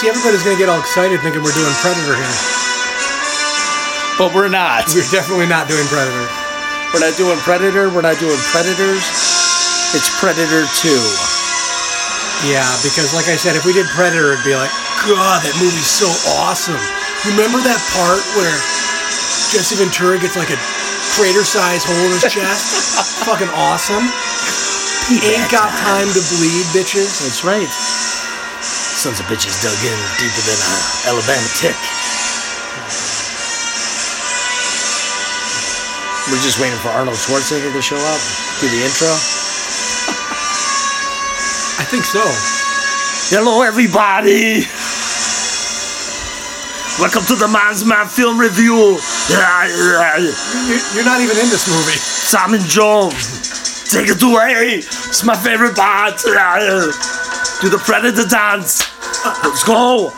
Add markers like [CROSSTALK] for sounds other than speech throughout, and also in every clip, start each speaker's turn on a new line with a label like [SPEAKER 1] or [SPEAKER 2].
[SPEAKER 1] see, everybody's gonna get all excited thinking we're doing Predator here.
[SPEAKER 2] But we're not.
[SPEAKER 1] We're definitely not doing Predator.
[SPEAKER 2] We're not doing Predator. We're not doing Predators. It's Predator 2.
[SPEAKER 1] Yeah, because like I said, if we did Predator, it'd be like, God, that movie's so awesome. Remember that part where Jesse Ventura gets like a crater-sized hole in his [LAUGHS] chest? Fucking awesome. Ain't got time to bleed, bitches.
[SPEAKER 2] That's right. Sons of bitches dug in deeper than a Alabama tick. We're just waiting for Arnold Schwarzenegger to show up, do the intro.
[SPEAKER 1] I think so.
[SPEAKER 2] Hello, everybody. Welcome to the Man's Man Film Review.
[SPEAKER 1] You- You're not even in this movie.
[SPEAKER 2] Simon Jones, take it away. It's my favorite part. Do the Predator dance. Let's go.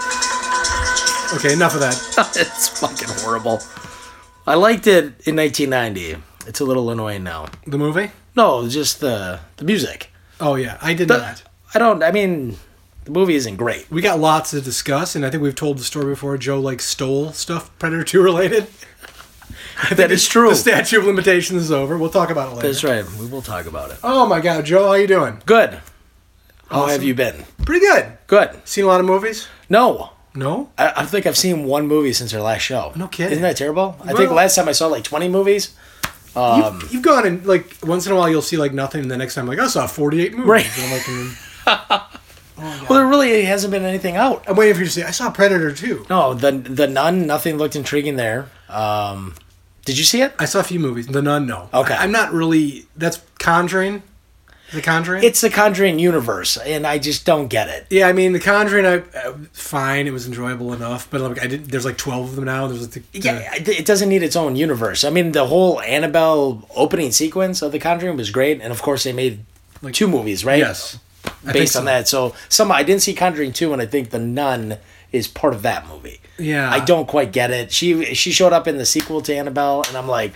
[SPEAKER 1] Okay, enough of that.
[SPEAKER 2] [LAUGHS] it's fucking horrible. I liked it in 1990. It's a little annoying now.
[SPEAKER 1] The movie?
[SPEAKER 2] No, just the the music.
[SPEAKER 1] Oh yeah, I did
[SPEAKER 2] The,
[SPEAKER 1] not.
[SPEAKER 2] I don't. I mean, the movie isn't great.
[SPEAKER 1] We got lots to discuss, and I think we've told the story before. Joe like stole stuff Predator Two related.
[SPEAKER 2] [LAUGHS] That is true.
[SPEAKER 1] The statute of limitations is over. We'll talk about it later.
[SPEAKER 2] That's right. We will talk about it.
[SPEAKER 1] Oh my God, Joe, how you doing?
[SPEAKER 2] Good. How have you been?
[SPEAKER 1] Pretty good.
[SPEAKER 2] Good.
[SPEAKER 1] Seen a lot of movies?
[SPEAKER 2] No.
[SPEAKER 1] No.
[SPEAKER 2] I, I think I've seen one movie since our last show.
[SPEAKER 1] No kidding.
[SPEAKER 2] Isn't that terrible? I think
[SPEAKER 1] Well-
[SPEAKER 2] last time I saw like 20 movies. Um,
[SPEAKER 1] you've, you've gone and like once in a while you'll see like nothing, and the next time like I saw forty eight movies.
[SPEAKER 2] Right.
[SPEAKER 1] And I'm, like, mm.
[SPEAKER 2] Well, there really hasn't been anything out.
[SPEAKER 1] I'm waiting for you to say I saw Predator Two.
[SPEAKER 2] No, the the nun. Nothing looked intriguing there. Um, did you see it?
[SPEAKER 1] I saw a few movies. The Nun, no.
[SPEAKER 2] Okay.
[SPEAKER 1] I, am not really. That's Conjuring. The Conjuring.
[SPEAKER 2] It's the Conjuring universe, and I just don't get it.
[SPEAKER 1] Yeah, I mean, The Conjuring, I uh, fine. It was enjoyable enough, but like, I did. There's like twelve of them now. There's like, the,
[SPEAKER 2] Yeah, it it doesn't need its own universe. I mean, the whole Annabelle opening sequence of The Conjuring was great, and of course they made two movies, right?
[SPEAKER 1] yes, I think
[SPEAKER 2] based on
[SPEAKER 1] so.
[SPEAKER 2] that. So some I didn't see Conjuring two, and I think The Nun is part of that movie.
[SPEAKER 1] Yeah.
[SPEAKER 2] I don't quite get it. She she showed up in the sequel to Annabelle, and I'm like,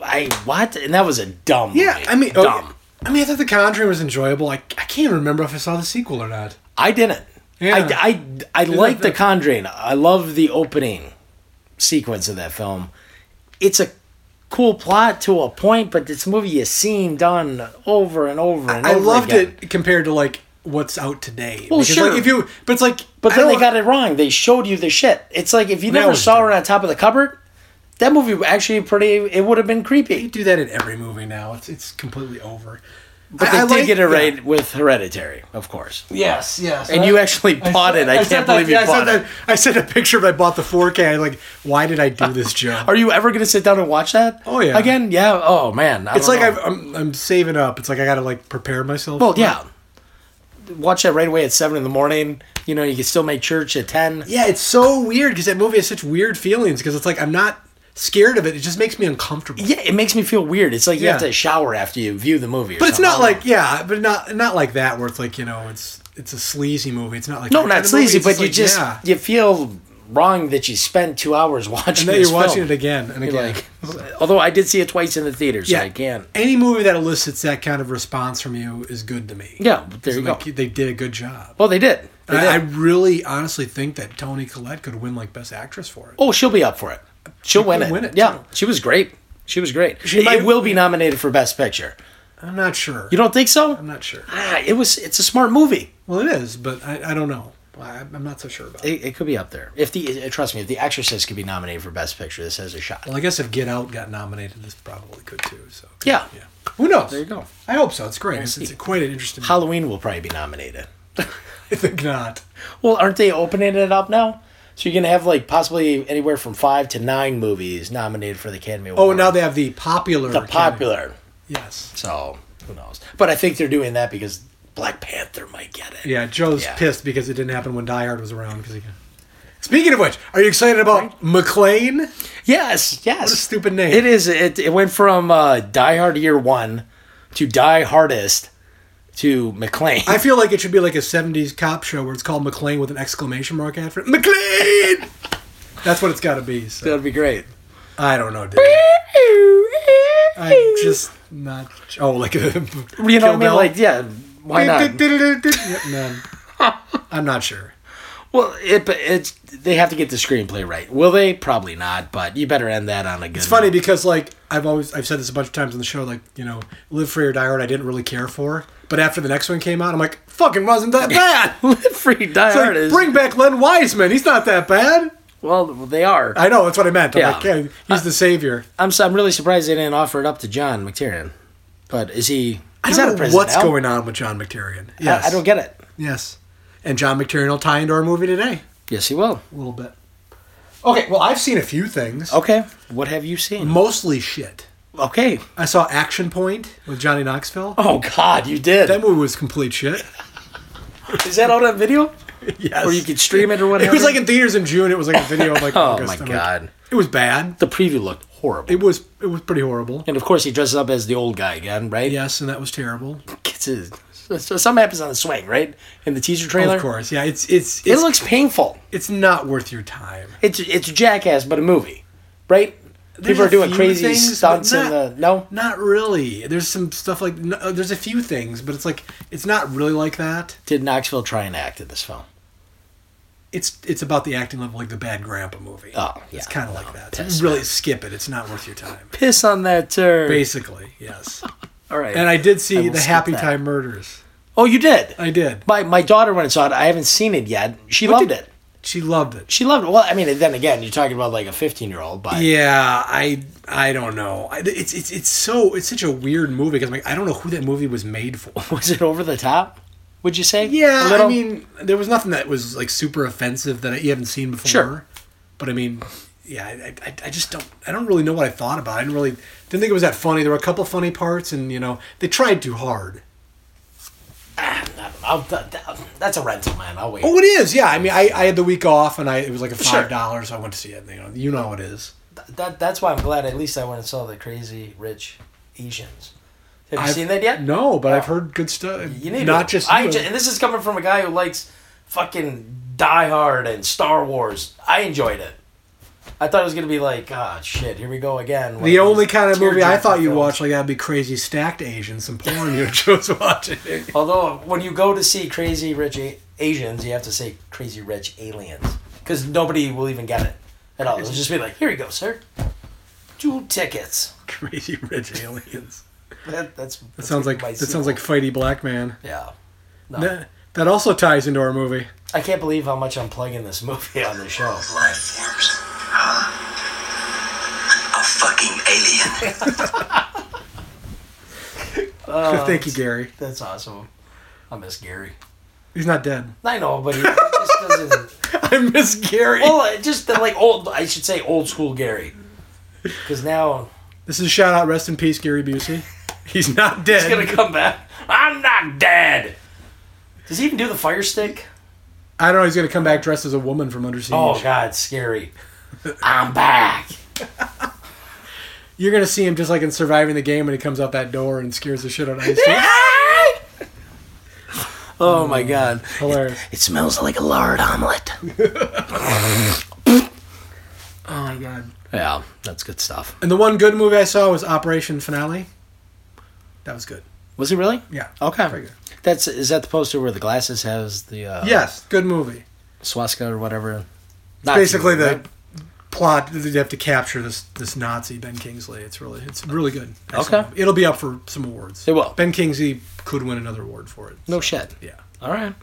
[SPEAKER 2] I what? And that was a dumb.
[SPEAKER 1] Yeah,
[SPEAKER 2] movie.
[SPEAKER 1] I mean,
[SPEAKER 2] dumb.
[SPEAKER 1] okay. I mean, I thought The Conjuring was enjoyable. I, I can't even remember if I saw the sequel or not.
[SPEAKER 2] I didn't.
[SPEAKER 1] Yeah.
[SPEAKER 2] I I, I like The
[SPEAKER 1] that-
[SPEAKER 2] Conjuring. I love the opening sequence of that film. It's a cool plot to a point, but this movie you've seen done over and over and
[SPEAKER 1] I
[SPEAKER 2] over
[SPEAKER 1] loved
[SPEAKER 2] again.
[SPEAKER 1] it compared to like what's out today.
[SPEAKER 2] Well,
[SPEAKER 1] like,
[SPEAKER 2] sure.
[SPEAKER 1] if you, but it's like,
[SPEAKER 2] But
[SPEAKER 1] I
[SPEAKER 2] then they
[SPEAKER 1] don't-
[SPEAKER 2] got it wrong. They showed you the shit. It's like if you
[SPEAKER 1] That
[SPEAKER 2] never
[SPEAKER 1] was
[SPEAKER 2] saw her
[SPEAKER 1] dumb.
[SPEAKER 2] on top of the cupboard, that movie actually pretty. It would have been
[SPEAKER 1] They
[SPEAKER 2] creepy.
[SPEAKER 1] do that in every movie now. It's it's completely over.
[SPEAKER 2] But they did
[SPEAKER 1] like-
[SPEAKER 2] get it
[SPEAKER 1] yeah.
[SPEAKER 2] right with Hereditary, of course.
[SPEAKER 1] Yes, yes.
[SPEAKER 2] And
[SPEAKER 1] I-
[SPEAKER 2] you actually bought
[SPEAKER 1] said-
[SPEAKER 2] it. I,
[SPEAKER 1] said
[SPEAKER 2] can't
[SPEAKER 1] that-
[SPEAKER 2] believe
[SPEAKER 1] yeah,
[SPEAKER 2] you
[SPEAKER 1] I said
[SPEAKER 2] bought it.
[SPEAKER 1] that- I sent a picture of I bought the 4K. I'm like, why did I do this, Joe? [LAUGHS]
[SPEAKER 2] Are you ever going to sit down and watch that?
[SPEAKER 1] Oh, yeah.
[SPEAKER 2] Again? Yeah. Oh man. I
[SPEAKER 1] It's
[SPEAKER 2] don't
[SPEAKER 1] like
[SPEAKER 2] know.
[SPEAKER 1] I've, I'm I'm saving up. It's like I gotta like prepare myself.
[SPEAKER 2] Well,
[SPEAKER 1] for it.
[SPEAKER 2] yeah. Watch that right away at seven in the morning. You know, you can still make church at ten.
[SPEAKER 1] Yeah, it's so weird because that movie has such weird feelings because it's like I'm not scared of it. It just makes me uncomfortable.
[SPEAKER 2] Yeah, it makes me feel weird. It's like you have
[SPEAKER 1] Yeah.
[SPEAKER 2] to shower after you view the movie. Or
[SPEAKER 1] But it's not like yeah, but not not like that where it's like you know it's it's a sleazy movie. It's not like
[SPEAKER 2] no,
[SPEAKER 1] that
[SPEAKER 2] not
[SPEAKER 1] kind of
[SPEAKER 2] sleazy,
[SPEAKER 1] movie.
[SPEAKER 2] but
[SPEAKER 1] It's
[SPEAKER 2] you just
[SPEAKER 1] like, yeah.
[SPEAKER 2] you feel wrong that you spent two hours [LAUGHS] watching.
[SPEAKER 1] and then
[SPEAKER 2] this
[SPEAKER 1] you're watching
[SPEAKER 2] film.
[SPEAKER 1] it again and again.
[SPEAKER 2] Like,
[SPEAKER 1] [LAUGHS]
[SPEAKER 2] [LAUGHS] although I did see it twice in the theater, so
[SPEAKER 1] yeah,
[SPEAKER 2] I can.
[SPEAKER 1] Any movie that elicits that kind of response from you is good to me.
[SPEAKER 2] Yeah, but there you
[SPEAKER 1] like,
[SPEAKER 2] go.
[SPEAKER 1] They did a good job.
[SPEAKER 2] Well, they did. They
[SPEAKER 1] And
[SPEAKER 2] did.
[SPEAKER 1] I, I really honestly think that Tony Collette could win like Best Actress for it.
[SPEAKER 2] oh, she'll be up for it. She'll win
[SPEAKER 1] could
[SPEAKER 2] it.
[SPEAKER 1] win it,
[SPEAKER 2] Yeah,
[SPEAKER 1] too.
[SPEAKER 2] she was great. She was great.
[SPEAKER 1] She
[SPEAKER 2] it
[SPEAKER 1] might-
[SPEAKER 2] will be nominated for best picture.
[SPEAKER 1] I'm not sure.
[SPEAKER 2] You don't think so?
[SPEAKER 1] I'm not sure.
[SPEAKER 2] Ah, it was. It's a smart movie.
[SPEAKER 1] Well, it is, but I, I don't know. I, I'm not so sure about it.
[SPEAKER 2] It, it could be up there. If the uh, trust me, if The Exorcist could be nominated for Best Picture, this has a shot.
[SPEAKER 1] Well, I guess if Get Out got nominated, this probably could too. So
[SPEAKER 2] Yeah.
[SPEAKER 1] yeah. Who knows?
[SPEAKER 2] There you go.
[SPEAKER 1] I hope so. It's great. It's, it's quite an interesting.
[SPEAKER 2] Halloween will probably be nominated.
[SPEAKER 1] [LAUGHS] I think not.
[SPEAKER 2] Well, aren't they opening it up now? So you're gonna have like possibly anywhere from five to nine movies nominated for the Academy Award.
[SPEAKER 1] Oh, now they have the popular.
[SPEAKER 2] the
[SPEAKER 1] Academy.
[SPEAKER 2] popular.
[SPEAKER 1] Yes.
[SPEAKER 2] So who knows? But I think they're doing that because Black Panther might get it.
[SPEAKER 1] Yeah, Joe's
[SPEAKER 2] Yeah.
[SPEAKER 1] pissed because it didn't happen when Die Hard was around. Because he. Speaking of which, are you excited about McLean?
[SPEAKER 2] Yes, yes. What
[SPEAKER 1] a stupid name.
[SPEAKER 2] It is. It, it went from uh, Die Hard Year One to Die Hardest to McLean.
[SPEAKER 1] I feel like it should be like a '70s cop show where it's called McLean with an exclamation mark after it. McLean. That's what it's got to be. So.
[SPEAKER 2] That'd be great. [LAUGHS]
[SPEAKER 1] I don't know, dude. I'm just not. Oh, like a. [LAUGHS]
[SPEAKER 2] You [LAUGHS] know what I mean? Like, yeah, why not?
[SPEAKER 1] Yep, none. I'm not sure.
[SPEAKER 2] Well, it but it's they have to get the screenplay right. Will they? Probably not. But you better end that on a good.
[SPEAKER 1] It's
[SPEAKER 2] [LAUGHS]
[SPEAKER 1] funny because like I've always I've said this a bunch of times on the show, like, you know, Live Free or Die Hard I didn't really care for. But after the next one came out, I'm like, fucking wasn't
[SPEAKER 2] [LAUGHS]
[SPEAKER 1] that bad.
[SPEAKER 2] Live free, die
[SPEAKER 1] It's like,
[SPEAKER 2] hard is
[SPEAKER 1] bring back Len Wiseman. He's not that bad.
[SPEAKER 2] well. They are.
[SPEAKER 1] I know, that's what I meant. I'm
[SPEAKER 2] Yeah.
[SPEAKER 1] like, yeah, he's the savior.
[SPEAKER 2] I'm su- I'm really surprised they didn't offer it up to John McTiernan. But is he?
[SPEAKER 1] I
[SPEAKER 2] He's
[SPEAKER 1] don't
[SPEAKER 2] out
[SPEAKER 1] know
[SPEAKER 2] of prison
[SPEAKER 1] what's
[SPEAKER 2] now.
[SPEAKER 1] going on with John McTiernan.
[SPEAKER 2] I-
[SPEAKER 1] Yes.
[SPEAKER 2] I don't get it.
[SPEAKER 1] Yes. And John McTiernan will tie into our movie today
[SPEAKER 2] Yes, he will.
[SPEAKER 1] a little bit. Okay, well, I've seen a few things.
[SPEAKER 2] Okay. What have you seen?
[SPEAKER 1] Mostly shit.
[SPEAKER 2] Okay.
[SPEAKER 1] I saw Action Point with Johnny Knoxville.
[SPEAKER 2] Oh God, you
[SPEAKER 1] That
[SPEAKER 2] did.
[SPEAKER 1] movie was complete
[SPEAKER 2] [LAUGHS]
[SPEAKER 1] shit.
[SPEAKER 2] Is that on that video?
[SPEAKER 1] yes.
[SPEAKER 2] Or you could stream it or whatever.
[SPEAKER 1] It was like in theaters in June. It was like a video of like
[SPEAKER 2] [LAUGHS] Oh
[SPEAKER 1] August.
[SPEAKER 2] my
[SPEAKER 1] I'm like,
[SPEAKER 2] God.
[SPEAKER 1] it was bad.
[SPEAKER 2] The preview looked horrible.
[SPEAKER 1] It was it was pretty horrible.
[SPEAKER 2] and of course, he dresses up as the old guy again, right?
[SPEAKER 1] Yes, and that was terrible.
[SPEAKER 2] Gets his, so, so something happens on the swing, right? In the teaser trailer.
[SPEAKER 1] Of course, yeah. It's it's
[SPEAKER 2] It
[SPEAKER 1] it's,
[SPEAKER 2] looks painful.
[SPEAKER 1] it's not worth your time.
[SPEAKER 2] It's it's jackass, but a movie, right?
[SPEAKER 1] There's
[SPEAKER 2] People are
[SPEAKER 1] a
[SPEAKER 2] doing
[SPEAKER 1] few
[SPEAKER 2] crazy
[SPEAKER 1] things, but
[SPEAKER 2] stunts in
[SPEAKER 1] not-
[SPEAKER 2] the no.
[SPEAKER 1] Not really. There's some stuff like no, uh, there's a few things, but it's like it's not really like that.
[SPEAKER 2] Did Knoxville try and act in this film?
[SPEAKER 1] It's it's about the acting level like the bad grandpa movie.
[SPEAKER 2] Oh,
[SPEAKER 1] it's
[SPEAKER 2] yeah,
[SPEAKER 1] kind of
[SPEAKER 2] no,
[SPEAKER 1] like that. So
[SPEAKER 2] piss,
[SPEAKER 1] really skip it. It's not worth your time.
[SPEAKER 2] Piss on that turd.
[SPEAKER 1] Basically, yes.
[SPEAKER 2] All right.
[SPEAKER 1] And I did
[SPEAKER 2] I
[SPEAKER 1] see
[SPEAKER 2] will
[SPEAKER 1] the
[SPEAKER 2] skip
[SPEAKER 1] Happy
[SPEAKER 2] that.
[SPEAKER 1] Time Murders.
[SPEAKER 2] oh, you did.
[SPEAKER 1] I did.
[SPEAKER 2] my my daughter went and saw it. I haven't seen it yet. She loved
[SPEAKER 1] did-
[SPEAKER 2] it.
[SPEAKER 1] She loved it.
[SPEAKER 2] She loved it. Well, I mean, and then again, you're talking about like a 15 year old, but
[SPEAKER 1] Yeah, I I don't know. I- It's it's it's so it's such a weird movie because I'm like I don't know who that movie was made for.
[SPEAKER 2] [LAUGHS] was it over the top? Would you say?
[SPEAKER 1] Yeah,
[SPEAKER 2] A little?
[SPEAKER 1] I mean, there was nothing that was like super offensive that you haven't seen before.
[SPEAKER 2] Sure.
[SPEAKER 1] But I mean, yeah, I, I, I just don't I don't really know what I thought about. it. I didn't really didn't think it was that funny. There were a couple funny parts, and you know they tried too hard.
[SPEAKER 2] I'll, Oh, that's a rental, man. I'll wait.
[SPEAKER 1] Oh, it is. Yeah, I mean, I, I had the week off, and I it was like a
[SPEAKER 2] Sure.
[SPEAKER 1] five dollars. So I went to see it. and, You know, you know how it is.
[SPEAKER 2] That, that's why I'm glad at least I went and saw the crazy rich Asians. Have you
[SPEAKER 1] I've-
[SPEAKER 2] seen that yet? Oh.
[SPEAKER 1] No, but I've heard good stuff.
[SPEAKER 2] You need
[SPEAKER 1] not
[SPEAKER 2] to.
[SPEAKER 1] just
[SPEAKER 2] I
[SPEAKER 1] you.
[SPEAKER 2] ju- and this is coming from a guy who likes fucking Die Hard and Star Wars. I enjoyed it. I thought it was gonna be like, ah, shit, here we go again. One
[SPEAKER 1] The
[SPEAKER 2] of
[SPEAKER 1] only
[SPEAKER 2] these
[SPEAKER 1] kind of movie I
[SPEAKER 2] tearjerker
[SPEAKER 1] thought you'd
[SPEAKER 2] films.
[SPEAKER 1] watch like that'd be crazy stacked Asians, some porn
[SPEAKER 2] [LAUGHS]
[SPEAKER 1] you chose watching.
[SPEAKER 2] Although when you go to see Crazy Rich a- Asians, you have to say Crazy Rich Aliens because nobody will even get it at all. They'll just be like, "Here you go, sir, two tickets."
[SPEAKER 1] crazy rich aliens.
[SPEAKER 2] That, [LAUGHS] that's,
[SPEAKER 1] That sounds like
[SPEAKER 2] my
[SPEAKER 1] that sounds
[SPEAKER 2] sequel.
[SPEAKER 1] like fighty black man.
[SPEAKER 2] yeah. No.
[SPEAKER 1] That, that also ties into our movie.
[SPEAKER 2] I can't believe how much I'm plugging this movie on the show.
[SPEAKER 3] life forms. Huh? A fucking alien.
[SPEAKER 1] [LAUGHS]
[SPEAKER 2] Uh,
[SPEAKER 1] Thank you, Gary.
[SPEAKER 2] That's awesome. I miss Gary.
[SPEAKER 1] He's not
[SPEAKER 2] [LAUGHS]
[SPEAKER 1] dead.
[SPEAKER 2] I know, but he just doesn't.
[SPEAKER 1] I miss Gary.
[SPEAKER 2] [LAUGHS] Well, it just the, like old. I should say old school Gary, because now
[SPEAKER 1] This is a shout out. Rest in peace, Gary Busey. He's not dead.
[SPEAKER 2] he's gonna come back. I'm not dead. Does he even do the fire stick?
[SPEAKER 1] I don't know. He's gonna come back dressed as a woman from Under Siege.
[SPEAKER 2] Oh God, scary. I'm back.
[SPEAKER 1] You're gonna see him just like in Surviving the Game when he comes out that door and scares the shit out of Ice.
[SPEAKER 2] [LAUGHS] Oh my God.
[SPEAKER 1] Hilarious.
[SPEAKER 2] It smells like a lard [LAUGHS] omelet.
[SPEAKER 1] Oh my god.
[SPEAKER 2] Yeah, that's good stuff.
[SPEAKER 1] And the one good movie I saw was Operation Finale. That was good.
[SPEAKER 2] Was it really?
[SPEAKER 1] Yeah.
[SPEAKER 2] Okay.
[SPEAKER 1] Very good.
[SPEAKER 2] That's is that the poster where the glasses has the uh,
[SPEAKER 1] Yes, good movie.
[SPEAKER 2] swastika or whatever. Not
[SPEAKER 1] Basically,
[SPEAKER 2] you,
[SPEAKER 1] the
[SPEAKER 2] right?
[SPEAKER 1] plot that you have to capture this this Nazi Ben Kingsley. It's really it's really good.
[SPEAKER 2] Okay.
[SPEAKER 1] it'll be up for some awards.
[SPEAKER 2] It will.
[SPEAKER 1] Ben Kingsley could win another award for it.
[SPEAKER 2] no shit.
[SPEAKER 1] Yeah,
[SPEAKER 2] All right.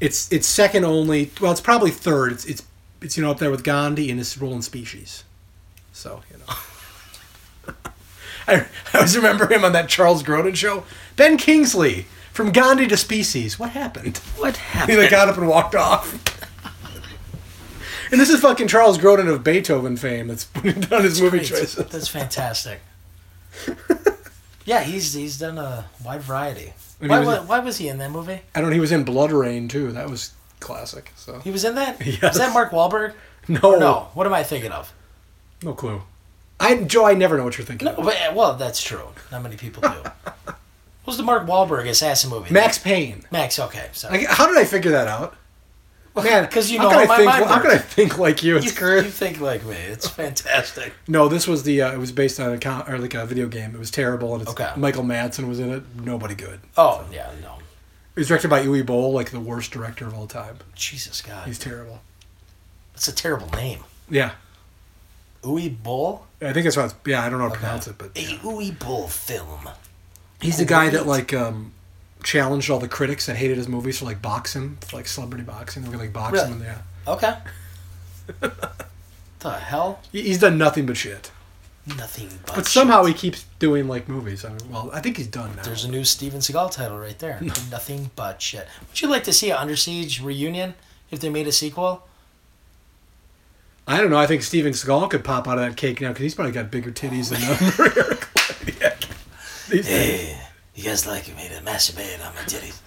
[SPEAKER 1] it's it's second only. Well, it's probably third. It's it's it's you know up there with Gandhi and his role in Species. So you know. [LAUGHS] I, I always remember him on that Charles Grodin show. Ben Kingsley, from Gandhi to Species. What happened? [LAUGHS]
[SPEAKER 2] What happened?
[SPEAKER 1] He like
[SPEAKER 2] [LAUGHS]
[SPEAKER 1] got up and walked off. [LAUGHS] and this is fucking Charles Grodin of Beethoven fame. That's [LAUGHS] done his movie
[SPEAKER 2] Great.
[SPEAKER 1] choices. [LAUGHS]
[SPEAKER 2] That's fantastic. yeah, he's he's done a wide variety.
[SPEAKER 1] And he
[SPEAKER 2] Why,
[SPEAKER 1] was-
[SPEAKER 2] wa- why was he in that movie?
[SPEAKER 1] I don't. He was in Blood Rain too. That was classic. So
[SPEAKER 2] He was in that.
[SPEAKER 1] [LAUGHS]
[SPEAKER 2] Is
[SPEAKER 1] Yes. Oh.
[SPEAKER 2] that Mark Wahlberg?
[SPEAKER 1] no,
[SPEAKER 2] Or no. What am I thinking of?
[SPEAKER 1] no clue. I Joe, I never know what you're thinking.
[SPEAKER 2] No, but, well, that's true. Not many
[SPEAKER 1] [LAUGHS]
[SPEAKER 2] people do. what was the Mark Wahlberg assassin movie?
[SPEAKER 1] Max Payne.
[SPEAKER 2] Max. Okay, sorry.
[SPEAKER 1] Like, how did I figure that out? Man,
[SPEAKER 2] 'Cause you
[SPEAKER 1] how
[SPEAKER 2] know
[SPEAKER 1] can
[SPEAKER 2] how
[SPEAKER 1] I
[SPEAKER 2] my
[SPEAKER 1] think,
[SPEAKER 2] mind
[SPEAKER 1] How can I
[SPEAKER 2] works.
[SPEAKER 1] think like you? It's
[SPEAKER 2] [LAUGHS] You,
[SPEAKER 1] crazy.
[SPEAKER 2] you think like me. It's fantastic.
[SPEAKER 1] No, this was the. Uh, it was based on a com- or like a video game. It was terrible, and it's,
[SPEAKER 2] Okay.
[SPEAKER 1] Michael Madsen was in it. Nobody good.
[SPEAKER 2] Oh yeah, no.
[SPEAKER 1] It was directed by Uwe Boll, like the worst director of all time.
[SPEAKER 2] Jesus God,
[SPEAKER 1] He's terrible.
[SPEAKER 2] that's a terrible name.
[SPEAKER 1] Yeah,
[SPEAKER 2] Uwe Boll,
[SPEAKER 1] I think that's why. It's, yeah, I don't know how to pronounce it, but
[SPEAKER 2] a Uwe Boll film.
[SPEAKER 1] he's the guy that like um, challenged all the critics that hated his movies for like boxing, for, like celebrity boxing. They were gonna, like boxing.
[SPEAKER 2] Really?
[SPEAKER 1] Yeah,
[SPEAKER 2] Okay. [LAUGHS] the hell?
[SPEAKER 1] He- he's done nothing but shit.
[SPEAKER 2] Nothing but.
[SPEAKER 1] But
[SPEAKER 2] shit.
[SPEAKER 1] somehow he keeps doing like movies. I mean, well, I think he's done now.
[SPEAKER 2] There's a new Steven Seagal title right
[SPEAKER 1] [LAUGHS]
[SPEAKER 2] there. Nothing but shit. Would you like to see a Under Siege reunion if they made a sequel?
[SPEAKER 1] I don't know. I think Steven Seagal could pop out of that cake now because he's probably got bigger titties than uh, Maria [LAUGHS] Kleindiak. These things.
[SPEAKER 2] Hey, you guys like me to masturbate on my titties?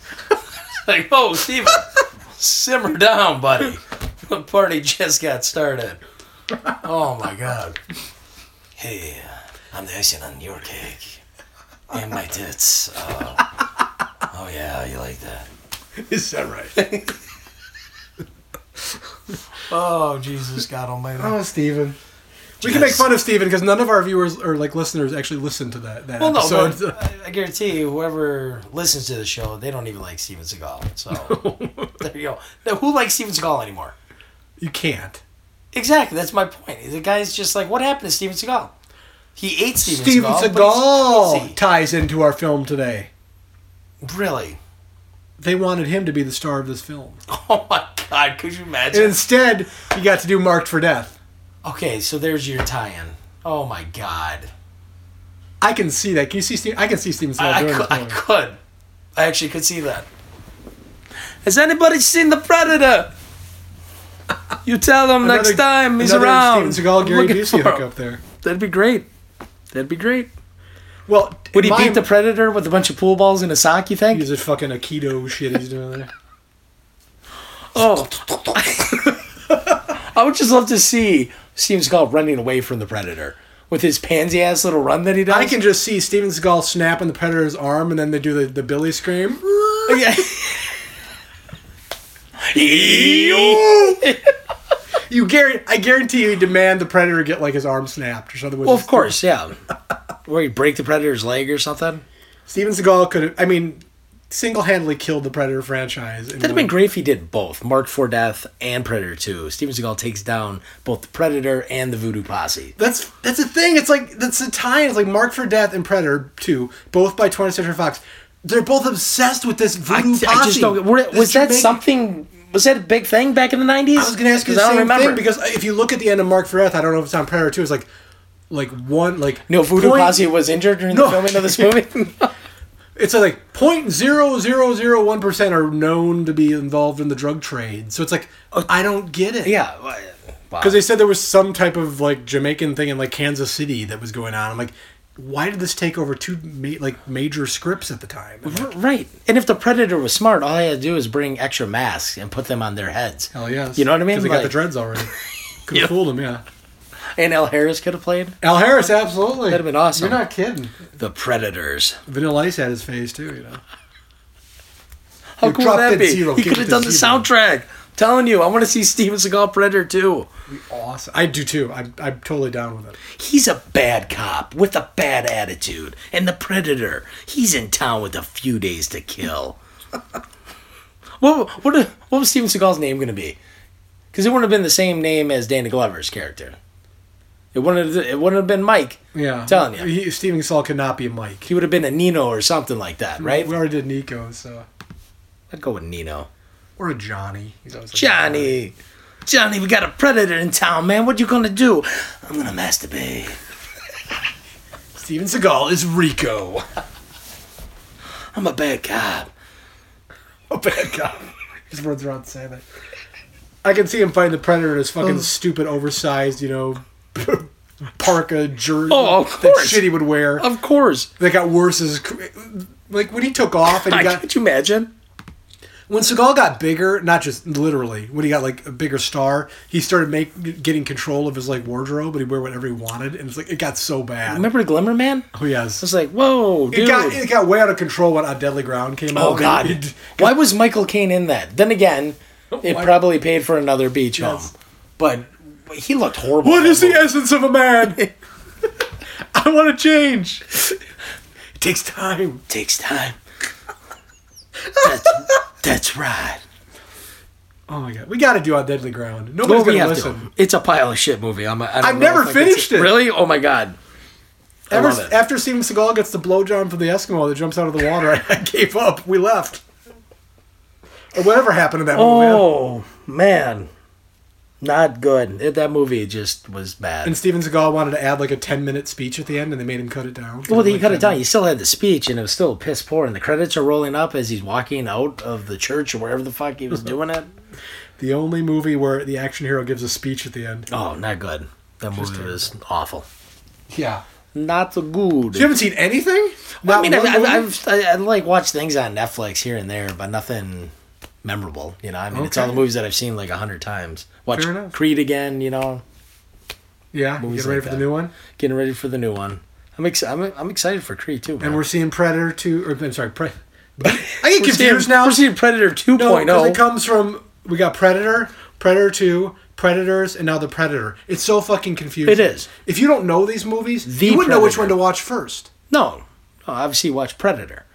[SPEAKER 2] [LAUGHS] like, oh, Steven, simmer down, buddy. The party just got started. Oh my God. Hey, I'm the icing on your cake. And my tits. Oh, oh yeah, you like that.
[SPEAKER 1] Is that
[SPEAKER 2] [LAUGHS]
[SPEAKER 1] right?
[SPEAKER 2] Oh, Jesus God Almighty.
[SPEAKER 1] oh, Steven. We can make fun of Steven because none of our viewers or like listeners actually listen to that. that
[SPEAKER 2] Well, no,
[SPEAKER 1] episode.
[SPEAKER 2] but I, I guarantee you, whoever listens to the show, they don't even like Steven Seagal. So there you go. Now, who likes Steven Seagal anymore?
[SPEAKER 1] you can't.
[SPEAKER 2] Exactly, that's my point. The guy's just like, what happened to Steven Seagal? He ate Steven,
[SPEAKER 1] Steven
[SPEAKER 2] Seagal. but he's
[SPEAKER 1] Seagal ties into our film today.
[SPEAKER 2] crazy. Really?
[SPEAKER 1] They wanted him to be the star of this film,
[SPEAKER 2] [LAUGHS] Oh my God! Could you
[SPEAKER 1] and
[SPEAKER 2] imagine?
[SPEAKER 1] instead he got to do Marked for Death.
[SPEAKER 2] Okay, so there's your tie-in. Oh my God!
[SPEAKER 1] I can see that. Can you see? Steve? I can see Steven Seagal
[SPEAKER 2] I, I,
[SPEAKER 1] doing
[SPEAKER 2] could,
[SPEAKER 1] this
[SPEAKER 2] I
[SPEAKER 1] movie.
[SPEAKER 2] could. I actually could see that. Has anybody seen the Predator? [LAUGHS] You tell him next
[SPEAKER 1] Another-
[SPEAKER 2] time he's
[SPEAKER 1] another
[SPEAKER 2] around.
[SPEAKER 1] Steven Seagal,
[SPEAKER 2] I'm
[SPEAKER 1] Gary
[SPEAKER 2] looking
[SPEAKER 1] Busey
[SPEAKER 2] for him.
[SPEAKER 1] hookup there.
[SPEAKER 2] That'd be great. That'd be great.
[SPEAKER 1] Well,
[SPEAKER 2] Would he
[SPEAKER 1] in my-
[SPEAKER 2] beat the Predator with a bunch of pool balls in a sock, you think?
[SPEAKER 1] He's a fucking Aikido shit he's doing there.
[SPEAKER 2] Oh. [LAUGHS] I would just love to see Steven Seagal running away from the Predator with his pansy ass little run that he does.
[SPEAKER 1] I can just see Steven Seagal snapping the Predator's arm, and then they do the, the Billy scream.
[SPEAKER 2] [LAUGHS]
[SPEAKER 1] [LAUGHS]
[SPEAKER 2] Yeah.
[SPEAKER 1] You guarantee, I guarantee you, demand the Predator get like his arm snapped or something.
[SPEAKER 2] well, of course, yeah. Where you break the Predator's leg or something.
[SPEAKER 1] Steven Seagal could, have I mean, single handedly killed the Predator franchise. in
[SPEAKER 2] That'd have
[SPEAKER 1] one-
[SPEAKER 2] been great if he did both Mark for Death and Predator 2. Steven Seagal takes down both the Predator and the Voodoo Posse.
[SPEAKER 1] That's that's the thing. It's like that's the tie. It's like Mark for Death and Predator Two, both by 20th Century Fox. They're both obsessed with this
[SPEAKER 2] I,
[SPEAKER 1] voodoo
[SPEAKER 2] I
[SPEAKER 1] posse.
[SPEAKER 2] just don't. Were,
[SPEAKER 1] This
[SPEAKER 2] was that
[SPEAKER 1] Jamaican-
[SPEAKER 2] something? Was that a big thing back in the nineties?
[SPEAKER 1] I was gonna ask you the same thing because if you look at the end of Mark for Death, I don't know if it's on Predator Two. It's like, like one like
[SPEAKER 2] no Voodoo
[SPEAKER 1] point-
[SPEAKER 2] Posse was injured during
[SPEAKER 1] No.
[SPEAKER 2] the filming
[SPEAKER 1] [LAUGHS]
[SPEAKER 2] of this movie.
[SPEAKER 1] It's like point zero zero zero one percent are known to be involved in the drug trade. So it's like I don't get it.
[SPEAKER 2] yeah, well, wow.
[SPEAKER 1] because they said there was some type of like Jamaican thing in like Kansas City that was going on. I'm like, why did this take over two ma- like major scripts at the time? I'm like,
[SPEAKER 2] R- right. And if the Predator was smart, all he had to do is bring extra masks and put them on their heads.
[SPEAKER 1] Hell yes.
[SPEAKER 2] You know what I mean?
[SPEAKER 1] Because they got the
[SPEAKER 2] Like-
[SPEAKER 1] dreads
[SPEAKER 2] [LAUGHS]
[SPEAKER 1] already. Could have
[SPEAKER 2] Yeah.
[SPEAKER 1] fooled them, yeah.
[SPEAKER 2] And Al Harris could have played
[SPEAKER 1] Al Harris, absolutely.
[SPEAKER 2] That'd have been awesome.
[SPEAKER 1] You're not kidding.
[SPEAKER 2] the Predators.
[SPEAKER 1] Vanilla Ice had his phase too, you know.
[SPEAKER 2] How
[SPEAKER 1] You
[SPEAKER 2] cool would
[SPEAKER 1] dropped
[SPEAKER 2] that
[SPEAKER 1] that
[SPEAKER 2] be?
[SPEAKER 1] zero,
[SPEAKER 2] he
[SPEAKER 1] keep
[SPEAKER 2] could have
[SPEAKER 1] the
[SPEAKER 2] done the
[SPEAKER 1] zero.
[SPEAKER 2] soundtrack. I'm telling you, I want to see Steven Seagal Predator too.
[SPEAKER 1] Awesome. I do too. I'm, I'm totally down with it.
[SPEAKER 2] He's a bad cop with a bad attitude, and the predator. He's in town with a few days to kill. [LAUGHS] what what what was Steven Seagal's name going to be? Because it wouldn't have been the same name as Danny Glover's character. It wouldn't have, it wouldn't have been Mike.
[SPEAKER 1] Yeah.
[SPEAKER 2] I'm telling you,
[SPEAKER 1] He, Steven Saul could not be Mike.
[SPEAKER 2] he would have been a Nino or something like that, right?
[SPEAKER 1] We already did Nico, so.
[SPEAKER 2] I'd go with Nino.
[SPEAKER 1] Or a Johnny. He's always like,
[SPEAKER 2] Johnny, Johnny, we got a predator in town, man. What you gonna do? I'm gonna masturbate.
[SPEAKER 1] Steven Seagal is
[SPEAKER 2] [LAUGHS]
[SPEAKER 1] Rico.
[SPEAKER 2] I'm a bad cop.
[SPEAKER 1] a bad guy. His words are on saying that. I can see him fighting the predator in his fucking
[SPEAKER 2] Oh.
[SPEAKER 1] stupid, oversized, you know, parka jersey.
[SPEAKER 2] Oh, of
[SPEAKER 1] that
[SPEAKER 2] course.
[SPEAKER 1] shit he would wear.
[SPEAKER 2] Of course.
[SPEAKER 1] that got worse as like when he took off and he
[SPEAKER 2] I,
[SPEAKER 1] got
[SPEAKER 2] can't you imagine?
[SPEAKER 1] when Seagal got bigger, not just literally when he got like a bigger star, he started make, getting control of his like wardrobe, but he wear whatever he wanted, and it's like it got so bad.
[SPEAKER 2] Remember Glimmer Man? I
[SPEAKER 1] Oh yes,
[SPEAKER 2] was like, whoa, dude.
[SPEAKER 1] it got it got way out of control when On Deadly Ground came out.
[SPEAKER 2] oh, God.
[SPEAKER 1] It-
[SPEAKER 2] Why was Michael Caine in that? Then again, it
[SPEAKER 1] Why-
[SPEAKER 2] probably paid for another beach
[SPEAKER 1] Yes.
[SPEAKER 2] home. But he looked horrible.
[SPEAKER 1] what
[SPEAKER 2] in
[SPEAKER 1] is
[SPEAKER 2] that
[SPEAKER 1] the
[SPEAKER 2] movie.
[SPEAKER 1] essence of a man? [LAUGHS] I [LAUGHS] want to change. It takes time.
[SPEAKER 2] Takes time. That's, that's right.
[SPEAKER 1] Oh my god, we got to do on deadly ground. Nobody's
[SPEAKER 2] we
[SPEAKER 1] gonna
[SPEAKER 2] have
[SPEAKER 1] listen.
[SPEAKER 2] to. It's a pile of shit movie. I'm, I don't
[SPEAKER 1] I've
[SPEAKER 2] know
[SPEAKER 1] never
[SPEAKER 2] if I could
[SPEAKER 1] finished
[SPEAKER 2] say-
[SPEAKER 1] it.
[SPEAKER 2] Really? Oh my god. I
[SPEAKER 1] Ever,
[SPEAKER 2] love it.
[SPEAKER 1] after seeing Seagal gets the blowjob from the Eskimo that jumps out of the water, [LAUGHS] I, gave up. We left. Or whatever happened to that movie.
[SPEAKER 2] Oh man, not good. It- that movie just was bad.
[SPEAKER 1] And Steven Seagal wanted to add like a 10 minute speech at the end and they made him cut it down.
[SPEAKER 2] well, you
[SPEAKER 1] Like,
[SPEAKER 2] cut it down. You still had the speech, and it was still piss poor. And the credits are rolling up as he's walking out of the church or wherever the fuck
[SPEAKER 1] [LAUGHS]
[SPEAKER 2] he was doing it.
[SPEAKER 1] The only movie where the action hero gives a speech at the end.
[SPEAKER 2] Oh, not good. That movie was awful.
[SPEAKER 1] Yeah.
[SPEAKER 2] Not so good.
[SPEAKER 1] You haven't seen anything?
[SPEAKER 2] I
[SPEAKER 1] Not
[SPEAKER 2] mean, I,
[SPEAKER 1] one movie?
[SPEAKER 2] I, I've I, I like watched things on Netflix here and there, but nothing memorable. You know, I mean, it's all the
[SPEAKER 1] Okay.
[SPEAKER 2] movies that I've seen like a hundred times. Watch
[SPEAKER 1] Fair enough.
[SPEAKER 2] Creed again. You know,
[SPEAKER 1] yeah, you
[SPEAKER 2] movies
[SPEAKER 1] get ready
[SPEAKER 2] like
[SPEAKER 1] for
[SPEAKER 2] that.
[SPEAKER 1] the new one.
[SPEAKER 2] getting ready for the new one. I'm ex- I'm, I'm excited for Creed too. Man.
[SPEAKER 1] And we're seeing Predator 2, or I'm sorry, Pre- [LAUGHS] I get
[SPEAKER 2] We're
[SPEAKER 1] confused
[SPEAKER 2] seeing-
[SPEAKER 1] now.
[SPEAKER 2] We're seeing Predator oh. 2.0.
[SPEAKER 1] No, 'cause it comes from we got Predator, Predator Two, Predators, and now the Predator. It's so fucking confusing.
[SPEAKER 2] It is.
[SPEAKER 1] If you don't know these movies,
[SPEAKER 2] The
[SPEAKER 1] you wouldn't know which one
[SPEAKER 2] Predator.
[SPEAKER 1] to watch first.
[SPEAKER 2] no, no, obviously you watch Predator.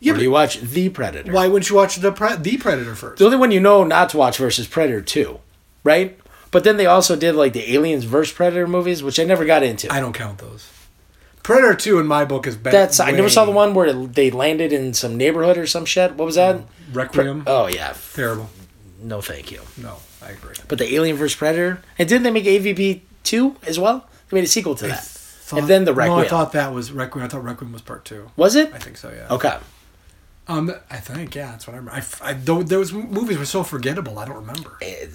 [SPEAKER 1] Yeah,
[SPEAKER 2] or do
[SPEAKER 1] but
[SPEAKER 2] you watch The Predator?
[SPEAKER 1] why wouldn't you watch the pre- the Predator first?
[SPEAKER 2] The only one you know not to watch versus Predator 2, right? But then they also did like the Aliens versus Predator movies, which I never got into.
[SPEAKER 1] I don't count those. Predator Two in my book is better.
[SPEAKER 2] That's I never
[SPEAKER 1] way-
[SPEAKER 2] saw the one where they landed in some neighborhood or some shit. What was
[SPEAKER 1] Um,
[SPEAKER 2] that?
[SPEAKER 1] Requiem.
[SPEAKER 2] Oh yeah,
[SPEAKER 1] Terrible.
[SPEAKER 2] no thank you.
[SPEAKER 1] No, I agree.
[SPEAKER 2] But the Alien versus Predator, and didn't they make AVP 2 as well? They made a sequel to that.
[SPEAKER 1] Thought-
[SPEAKER 2] and then the
[SPEAKER 1] No,
[SPEAKER 2] Requiem.
[SPEAKER 1] I thought that was Requiem. I thought Requiem was part two.
[SPEAKER 2] was it?
[SPEAKER 1] I think so. Yeah.
[SPEAKER 2] Okay.
[SPEAKER 1] Um, I think yeah. That's what I remember. I, f- I tho- those movies were so forgettable. I don't remember.
[SPEAKER 2] Eh,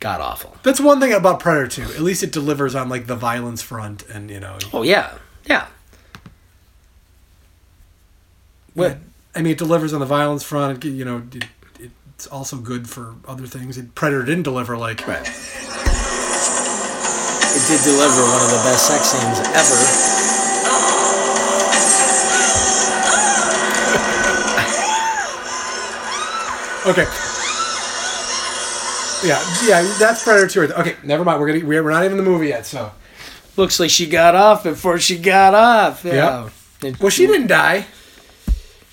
[SPEAKER 2] God awful.
[SPEAKER 1] That's one thing about Predator 2. At least it delivers on like the violence front and you know
[SPEAKER 2] Oh yeah, yeah. What?
[SPEAKER 1] I mean it delivers on the violence front, it, you know, it, it's also good for other things. It, Predator didn't deliver like
[SPEAKER 2] Right. It did deliver one of the best sex scenes ever.
[SPEAKER 1] Okay. Yeah, yeah, that's Predator 2. right there. Okay, never mind. We're going to we're not even in the movie yet, so.
[SPEAKER 2] Looks like she got off before she got off. Yeah. It-
[SPEAKER 1] Well, she didn't die.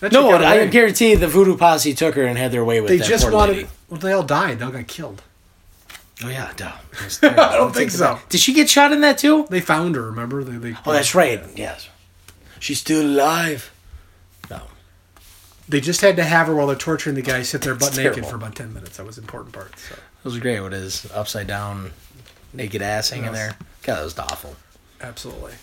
[SPEAKER 1] That
[SPEAKER 2] No,
[SPEAKER 1] chick got
[SPEAKER 2] I
[SPEAKER 1] away.
[SPEAKER 2] guarantee the voodoo posse took her and had their way with
[SPEAKER 1] They
[SPEAKER 2] that
[SPEAKER 1] just
[SPEAKER 2] poor
[SPEAKER 1] wanted [LAUGHS]
[SPEAKER 2] lady.
[SPEAKER 1] Well, they all died. They all got killed.
[SPEAKER 2] Oh yeah,
[SPEAKER 1] [LAUGHS]
[SPEAKER 2] duh.
[SPEAKER 1] I don't think so.
[SPEAKER 2] Did she get shot in that too?
[SPEAKER 1] They found her, remember? They, they
[SPEAKER 2] Oh, that's right. Yes. She's still alive. No.
[SPEAKER 1] They just had to have her while they're torturing the guy sit there butt
[SPEAKER 2] It's
[SPEAKER 1] naked
[SPEAKER 2] terrible.
[SPEAKER 1] for about 10 minutes. That was the important part. So.
[SPEAKER 2] It was great with his upside down, naked ass
[SPEAKER 1] Yes.
[SPEAKER 2] hanging there. God, that was awful.
[SPEAKER 1] Absolutely.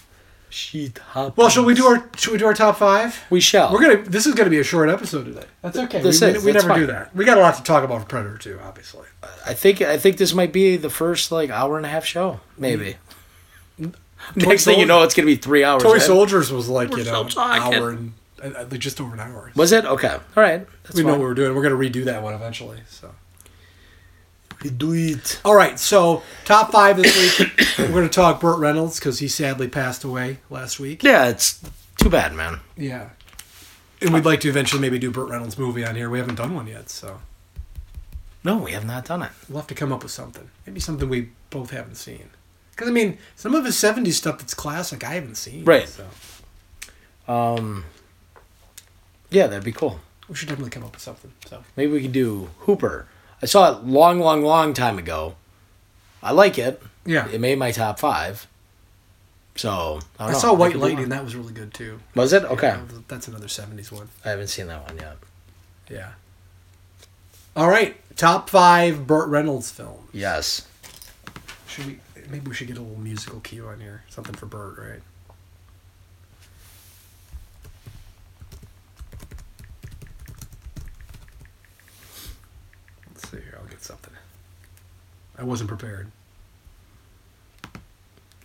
[SPEAKER 2] She
[SPEAKER 1] Well, shall we do our should we do our top five?
[SPEAKER 2] We shall.
[SPEAKER 1] We're gonna. This is gonna be a short episode today. That's okay.
[SPEAKER 2] This
[SPEAKER 1] we, we-
[SPEAKER 2] is,
[SPEAKER 1] we
[SPEAKER 2] that's
[SPEAKER 1] never do
[SPEAKER 2] fine.
[SPEAKER 1] that. We got a lot to talk about for Predator too, obviously.
[SPEAKER 2] I think I think this might be the first like hour and a half show, maybe. Next thing you
[SPEAKER 1] Soldier-
[SPEAKER 2] know, it's gonna be three hours.
[SPEAKER 1] Toy
[SPEAKER 2] right?
[SPEAKER 1] Soldiers was like you
[SPEAKER 2] We're
[SPEAKER 1] know
[SPEAKER 2] so
[SPEAKER 1] an
[SPEAKER 2] talking.
[SPEAKER 1] hour and uh, uh, just over an hour.
[SPEAKER 2] Was it okay? All right. That's
[SPEAKER 1] we know
[SPEAKER 2] fine.
[SPEAKER 1] what we're doing. We're gonna redo that one eventually. So.
[SPEAKER 2] we do it.
[SPEAKER 1] All right. So top five this week. [COUGHS] we're gonna talk Burt Reynolds because he sadly passed away last week.
[SPEAKER 2] Yeah, it's too bad, man.
[SPEAKER 1] Yeah. And we'd like to eventually maybe do Burt Reynolds movie on here. We haven't done one yet, so
[SPEAKER 2] No, we have not done it.
[SPEAKER 1] we'll have to come up with something. Maybe something we both haven't seen. Because I mean, some of his '70s stuff that's classic I haven't seen.
[SPEAKER 2] Right.
[SPEAKER 1] So.
[SPEAKER 2] Um. Yeah, that'd be cool.
[SPEAKER 1] We should definitely come up with something. So
[SPEAKER 2] Maybe we could do Hooper. I saw it long, long, long time ago. I like it.
[SPEAKER 1] yeah,
[SPEAKER 2] It made my top five. So I,
[SPEAKER 1] I,
[SPEAKER 2] don't know.
[SPEAKER 1] saw
[SPEAKER 2] We
[SPEAKER 1] White
[SPEAKER 2] could do
[SPEAKER 1] Lightning.
[SPEAKER 2] one.
[SPEAKER 1] That was really good too.
[SPEAKER 2] Was it okay?
[SPEAKER 1] Yeah, that's another '70s one.
[SPEAKER 2] I haven't seen that one yet.
[SPEAKER 1] Yeah. All right, top five Burt Reynolds film.
[SPEAKER 2] Yes.
[SPEAKER 1] Should we? Maybe we should get a little musical cue on here. Something for Burt, right? Let's see here. I'll get something. I wasn't prepared.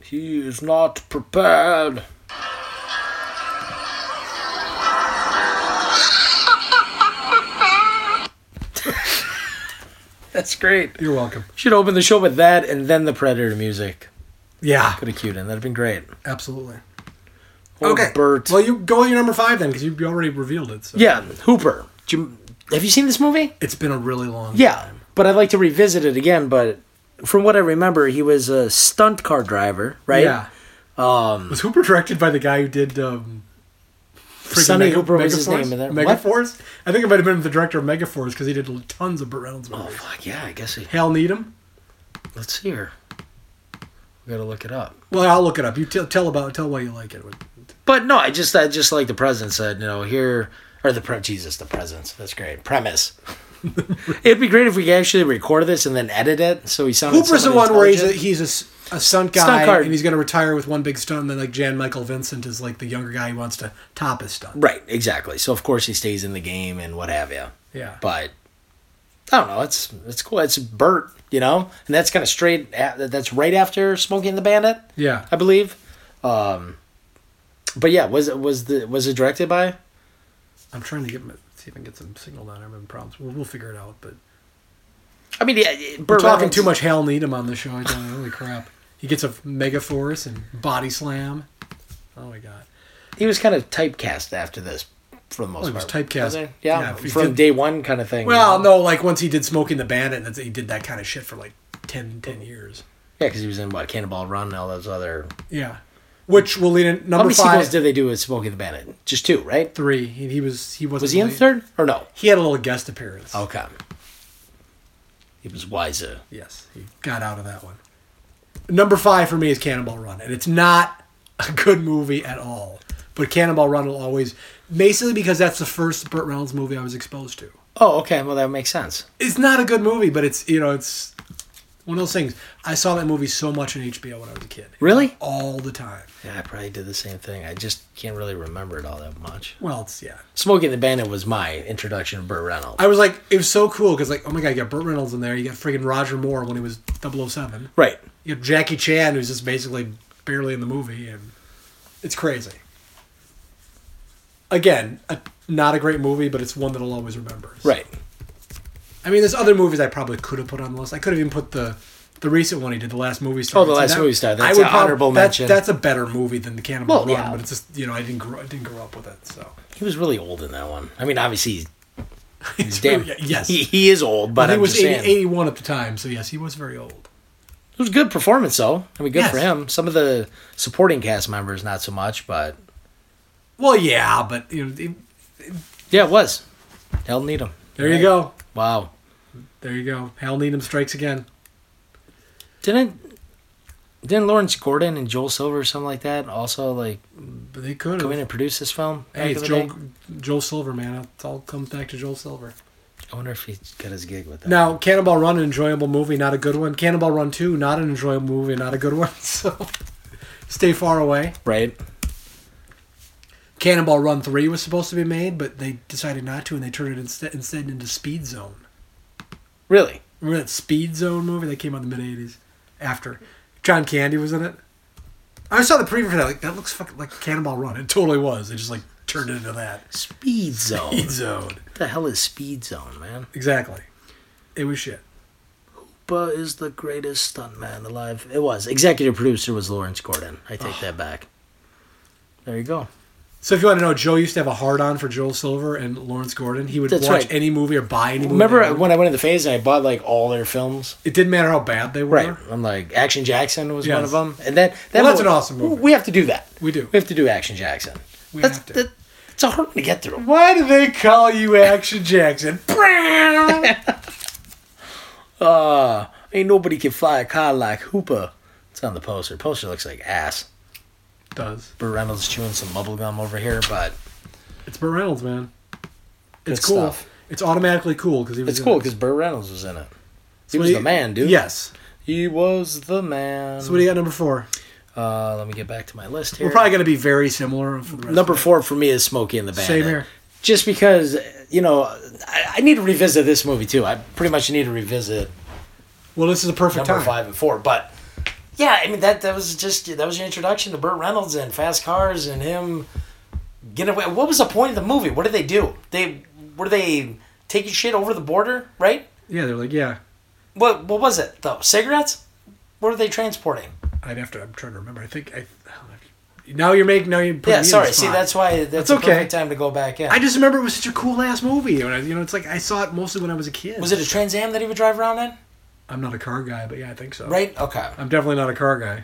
[SPEAKER 2] He is not prepared. That's great.
[SPEAKER 1] You're welcome.
[SPEAKER 2] Should open the show with that and then the Predator music.
[SPEAKER 1] Yeah,
[SPEAKER 2] Could have cued in. That'd have been great.
[SPEAKER 1] absolutely.
[SPEAKER 2] Or Bert.
[SPEAKER 1] Well, you go on your number five then, because you you already revealed it. So.
[SPEAKER 2] yeah, Hooper. Do you- have you seen this movie?
[SPEAKER 1] It's been a really long
[SPEAKER 2] Yeah,
[SPEAKER 1] time.
[SPEAKER 2] but I'd like to revisit it again. But from what I remember, he was a stunt car driver, right?
[SPEAKER 1] Yeah. Um, was Hooper directed by the guy who did um, freaking
[SPEAKER 4] Sonny
[SPEAKER 1] Mega-
[SPEAKER 4] Hooper was his
[SPEAKER 1] Megaforce?
[SPEAKER 4] name in that- what?
[SPEAKER 1] Megaforce? I think it might have been the director of Megaforce because he did tons of Burt Reynolds
[SPEAKER 2] Oh
[SPEAKER 1] movies.
[SPEAKER 2] fuck yeah, I guess he.
[SPEAKER 1] Hal Needham?
[SPEAKER 2] Let's see her. We gotta look it up.
[SPEAKER 1] Well, I'll look it up. You tell tell about tell why you like it.
[SPEAKER 2] But no, I just I just like the president said, you know, here or the pre Jesus, the presence. That's great. Premise. [LAUGHS] It'd be great if we could actually record this and then edit it so he sounded.
[SPEAKER 1] Hooper's the
[SPEAKER 2] somewhat
[SPEAKER 1] one where he's a,
[SPEAKER 2] intelligent.
[SPEAKER 1] he's a, s- a stunt guy
[SPEAKER 2] card.
[SPEAKER 1] and he's going to retire with one big stunt, and then like Jan Michael Vincent is like the younger guy who wants to top his stunt.
[SPEAKER 2] right, exactly. So of course he stays in the game and what have you.
[SPEAKER 1] Yeah.
[SPEAKER 2] But I don't know. It's it's cool. It's Bert, you know, and that's kind of straight. At, that's right after Smoking the Bandit,
[SPEAKER 1] yeah.
[SPEAKER 2] I believe. Um, but yeah, was it was the was it directed by?
[SPEAKER 1] I'm trying to get my, see if I can get some signal down. I'm having problems. We'll, we'll figure it out. But
[SPEAKER 2] I mean, yeah, Burt
[SPEAKER 1] we're talking
[SPEAKER 2] Reynolds-
[SPEAKER 1] too much Hal Needham on the show. I don't know. Holy crap! He gets a Megaforce and body slam. Oh my god!
[SPEAKER 2] He was kind of typecast after this, for the most
[SPEAKER 1] Well, he was
[SPEAKER 2] part.
[SPEAKER 1] typecast.
[SPEAKER 2] wasn't he? Yeah,
[SPEAKER 1] Yeah, if he
[SPEAKER 2] from
[SPEAKER 1] did-
[SPEAKER 2] day one kind of thing.
[SPEAKER 1] Well, no, like once he did Smoking the Bandit, that's, he did that kind of shit for like 10, 10 years.
[SPEAKER 2] yeah, because he was in what Cannonball Run and all those other.
[SPEAKER 1] Yeah, which will lead in
[SPEAKER 2] How
[SPEAKER 1] number
[SPEAKER 2] many sequels
[SPEAKER 1] five,
[SPEAKER 2] did they do with Smokey the Bandit? Just two, right?
[SPEAKER 1] three. He, he was he wasn't
[SPEAKER 2] Was he in the
[SPEAKER 1] really-
[SPEAKER 2] third Oh. or no?
[SPEAKER 1] He had a little guest appearance.
[SPEAKER 2] Okay. He was wiser.
[SPEAKER 1] Yes, he got out of that one. Number five for me is Cannonball Run, and it's not a good movie at all. But Cannonball Run will always, basically because that's the first Burt Reynolds movie I was exposed to.
[SPEAKER 2] Oh, okay. Well, that makes sense.
[SPEAKER 1] It's not a good movie, but it's you know it's one of those things. I saw that movie so much on HBO when I was a kid,
[SPEAKER 2] Really?
[SPEAKER 1] all the time.
[SPEAKER 2] Yeah, I probably did the same thing. I just can't really remember it all that much.
[SPEAKER 1] Well, it's yeah.
[SPEAKER 2] Smokey the Bandit was my introduction to Burt Reynolds.
[SPEAKER 1] I was like, it was so cool because like, oh my god, you got Burt Reynolds in there. You got friggin' Roger Moore when he was 007.
[SPEAKER 2] right.
[SPEAKER 1] You have Jackie Chan who's just basically barely in the movie, and it's crazy. Again, a, not a great movie, but it's one that I'll always remember.
[SPEAKER 2] Right.
[SPEAKER 1] I mean, there's other movies I probably could have put on the list. I could have even put the the recent one he did, the last movie star.
[SPEAKER 2] Oh, The Last Movie Star. That's an
[SPEAKER 1] prob-
[SPEAKER 2] honorable
[SPEAKER 1] that-
[SPEAKER 2] mention.
[SPEAKER 1] That's a better movie than the Cannibal
[SPEAKER 2] Well,
[SPEAKER 1] Run,
[SPEAKER 2] yeah.
[SPEAKER 1] but it's just you know I didn't grow I didn't grow up with it, so [LAUGHS]
[SPEAKER 2] He was really old in that one. I mean, obviously, he's
[SPEAKER 1] It's
[SPEAKER 2] damn.
[SPEAKER 1] really- yes.
[SPEAKER 2] He, he is old, [LAUGHS] but
[SPEAKER 1] But he
[SPEAKER 2] I'm
[SPEAKER 1] was
[SPEAKER 2] just
[SPEAKER 1] 80,
[SPEAKER 2] saying.
[SPEAKER 1] 81 at the time, so yes, he was very old.
[SPEAKER 2] It was a good performance, though. I mean, good for
[SPEAKER 1] Yes.
[SPEAKER 2] him. Some of the supporting cast members, not so much, but
[SPEAKER 1] Well, yeah, but you know, it-
[SPEAKER 2] yeah, it was. Hell need him.
[SPEAKER 1] there you go,
[SPEAKER 2] Wow.
[SPEAKER 1] there you go. Hal Needham strikes again.
[SPEAKER 2] Didn't didn't Lawrence Gordon and Joel Silver or something like that also like
[SPEAKER 1] But they could
[SPEAKER 2] go in
[SPEAKER 1] have.
[SPEAKER 2] and produce this film? back
[SPEAKER 1] Hmm. Hey,
[SPEAKER 2] in
[SPEAKER 1] it's
[SPEAKER 2] the
[SPEAKER 1] Joel
[SPEAKER 2] day?
[SPEAKER 1] Joel Silver, man. It all comes back to Joel Silver.
[SPEAKER 2] I wonder if he got his gig with that.
[SPEAKER 1] Now, Cannonball Run, an enjoyable movie, not a good one. Cannonball Run Two, not an enjoyable movie, not a good one. [LAUGHS] So, stay far away.
[SPEAKER 2] right?
[SPEAKER 1] Cannonball Run Three was supposed to be made, but they decided not to, and they turned it instead instead into Speed Zone.
[SPEAKER 2] Really?
[SPEAKER 1] Remember that Speed Zone movie that came out in the mid '80s? After John Candy was in it. I saw the preview for that. Like that looks fucking like Cannonball Run. It totally was. They just like turned it into that
[SPEAKER 2] Speed Zone.
[SPEAKER 1] Speed Zone.
[SPEAKER 2] What the hell is Speed Zone, man?
[SPEAKER 1] Exactly. It was shit.
[SPEAKER 2] But is the greatest stuntman alive. It was. Executive producer was Lawrence Gordon. I take that back. There you go.
[SPEAKER 1] So if you want to know, Joe used to have a hard on for Joel Silver and Lawrence Gordon. He would
[SPEAKER 2] That's
[SPEAKER 1] watch
[SPEAKER 2] right.
[SPEAKER 1] any movie or buy any movie.
[SPEAKER 2] Remember
[SPEAKER 1] they would-
[SPEAKER 2] when I went to the phase and I bought like all their films?
[SPEAKER 1] it didn't matter how bad they were.
[SPEAKER 2] Right. I'm like Action Jackson was one
[SPEAKER 1] Yes.
[SPEAKER 2] of them, and that, that
[SPEAKER 1] Well, that's an awesome movie.
[SPEAKER 2] We have to do that.
[SPEAKER 1] We do.
[SPEAKER 2] We have to do Action Jackson.
[SPEAKER 1] We
[SPEAKER 2] that's,
[SPEAKER 1] have to.
[SPEAKER 2] That, it's a hard one to get through.
[SPEAKER 1] Why do they call you Action Jackson? [LAUGHS]
[SPEAKER 2] Uh ain't nobody can fly a car like Hooper. It's on the poster. Poster looks like ass.
[SPEAKER 1] Does
[SPEAKER 2] Burt Reynolds chewing some bubble gum over here, but
[SPEAKER 1] it's Burt Reynolds, man? It's
[SPEAKER 2] Good
[SPEAKER 1] cool.
[SPEAKER 2] stuff.
[SPEAKER 1] It's automatically cool because he was.
[SPEAKER 2] it's
[SPEAKER 1] in
[SPEAKER 2] cool
[SPEAKER 1] it.
[SPEAKER 2] because Burt Reynolds was in it. He
[SPEAKER 1] So what
[SPEAKER 2] was the
[SPEAKER 1] do you-
[SPEAKER 2] man, dude.
[SPEAKER 1] Yes.
[SPEAKER 2] He was the man.
[SPEAKER 1] So what do you got number four?
[SPEAKER 2] uh, let me get back to my list here.
[SPEAKER 1] We're probably gonna be very similar for the rest.
[SPEAKER 2] Number four for me is Smokey and the Bandit.
[SPEAKER 1] Same here.
[SPEAKER 2] Just because, you know, I, I need to revisit this movie too. I pretty much need to revisit
[SPEAKER 1] Well, this is a perfect
[SPEAKER 2] number
[SPEAKER 1] time.
[SPEAKER 2] five and four. But yeah, I mean that that was just that was your introduction to Burt Reynolds and fast cars and him getting away. What was the point of the movie? What did they do? They were they taking shit over the border, right?
[SPEAKER 1] Yeah, they're like, yeah.
[SPEAKER 2] What what was it though? Cigarettes? What were they transporting?
[SPEAKER 1] I'd have to. I'm trying to remember. I think I. Now you're making. Now you're. putting me
[SPEAKER 2] yeah,
[SPEAKER 1] in the
[SPEAKER 2] sorry. See,
[SPEAKER 1] spot.
[SPEAKER 2] that's why that's
[SPEAKER 1] That's
[SPEAKER 2] a
[SPEAKER 1] okay.
[SPEAKER 2] perfect time to go back in.
[SPEAKER 1] I just remember it was such a cool ass movie. When I- You know, it's like I saw it mostly when I was a kid.
[SPEAKER 2] was it a Trans Am that he would drive around in?
[SPEAKER 1] I'm not a car guy, but yeah, I think so.
[SPEAKER 2] Right? Okay.
[SPEAKER 1] I'm definitely not a car guy.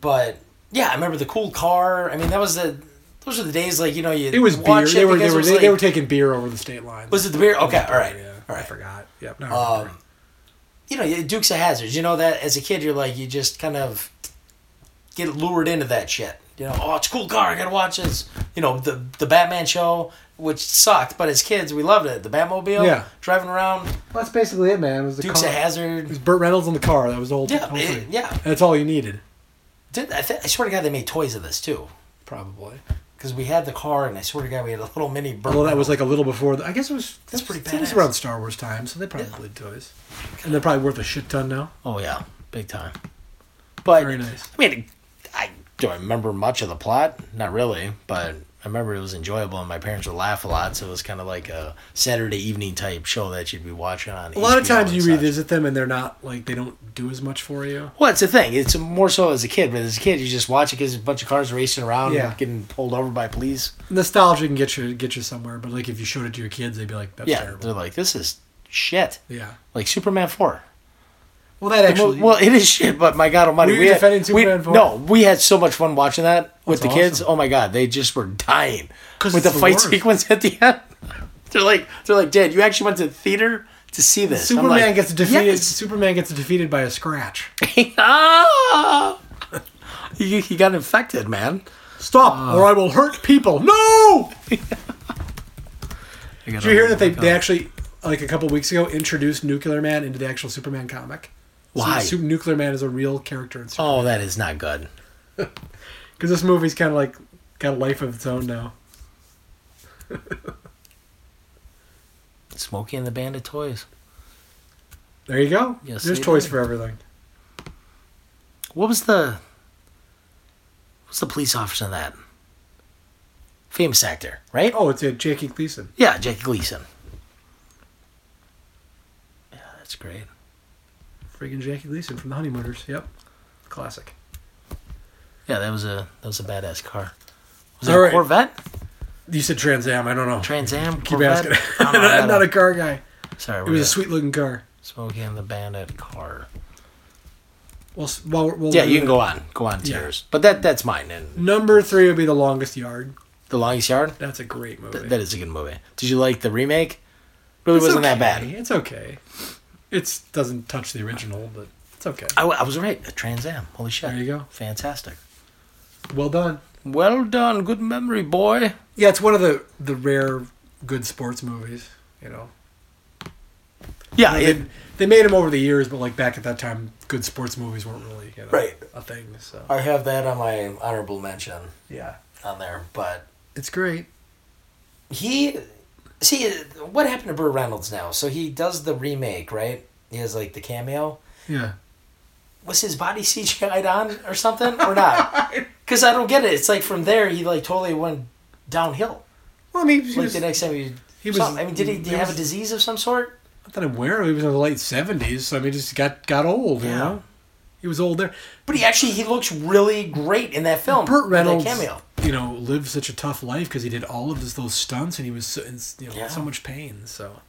[SPEAKER 2] But yeah, I remember the cool car. I mean, that was the Those are the days like you know you.
[SPEAKER 1] It was beer.
[SPEAKER 2] watch
[SPEAKER 1] They were they
[SPEAKER 2] because it
[SPEAKER 1] were,
[SPEAKER 2] was
[SPEAKER 1] they,
[SPEAKER 2] like-
[SPEAKER 1] they were taking beer over the state line.
[SPEAKER 2] Was it the beer? Okay, all right,
[SPEAKER 1] Yeah,
[SPEAKER 2] all
[SPEAKER 1] I
[SPEAKER 2] right.
[SPEAKER 1] forgot. Yep. No,
[SPEAKER 2] Um, you know, Dukes of Hazards. You know that as a kid, you're like you just kind of get lured into that shit. You know, oh, it's a cool car. I gotta watch this. You know, the the Batman show, which sucked, but as kids we loved it. The Batmobile,
[SPEAKER 1] Yeah.
[SPEAKER 2] driving around
[SPEAKER 1] that's basically it, man. It was the
[SPEAKER 2] Dukes
[SPEAKER 1] car.
[SPEAKER 2] of Hazard.
[SPEAKER 1] It was Burt Reynolds in the car. That was the whole,
[SPEAKER 2] Yeah,
[SPEAKER 1] whole
[SPEAKER 2] it-
[SPEAKER 1] thing.
[SPEAKER 2] yeah.
[SPEAKER 1] That's all you needed,
[SPEAKER 2] Did I, th- I swear to God they made toys of this too,
[SPEAKER 1] probably.
[SPEAKER 2] because we had the car, and I swear to God we had a little mini. Burt
[SPEAKER 1] Although that was
[SPEAKER 2] Reynolds.
[SPEAKER 1] like a little before. The, I guess it was.
[SPEAKER 2] That's pretty
[SPEAKER 1] It was
[SPEAKER 2] badass.
[SPEAKER 1] around Star Wars time, so they probably
[SPEAKER 2] Yeah.
[SPEAKER 1] played toys, and they're probably worth a shit ton now.
[SPEAKER 2] oh yeah, big time. But
[SPEAKER 1] Very nice.
[SPEAKER 2] I mean, I do I remember much of the plot? Not really, but I remember it was enjoyable, and my parents would laugh a lot, so it was kind of like a Saturday evening type show that you'd be watching on.
[SPEAKER 1] A lot of times you
[SPEAKER 2] read
[SPEAKER 1] revisit them and they're not like they don't do as much for you.
[SPEAKER 2] Well, it's the thing. It's more so as a kid, but as a kid, you just watch it because a bunch of cars racing around,
[SPEAKER 1] Yeah.
[SPEAKER 2] and getting pulled over by police.
[SPEAKER 1] Nostalgia can get you get you somewhere, but like if you showed it to your kids, they'd be like, "That's
[SPEAKER 2] yeah,
[SPEAKER 1] terrible."
[SPEAKER 2] they're like, this is shit.
[SPEAKER 1] Yeah.
[SPEAKER 2] Like Superman four.
[SPEAKER 1] Well, that
[SPEAKER 2] Well,
[SPEAKER 1] actually.
[SPEAKER 2] well, it is shit, but my God Almighty,
[SPEAKER 1] Were you
[SPEAKER 2] we had-
[SPEAKER 1] defending
[SPEAKER 2] we-
[SPEAKER 1] Superman 4?
[SPEAKER 2] No, we had so much fun watching that with the
[SPEAKER 1] That's
[SPEAKER 2] kids.
[SPEAKER 1] awesome.
[SPEAKER 2] Oh my God, they just were dying
[SPEAKER 1] 'Cause
[SPEAKER 2] with the
[SPEAKER 1] it's the
[SPEAKER 2] fight
[SPEAKER 1] worst.
[SPEAKER 2] sequence at the end. [LAUGHS] they're like, they're like, Dad, you actually went to the theater to see this. I'm
[SPEAKER 1] Superman
[SPEAKER 2] like,
[SPEAKER 1] gets defeated.
[SPEAKER 2] "Yes."
[SPEAKER 1] Superman gets defeated by a scratch.
[SPEAKER 2] [LAUGHS] ah! he, he got infected, man.
[SPEAKER 1] Stop,
[SPEAKER 2] Uh.
[SPEAKER 1] or I will hurt people.
[SPEAKER 2] [LAUGHS]
[SPEAKER 1] No! Did you hear that they, they actually, like a couple weeks ago, introduced Nuclear Man into the actual Superman comic?
[SPEAKER 2] Why?
[SPEAKER 1] Su- Su- Nuclear Man is a real character in Superman.
[SPEAKER 2] Oh, that is not good.
[SPEAKER 1] Because this movie's kind of like got a life of its own now.
[SPEAKER 2] Smokey and the Bandit toys.
[SPEAKER 1] There you go.
[SPEAKER 2] Yes,
[SPEAKER 1] There's
[SPEAKER 2] they
[SPEAKER 1] toys
[SPEAKER 2] did.
[SPEAKER 1] for everything.
[SPEAKER 2] What was the? What's the police officer in that? Famous actor, right?
[SPEAKER 1] Oh, it's a Jackie Gleason.
[SPEAKER 2] Yeah, Jake Gleason. Yeah, that's great.
[SPEAKER 1] Freaking Jackie Gleason from The Honeymooners. Yep. Classic.
[SPEAKER 2] Yeah, that was a that was a badass car. Was
[SPEAKER 1] All
[SPEAKER 2] it a
[SPEAKER 1] right.
[SPEAKER 2] Corvette?
[SPEAKER 1] You said Trans Am. I don't know.
[SPEAKER 2] Trans Am?
[SPEAKER 1] Keep
[SPEAKER 2] Corvette? Oh,
[SPEAKER 1] asking.
[SPEAKER 2] [LAUGHS] I don't know, I
[SPEAKER 1] I'm not
[SPEAKER 2] gotta-
[SPEAKER 1] a car guy.
[SPEAKER 2] Sorry,
[SPEAKER 1] It was a sweet looking car.
[SPEAKER 2] Smokey and the Bandit car.
[SPEAKER 1] Well, s- well, we'll
[SPEAKER 2] Yeah,
[SPEAKER 1] do
[SPEAKER 2] you can
[SPEAKER 1] it.
[SPEAKER 2] go on, go on to
[SPEAKER 1] Yeah.
[SPEAKER 2] yours. But that that's mine. And
[SPEAKER 1] Number three would be The Longest Yard.
[SPEAKER 2] the Longest Yard.
[SPEAKER 1] That's a great movie.
[SPEAKER 2] Th- that is a good movie. Did you like the remake? Really
[SPEAKER 1] It's
[SPEAKER 2] wasn't that
[SPEAKER 1] okay.
[SPEAKER 2] bad.
[SPEAKER 1] It's okay. It doesn't touch the original, but it's okay.
[SPEAKER 2] I, w- I was right. A Trans Am. Holy shit!
[SPEAKER 1] There you go.
[SPEAKER 2] Fantastic.
[SPEAKER 1] Well done.
[SPEAKER 2] Well done. Good memory, boy.
[SPEAKER 1] Yeah, it's one of the the rare good sports movies. You know,
[SPEAKER 2] Uh, Yeah,
[SPEAKER 1] they,
[SPEAKER 2] it,
[SPEAKER 1] they made them over the years, but like back at that time, good sports movies weren't really you know,
[SPEAKER 2] Right.
[SPEAKER 1] a thing. So
[SPEAKER 2] I have that on my honorable mention
[SPEAKER 1] yeah,
[SPEAKER 2] on there, but
[SPEAKER 1] it's great.
[SPEAKER 2] he see what happened to Burt Reynolds now. So he does the remake, right? He has like the cameo.
[SPEAKER 1] Yeah,
[SPEAKER 2] Was his body [LAUGHS] CGI'd on or something
[SPEAKER 1] [LAUGHS]
[SPEAKER 2] or not? Because I don't get it. It's like from there he like totally went downhill.
[SPEAKER 1] well, I mean, he
[SPEAKER 2] Like
[SPEAKER 1] was,
[SPEAKER 2] the next time he,
[SPEAKER 1] he was-
[SPEAKER 2] was. I mean, did he, did he
[SPEAKER 1] he
[SPEAKER 2] have
[SPEAKER 1] was-
[SPEAKER 2] a disease of some sort?
[SPEAKER 1] not that I'm aware of, he was in the late seventies, so I mean, he just got got old. You
[SPEAKER 2] Yeah.
[SPEAKER 1] know, he was old there.
[SPEAKER 2] But he actually he looks really great in that film.
[SPEAKER 1] Burt
[SPEAKER 2] in that
[SPEAKER 1] Reynolds,
[SPEAKER 2] cameo.
[SPEAKER 1] you know, lived such a tough life because he did all of this, those stunts, and he was so, in s- you know,
[SPEAKER 2] Yeah.
[SPEAKER 1] so much pain. So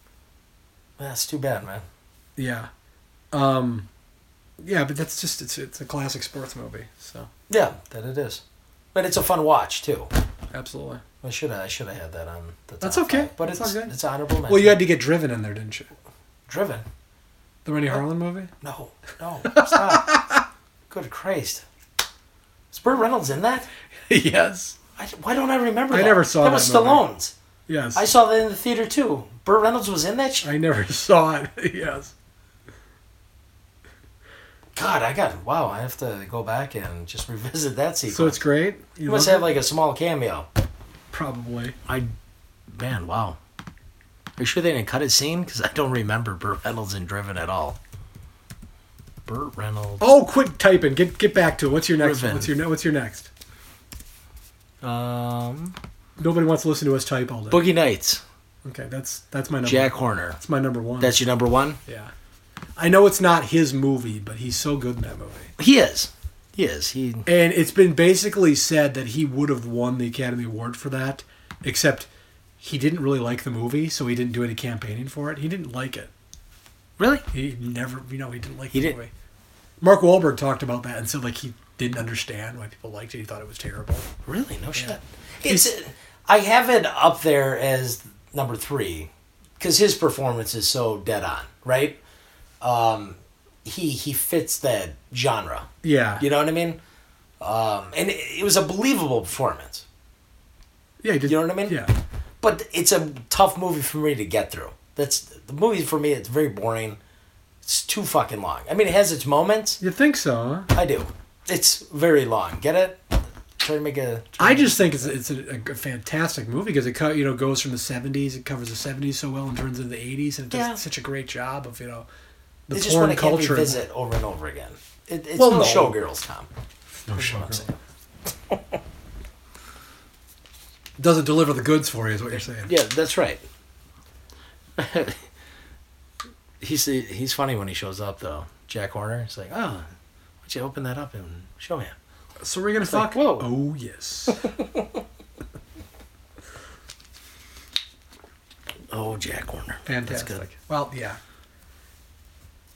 [SPEAKER 2] That's too bad, man.
[SPEAKER 1] yeah, um, yeah, but that's just it's it's a classic sports movie. So
[SPEAKER 2] Yeah, that it is. But it's a fun watch too.
[SPEAKER 1] absolutely.
[SPEAKER 2] I should have I should have had that on. The
[SPEAKER 1] That's
[SPEAKER 2] top
[SPEAKER 1] okay.
[SPEAKER 2] five, but
[SPEAKER 1] That's
[SPEAKER 2] it's
[SPEAKER 1] okay.
[SPEAKER 2] it's honorable mention.
[SPEAKER 1] Well, you had to get driven in there, didn't you?
[SPEAKER 2] driven.
[SPEAKER 1] The Rennie Harlan
[SPEAKER 2] [LAUGHS]
[SPEAKER 1] movie.
[SPEAKER 2] No, no, stop. [LAUGHS] Good Christ. Is Burt Reynolds in that?
[SPEAKER 1] yes.
[SPEAKER 2] I, why don't I remember
[SPEAKER 1] I
[SPEAKER 2] that?
[SPEAKER 1] never saw
[SPEAKER 2] that. was
[SPEAKER 1] that movie.
[SPEAKER 2] Stallone's.
[SPEAKER 1] Yes.
[SPEAKER 2] I
[SPEAKER 1] I,
[SPEAKER 2] saw that in the theater too. Burt Reynolds was in that shit.
[SPEAKER 1] never [LAUGHS] saw it. yes.
[SPEAKER 2] God, I got, wow, I have to go back and just revisit that sequence.
[SPEAKER 1] So it's great.
[SPEAKER 2] He
[SPEAKER 1] You
[SPEAKER 2] must
[SPEAKER 1] love
[SPEAKER 2] have
[SPEAKER 1] it?
[SPEAKER 2] like a small cameo.
[SPEAKER 1] probably.
[SPEAKER 2] I, man, wow. Are you sure they didn't cut his scene? Because I don't remember Burt Reynolds in Driven at all. Burt Reynolds.
[SPEAKER 1] Oh, quit typing. Get get back to it. What's your next?
[SPEAKER 2] Driven.
[SPEAKER 1] one? What's your ne- What's your next?
[SPEAKER 2] Um,
[SPEAKER 1] Nobody wants to listen to us type all day.
[SPEAKER 2] Boogie Nights.
[SPEAKER 1] Okay, that's that's my number.
[SPEAKER 2] Jack Horner.
[SPEAKER 1] That's my number one.
[SPEAKER 2] That's your number one?
[SPEAKER 1] Yeah. I know it's not his movie, but he's so good in that movie.
[SPEAKER 2] He is. He is. He
[SPEAKER 1] And it's been basically said that he would have won the Academy Award for that, except he didn't really like the movie, so he didn't do any campaigning for it. He didn't like it.
[SPEAKER 2] really?
[SPEAKER 1] He never, you know, he didn't like
[SPEAKER 2] He
[SPEAKER 1] the
[SPEAKER 2] didn't-
[SPEAKER 1] movie. Mark Wahlberg talked about that and said like he didn't understand why people liked it. He thought it was terrible.
[SPEAKER 2] Really? No shit. It's, I have it up there as number three because his performance is so dead on, right? Um, he he fits that genre.
[SPEAKER 1] Yeah.
[SPEAKER 2] You know what I mean? Um, and it, it was a believable performance,
[SPEAKER 1] yeah. He did,
[SPEAKER 2] You know what I mean?
[SPEAKER 1] Yeah.
[SPEAKER 2] but it's a tough movie for me to get through. That's the movie for me. It's very boring. It's too fucking long. I mean, it has its moments.
[SPEAKER 1] You think so? Huh?
[SPEAKER 2] I do. It's very long. Get it? Try to make a.
[SPEAKER 1] I just think it's it's a, a fantastic movie because it co- you know goes from the '70s, it covers the '70s so well, and turns into the '80s, and it does
[SPEAKER 2] Yeah.
[SPEAKER 1] such a great job of you know the
[SPEAKER 2] It's just one
[SPEAKER 1] porn
[SPEAKER 2] I can't
[SPEAKER 1] culture.
[SPEAKER 2] revisit over and over again. It, it's
[SPEAKER 1] Well,
[SPEAKER 2] no,
[SPEAKER 1] no.
[SPEAKER 2] showgirls, Tom.
[SPEAKER 1] No
[SPEAKER 2] That's what I'm
[SPEAKER 1] shocker.
[SPEAKER 2] saying.
[SPEAKER 1] Doesn't deliver the goods for you, is what you're saying.
[SPEAKER 2] Yeah, that's right. [LAUGHS] he's he's funny when he shows up though. Jack Horner. He's like, oh, why don't you open that up and show him?
[SPEAKER 1] So we're gonna
[SPEAKER 2] like,
[SPEAKER 1] fuck.
[SPEAKER 2] whoa.
[SPEAKER 1] Oh
[SPEAKER 2] [LAUGHS]
[SPEAKER 1] yes.
[SPEAKER 2] Oh, Jack Horner.
[SPEAKER 1] Fantastic.
[SPEAKER 2] That's good.
[SPEAKER 1] Well, yeah.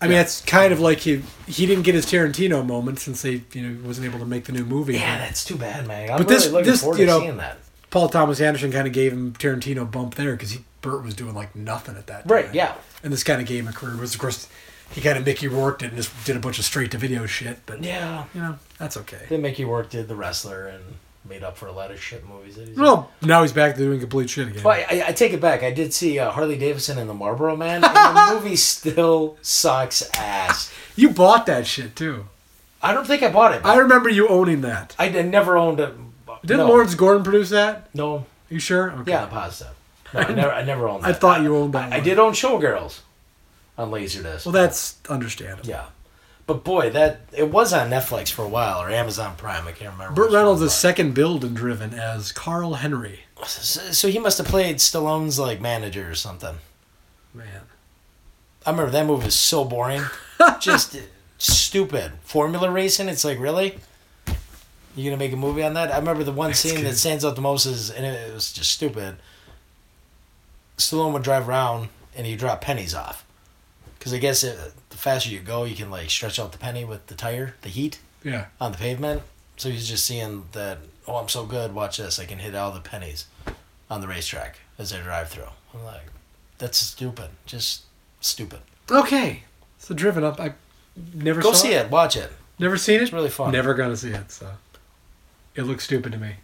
[SPEAKER 1] I mean, that's kind of like he he didn't get his Tarantino moment since they you know he wasn't able to make the new movie.
[SPEAKER 2] Yeah, that's too bad, man. I'm
[SPEAKER 1] But
[SPEAKER 2] really
[SPEAKER 1] this-
[SPEAKER 2] looking
[SPEAKER 1] this,
[SPEAKER 2] forward
[SPEAKER 1] you
[SPEAKER 2] to
[SPEAKER 1] know-
[SPEAKER 2] seeing that.
[SPEAKER 1] Paul Thomas Anderson kind of gave him Tarantino bump there because he Burt was doing like nothing at that time.
[SPEAKER 2] Right, yeah.
[SPEAKER 1] And this kind of gave him a career was of course he kind of Mickey Rourke did and just did a bunch of straight to video shit, but
[SPEAKER 2] Yeah.
[SPEAKER 1] you know that's okay.
[SPEAKER 2] Then Mickey Rourke did The Wrestler and made up for a lot of shit movies. That he's in.
[SPEAKER 1] Well, now he's back to doing complete shit again.
[SPEAKER 2] Well, I, I take it back. I did see uh, Harley Davidson and the Marlboro Man, and
[SPEAKER 1] [LAUGHS]
[SPEAKER 2] the movie still sucks ass.
[SPEAKER 1] You bought that shit too.
[SPEAKER 2] I don't think I bought it.
[SPEAKER 1] I
[SPEAKER 2] I,
[SPEAKER 1] remember you owning that.
[SPEAKER 2] I did- never owned it.
[SPEAKER 1] Didn't
[SPEAKER 2] no,
[SPEAKER 1] Lawrence Gordon produce that?
[SPEAKER 2] No.
[SPEAKER 1] You sure? Okay.
[SPEAKER 2] Yeah, positive. No, I never, I never owned
[SPEAKER 1] [LAUGHS]
[SPEAKER 2] that.
[SPEAKER 1] I thought you owned that.
[SPEAKER 2] I
[SPEAKER 1] one.
[SPEAKER 2] did own Showgirls on Laserdisc.
[SPEAKER 1] Well, that's understandable.
[SPEAKER 2] yeah. But boy, that it was on Netflix for a while or Amazon Prime. I can't remember.
[SPEAKER 1] Burt
[SPEAKER 2] which one
[SPEAKER 1] Reynolds
[SPEAKER 2] it
[SPEAKER 1] is second billed and driven as Carl Henry.
[SPEAKER 2] was. So, so he must have played Stallone's like manager or something.
[SPEAKER 1] Man.
[SPEAKER 2] I remember that movie was so boring. Just stupid. Formula racing, it's like, really? you going to make a movie on that? I remember the one scene that
[SPEAKER 1] good.
[SPEAKER 2] stands out the most is, and it was just stupid. Stallone would drive around and he'd drop pennies off. Because I guess it, the faster you go, you can like stretch out the penny with the tire, the heat
[SPEAKER 1] Yeah.
[SPEAKER 2] on the pavement. So he's just seeing that, oh, I'm so good. Watch this. I can hit all the pennies on the racetrack as I drive through. I'm like, that's stupid. Just stupid.
[SPEAKER 1] Okay. So driven up. I never
[SPEAKER 2] Go
[SPEAKER 1] saw
[SPEAKER 2] see it. Watch it.
[SPEAKER 1] Never seen it.
[SPEAKER 2] It's really fun.
[SPEAKER 1] Never gonna see it. So it looks stupid to me.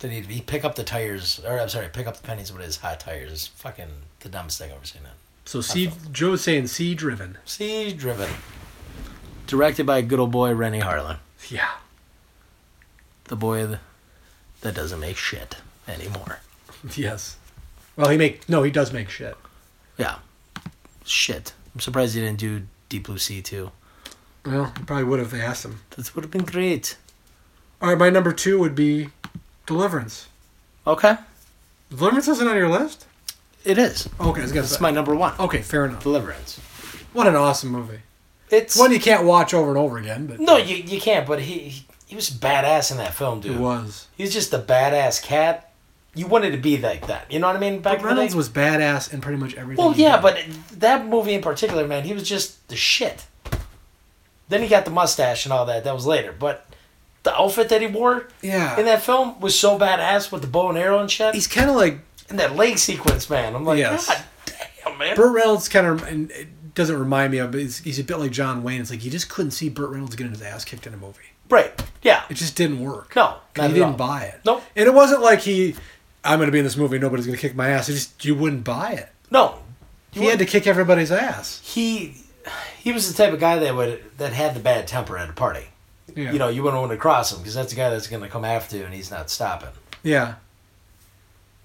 [SPEAKER 2] Then he'd, he'd pick up the tires, or I'm sorry, pick up the pennies with his hot tires. It's fucking the dumbest thing I've ever seen. That.
[SPEAKER 1] So C Joe's saying C driven.
[SPEAKER 2] Sea Driven. Directed by good old boy Rennie Harlan.
[SPEAKER 1] [LAUGHS] Yeah.
[SPEAKER 2] The boy th- that doesn't make shit anymore.
[SPEAKER 1] Yes. Well, he make no. He does make shit.
[SPEAKER 2] Yeah. Shit. I'm surprised he didn't do Deep Blue Sea too.
[SPEAKER 1] Well, he probably would if they asked him.
[SPEAKER 2] That would have been great.
[SPEAKER 1] All right. My number two would be Deliverance.
[SPEAKER 2] Okay.
[SPEAKER 1] Deliverance isn't on your list.
[SPEAKER 2] It is.
[SPEAKER 1] Okay, I was gonna
[SPEAKER 2] It's
[SPEAKER 1] say.
[SPEAKER 2] my number one.
[SPEAKER 1] okay, fair enough.
[SPEAKER 2] Deliverance.
[SPEAKER 1] What an awesome movie.
[SPEAKER 2] It's
[SPEAKER 1] It's one you can't watch over and over again, but
[SPEAKER 2] no, you you can't. But he he, he was badass in that film, dude.
[SPEAKER 1] it was.
[SPEAKER 2] He was just a badass cat. You wanted to be like that. You know what I mean?
[SPEAKER 1] But
[SPEAKER 2] Back in the
[SPEAKER 1] Reynolds
[SPEAKER 2] day?
[SPEAKER 1] was badass in pretty much everything.
[SPEAKER 2] Well,
[SPEAKER 1] he
[SPEAKER 2] yeah,
[SPEAKER 1] did.
[SPEAKER 2] but that movie in particular, man, he was just the shit. Then he got the mustache and all that. That was later. But the outfit that he wore
[SPEAKER 1] yeah,
[SPEAKER 2] in that film was so badass with the bow and arrow and shit.
[SPEAKER 1] he's kind of like
[SPEAKER 2] and that leg sequence, man. I'm like,
[SPEAKER 1] Yes.
[SPEAKER 2] God damn, man.
[SPEAKER 1] Burt Reynolds. Kind of and it doesn't remind me of, but he's, he's a bit like John Wayne. It's like you just couldn't see Burt Reynolds getting his ass kicked in a movie.
[SPEAKER 2] right. Yeah.
[SPEAKER 1] It just didn't work.
[SPEAKER 2] No,
[SPEAKER 1] 'Cause
[SPEAKER 2] not
[SPEAKER 1] he
[SPEAKER 2] at
[SPEAKER 1] didn't
[SPEAKER 2] all.
[SPEAKER 1] buy it.
[SPEAKER 2] Nope.
[SPEAKER 1] and it wasn't like he. I'm going to be in this movie. Nobody's going to kick my ass. It just you wouldn't buy it.
[SPEAKER 2] No.
[SPEAKER 1] He had to kick everybody's ass.
[SPEAKER 2] He he was the type of guy that would that had the bad temper at a party.
[SPEAKER 1] Yeah.
[SPEAKER 2] You know, you wouldn't want to cross him because that's the guy that's going to come after you and he's not stopping.
[SPEAKER 1] Yeah.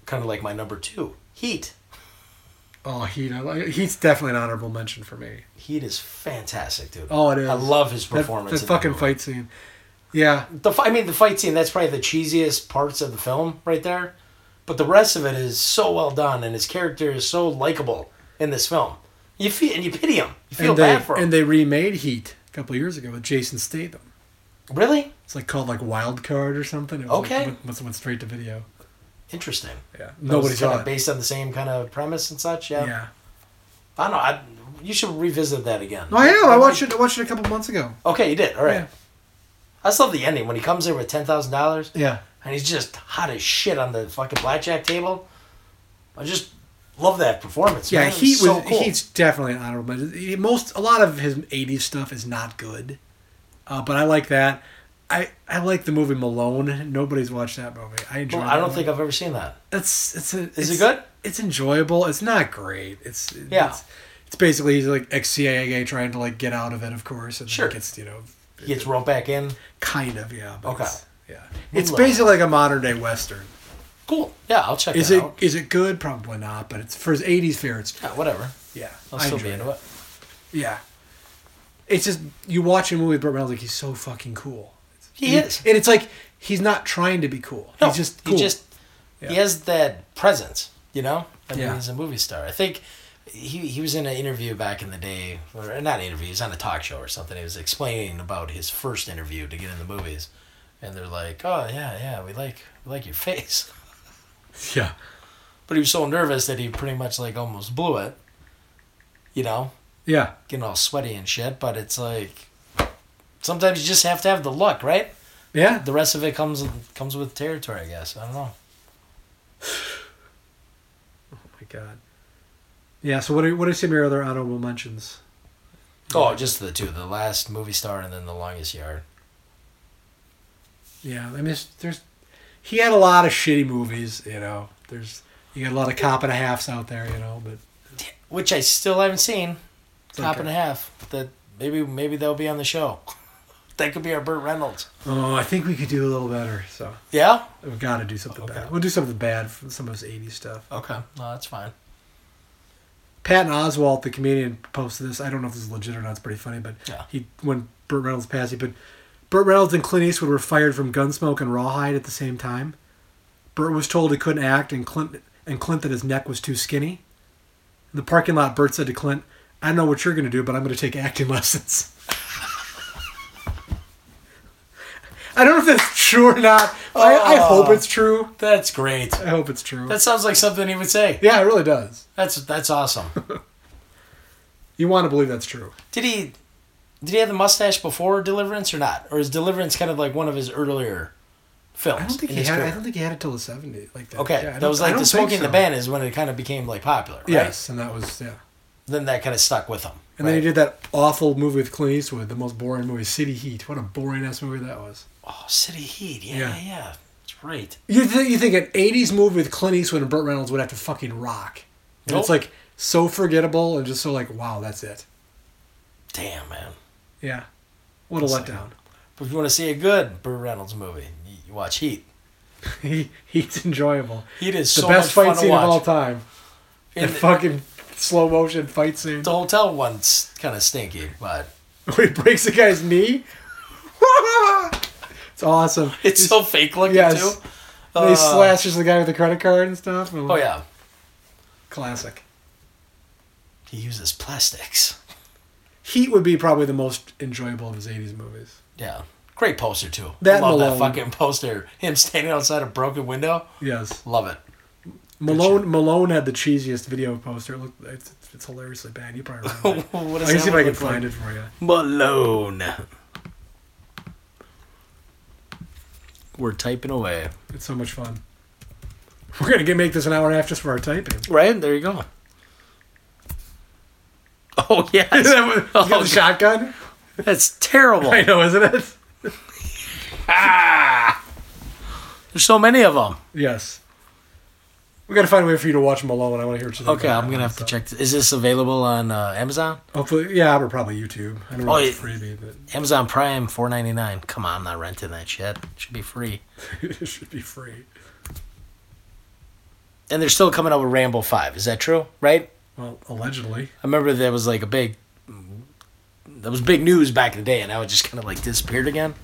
[SPEAKER 2] Kind of like my number two, Heat.
[SPEAKER 1] Oh, he. I like- He's definitely an honorable mention for me.
[SPEAKER 2] Heat is fantastic, dude.
[SPEAKER 1] Oh, it is.
[SPEAKER 2] I love his
[SPEAKER 1] That-
[SPEAKER 2] performance.
[SPEAKER 1] That,
[SPEAKER 2] in that
[SPEAKER 1] fucking
[SPEAKER 2] movie.
[SPEAKER 1] fight scene. Yeah.
[SPEAKER 2] The fi- I mean, the fight scene. That's probably the cheesiest parts of the film, right there. But the rest of it is so well done, and his character is so likable in this film. You feel and you pity him. You feel
[SPEAKER 1] and they,
[SPEAKER 2] bad for him.
[SPEAKER 1] And they remade Heat a couple years ago with Jason Statham.
[SPEAKER 2] really
[SPEAKER 1] It's like called like Wild Card or something. It was
[SPEAKER 2] Okay.
[SPEAKER 1] Like, went, went straight to video.
[SPEAKER 2] interesting.
[SPEAKER 1] Yeah.
[SPEAKER 2] That was
[SPEAKER 1] Nobody
[SPEAKER 2] kinda
[SPEAKER 1] saw it.
[SPEAKER 2] based on the same kind of premise and such. Yeah.
[SPEAKER 1] Yeah.
[SPEAKER 2] I don't know. I, you should revisit that again.
[SPEAKER 1] No, Oh, I am. I watched it. I watched it a couple months ago.
[SPEAKER 2] Okay, you did. All right.
[SPEAKER 1] Yeah.
[SPEAKER 2] I still love the ending when he comes in with ten thousand dollars
[SPEAKER 1] Yeah.
[SPEAKER 2] and he's just hot as shit on the fucking blackjack table. I just love that performance.
[SPEAKER 1] Yeah,
[SPEAKER 2] man. It
[SPEAKER 1] he was.
[SPEAKER 2] so cool.
[SPEAKER 1] He's definitely an honorable. mention. He- Most a lot of his '80s stuff is not good, uh, but I like that. I, I like the movie Malone. Nobody's watched that movie. I enjoy.
[SPEAKER 2] Well, I
[SPEAKER 1] that
[SPEAKER 2] don't
[SPEAKER 1] one.
[SPEAKER 2] think I've ever seen that.
[SPEAKER 1] it's it's a,
[SPEAKER 2] Is
[SPEAKER 1] it's-
[SPEAKER 2] it good?
[SPEAKER 1] It's enjoyable. It's not great. It's
[SPEAKER 2] Yeah.
[SPEAKER 1] It's, it's basically he's like ex CIA guy trying to like get out of it, of course, and
[SPEAKER 2] Sure.
[SPEAKER 1] then gets you know
[SPEAKER 2] He gets roped back in.
[SPEAKER 1] kind of yeah. But
[SPEAKER 2] Okay.
[SPEAKER 1] It's, yeah. It's
[SPEAKER 2] Malone.
[SPEAKER 1] basically like a modern day western.
[SPEAKER 2] Cool. Yeah, I'll check
[SPEAKER 1] Is
[SPEAKER 2] that
[SPEAKER 1] it
[SPEAKER 2] out.
[SPEAKER 1] is it good? Probably not. But it's for his '80s favorites.
[SPEAKER 2] Yeah, whatever.
[SPEAKER 1] Yeah,
[SPEAKER 2] I'll
[SPEAKER 1] I
[SPEAKER 2] still
[SPEAKER 1] enjoy
[SPEAKER 2] be
[SPEAKER 1] it.
[SPEAKER 2] into it.
[SPEAKER 1] Yeah. It's just you watch a movie with Burt Reynolds like he's so fucking cool.
[SPEAKER 2] He is.
[SPEAKER 1] And it's like he's not trying to be cool.
[SPEAKER 2] No,
[SPEAKER 1] he's just cool.
[SPEAKER 2] he just he
[SPEAKER 1] Yeah.
[SPEAKER 2] has that presence, you know. I mean,
[SPEAKER 1] Yeah.
[SPEAKER 2] he's a movie star. I think he he was in an interview back in the day, or not an interview. He was on a talk show or something. He was explaining about his first interview to get in the movies, and they're like, "Oh yeah, yeah, we like we like your [LAUGHS] face,"
[SPEAKER 1] yeah.
[SPEAKER 2] but he was so nervous that he pretty much like almost blew it, you know,
[SPEAKER 1] Yeah.
[SPEAKER 2] getting all sweaty and shit. But it's like sometimes you just have to have the luck, right?
[SPEAKER 1] Yeah.
[SPEAKER 2] The rest of it comes comes with territory, I guess. I don't know.
[SPEAKER 1] Oh my god. Yeah, so what are what are some of your other honorable mentions?
[SPEAKER 2] Oh, just the two. The last movie star and then the longest yard.
[SPEAKER 1] Yeah, I mean there's, there's he had a lot of shitty movies, you know. There's you got a lot of cop and a halfs out there, you know, but
[SPEAKER 2] Which I still haven't seen. Top
[SPEAKER 1] okay.
[SPEAKER 2] and a half. That maybe maybe they'll be on the show. [LAUGHS] That could be our Burt Reynolds.
[SPEAKER 1] oh, I think we could do a little better. So
[SPEAKER 2] Yeah?
[SPEAKER 1] we've got to do something
[SPEAKER 2] Okay.
[SPEAKER 1] bad. We'll do something bad from some of his '80s stuff.
[SPEAKER 2] Okay. No, that's fine.
[SPEAKER 1] Patton Oswalt, the comedian, posted this. I don't know if this is legit or not. It's pretty funny, but
[SPEAKER 2] Yeah.
[SPEAKER 1] he when Burt Reynolds passed, he put Burt Reynolds and Clint Eastwood were fired from Gunsmoke and Rawhide at the same time. Burt was told he couldn't act, and Clint and Clint that his neck was too skinny. In the parking lot, Burt said to Clint, "I don't know what you're going to do, but I'm going to take acting [LAUGHS] lessons." I don't know if that's true or not. but I, I hope
[SPEAKER 2] Oh.
[SPEAKER 1] it's true.
[SPEAKER 2] That's great.
[SPEAKER 1] I hope it's true.
[SPEAKER 2] That sounds like something he would say.
[SPEAKER 1] yeah, it really does.
[SPEAKER 2] That's that's awesome.
[SPEAKER 1] You want to believe that's true.
[SPEAKER 2] Did he did he have the mustache before Deliverance or not? Or is Deliverance kind of like one of his earlier films?
[SPEAKER 1] I don't think
[SPEAKER 2] in
[SPEAKER 1] he
[SPEAKER 2] his
[SPEAKER 1] had. I
[SPEAKER 2] career?
[SPEAKER 1] don't think he had it till the seventies. Like that.
[SPEAKER 2] Okay,
[SPEAKER 1] Yeah, I
[SPEAKER 2] that
[SPEAKER 1] don't-
[SPEAKER 2] was
[SPEAKER 1] I
[SPEAKER 2] like
[SPEAKER 1] don't
[SPEAKER 2] the
[SPEAKER 1] think
[SPEAKER 2] smoking the
[SPEAKER 1] so.
[SPEAKER 2] band is when it kind of became like popular, right?
[SPEAKER 1] Yes, and that was yeah.
[SPEAKER 2] Then that kind of stuck with him.
[SPEAKER 1] And then he did
[SPEAKER 2] right?
[SPEAKER 1] that awful movie with Clint Eastwood, the most boring movie, City Heat. What a boring ass movie that was.
[SPEAKER 2] Oh, City Heat. Yeah,
[SPEAKER 1] Yeah.
[SPEAKER 2] yeah, It's right.
[SPEAKER 1] You th- you think an '80s movie with Clint Eastwood and Burt Reynolds would have to fucking rock? And
[SPEAKER 2] Nope.
[SPEAKER 1] it's like so forgettable and just so like wow, that's it.
[SPEAKER 2] Damn, man.
[SPEAKER 1] Yeah, what a letdown. [LAUGHS]
[SPEAKER 2] But if you want to see a good Burt Reynolds movie, you you watch Heat.
[SPEAKER 1] he he's enjoyable.
[SPEAKER 2] Heat is
[SPEAKER 1] The
[SPEAKER 2] so
[SPEAKER 1] best
[SPEAKER 2] much
[SPEAKER 1] fight
[SPEAKER 2] fun to
[SPEAKER 1] scene of all
[SPEAKER 2] watch.
[SPEAKER 1] time. The,
[SPEAKER 2] And the,
[SPEAKER 1] fucking slow motion fight scene.
[SPEAKER 2] the hotel one's kind of stinky, but
[SPEAKER 1] [LAUGHS] Where he breaks the guy's knee. [LAUGHS] it's awesome.
[SPEAKER 2] it's so fake
[SPEAKER 1] [LAUGHS]
[SPEAKER 2] looking
[SPEAKER 1] Yes.
[SPEAKER 2] too.
[SPEAKER 1] And he
[SPEAKER 2] Uh,
[SPEAKER 1] slashes the guy with the credit card and stuff.
[SPEAKER 2] Oh yeah,
[SPEAKER 1] Classic.
[SPEAKER 2] he uses plastics.
[SPEAKER 1] Heat would be probably the most enjoyable of his 80s movies.
[SPEAKER 2] Yeah, great poster too.
[SPEAKER 1] That
[SPEAKER 2] Love
[SPEAKER 1] Malone.
[SPEAKER 2] that fucking poster. Him standing outside a broken window.
[SPEAKER 1] Yes.
[SPEAKER 2] Love it. [LAUGHS]
[SPEAKER 1] Malone Malone had the cheesiest video poster. Look, it's, it's hilariously bad. You
[SPEAKER 2] [LAUGHS]
[SPEAKER 1] probably remember it.
[SPEAKER 2] what
[SPEAKER 1] I
[SPEAKER 2] does
[SPEAKER 1] can
[SPEAKER 2] that
[SPEAKER 1] see if I
[SPEAKER 2] look
[SPEAKER 1] can
[SPEAKER 2] like?
[SPEAKER 1] find it for you.
[SPEAKER 2] Malone. We're typing away.
[SPEAKER 1] It's so much fun. We're going to get make this an hour and a half just for our typing. [LAUGHS]
[SPEAKER 2] Right there, you go. Oh [LAUGHS]
[SPEAKER 1] Is [LAUGHS]
[SPEAKER 2] yes,
[SPEAKER 1] that what- you got
[SPEAKER 2] Oh,
[SPEAKER 1] the
[SPEAKER 2] God.
[SPEAKER 1] shotgun? [LAUGHS]
[SPEAKER 2] that's terrible.
[SPEAKER 1] I know, isn't it?
[SPEAKER 2] There's so many of them.
[SPEAKER 1] Yes. we got to find a way for you to watch Malone. I want to hear what you think
[SPEAKER 2] Okay,
[SPEAKER 1] about
[SPEAKER 2] I'm
[SPEAKER 1] that
[SPEAKER 2] gonna
[SPEAKER 1] one,
[SPEAKER 2] have to
[SPEAKER 1] so.
[SPEAKER 2] check. This. Is this available on uh, Amazon?
[SPEAKER 1] Hopefully, yeah, but probably YouTube. I don't know
[SPEAKER 2] Oh,
[SPEAKER 1] if it's
[SPEAKER 2] yeah.
[SPEAKER 1] freebie, but
[SPEAKER 2] Amazon Prime, four ninety nine. Come on, I'm not renting that shit. It should be free.
[SPEAKER 1] [LAUGHS] it should be free.
[SPEAKER 2] And they're still coming out with Rambo Five. Is that true? Right?
[SPEAKER 1] Well, allegedly.
[SPEAKER 2] I remember that was like a big. That was big news back in the day, and now it just kind of like disappeared again.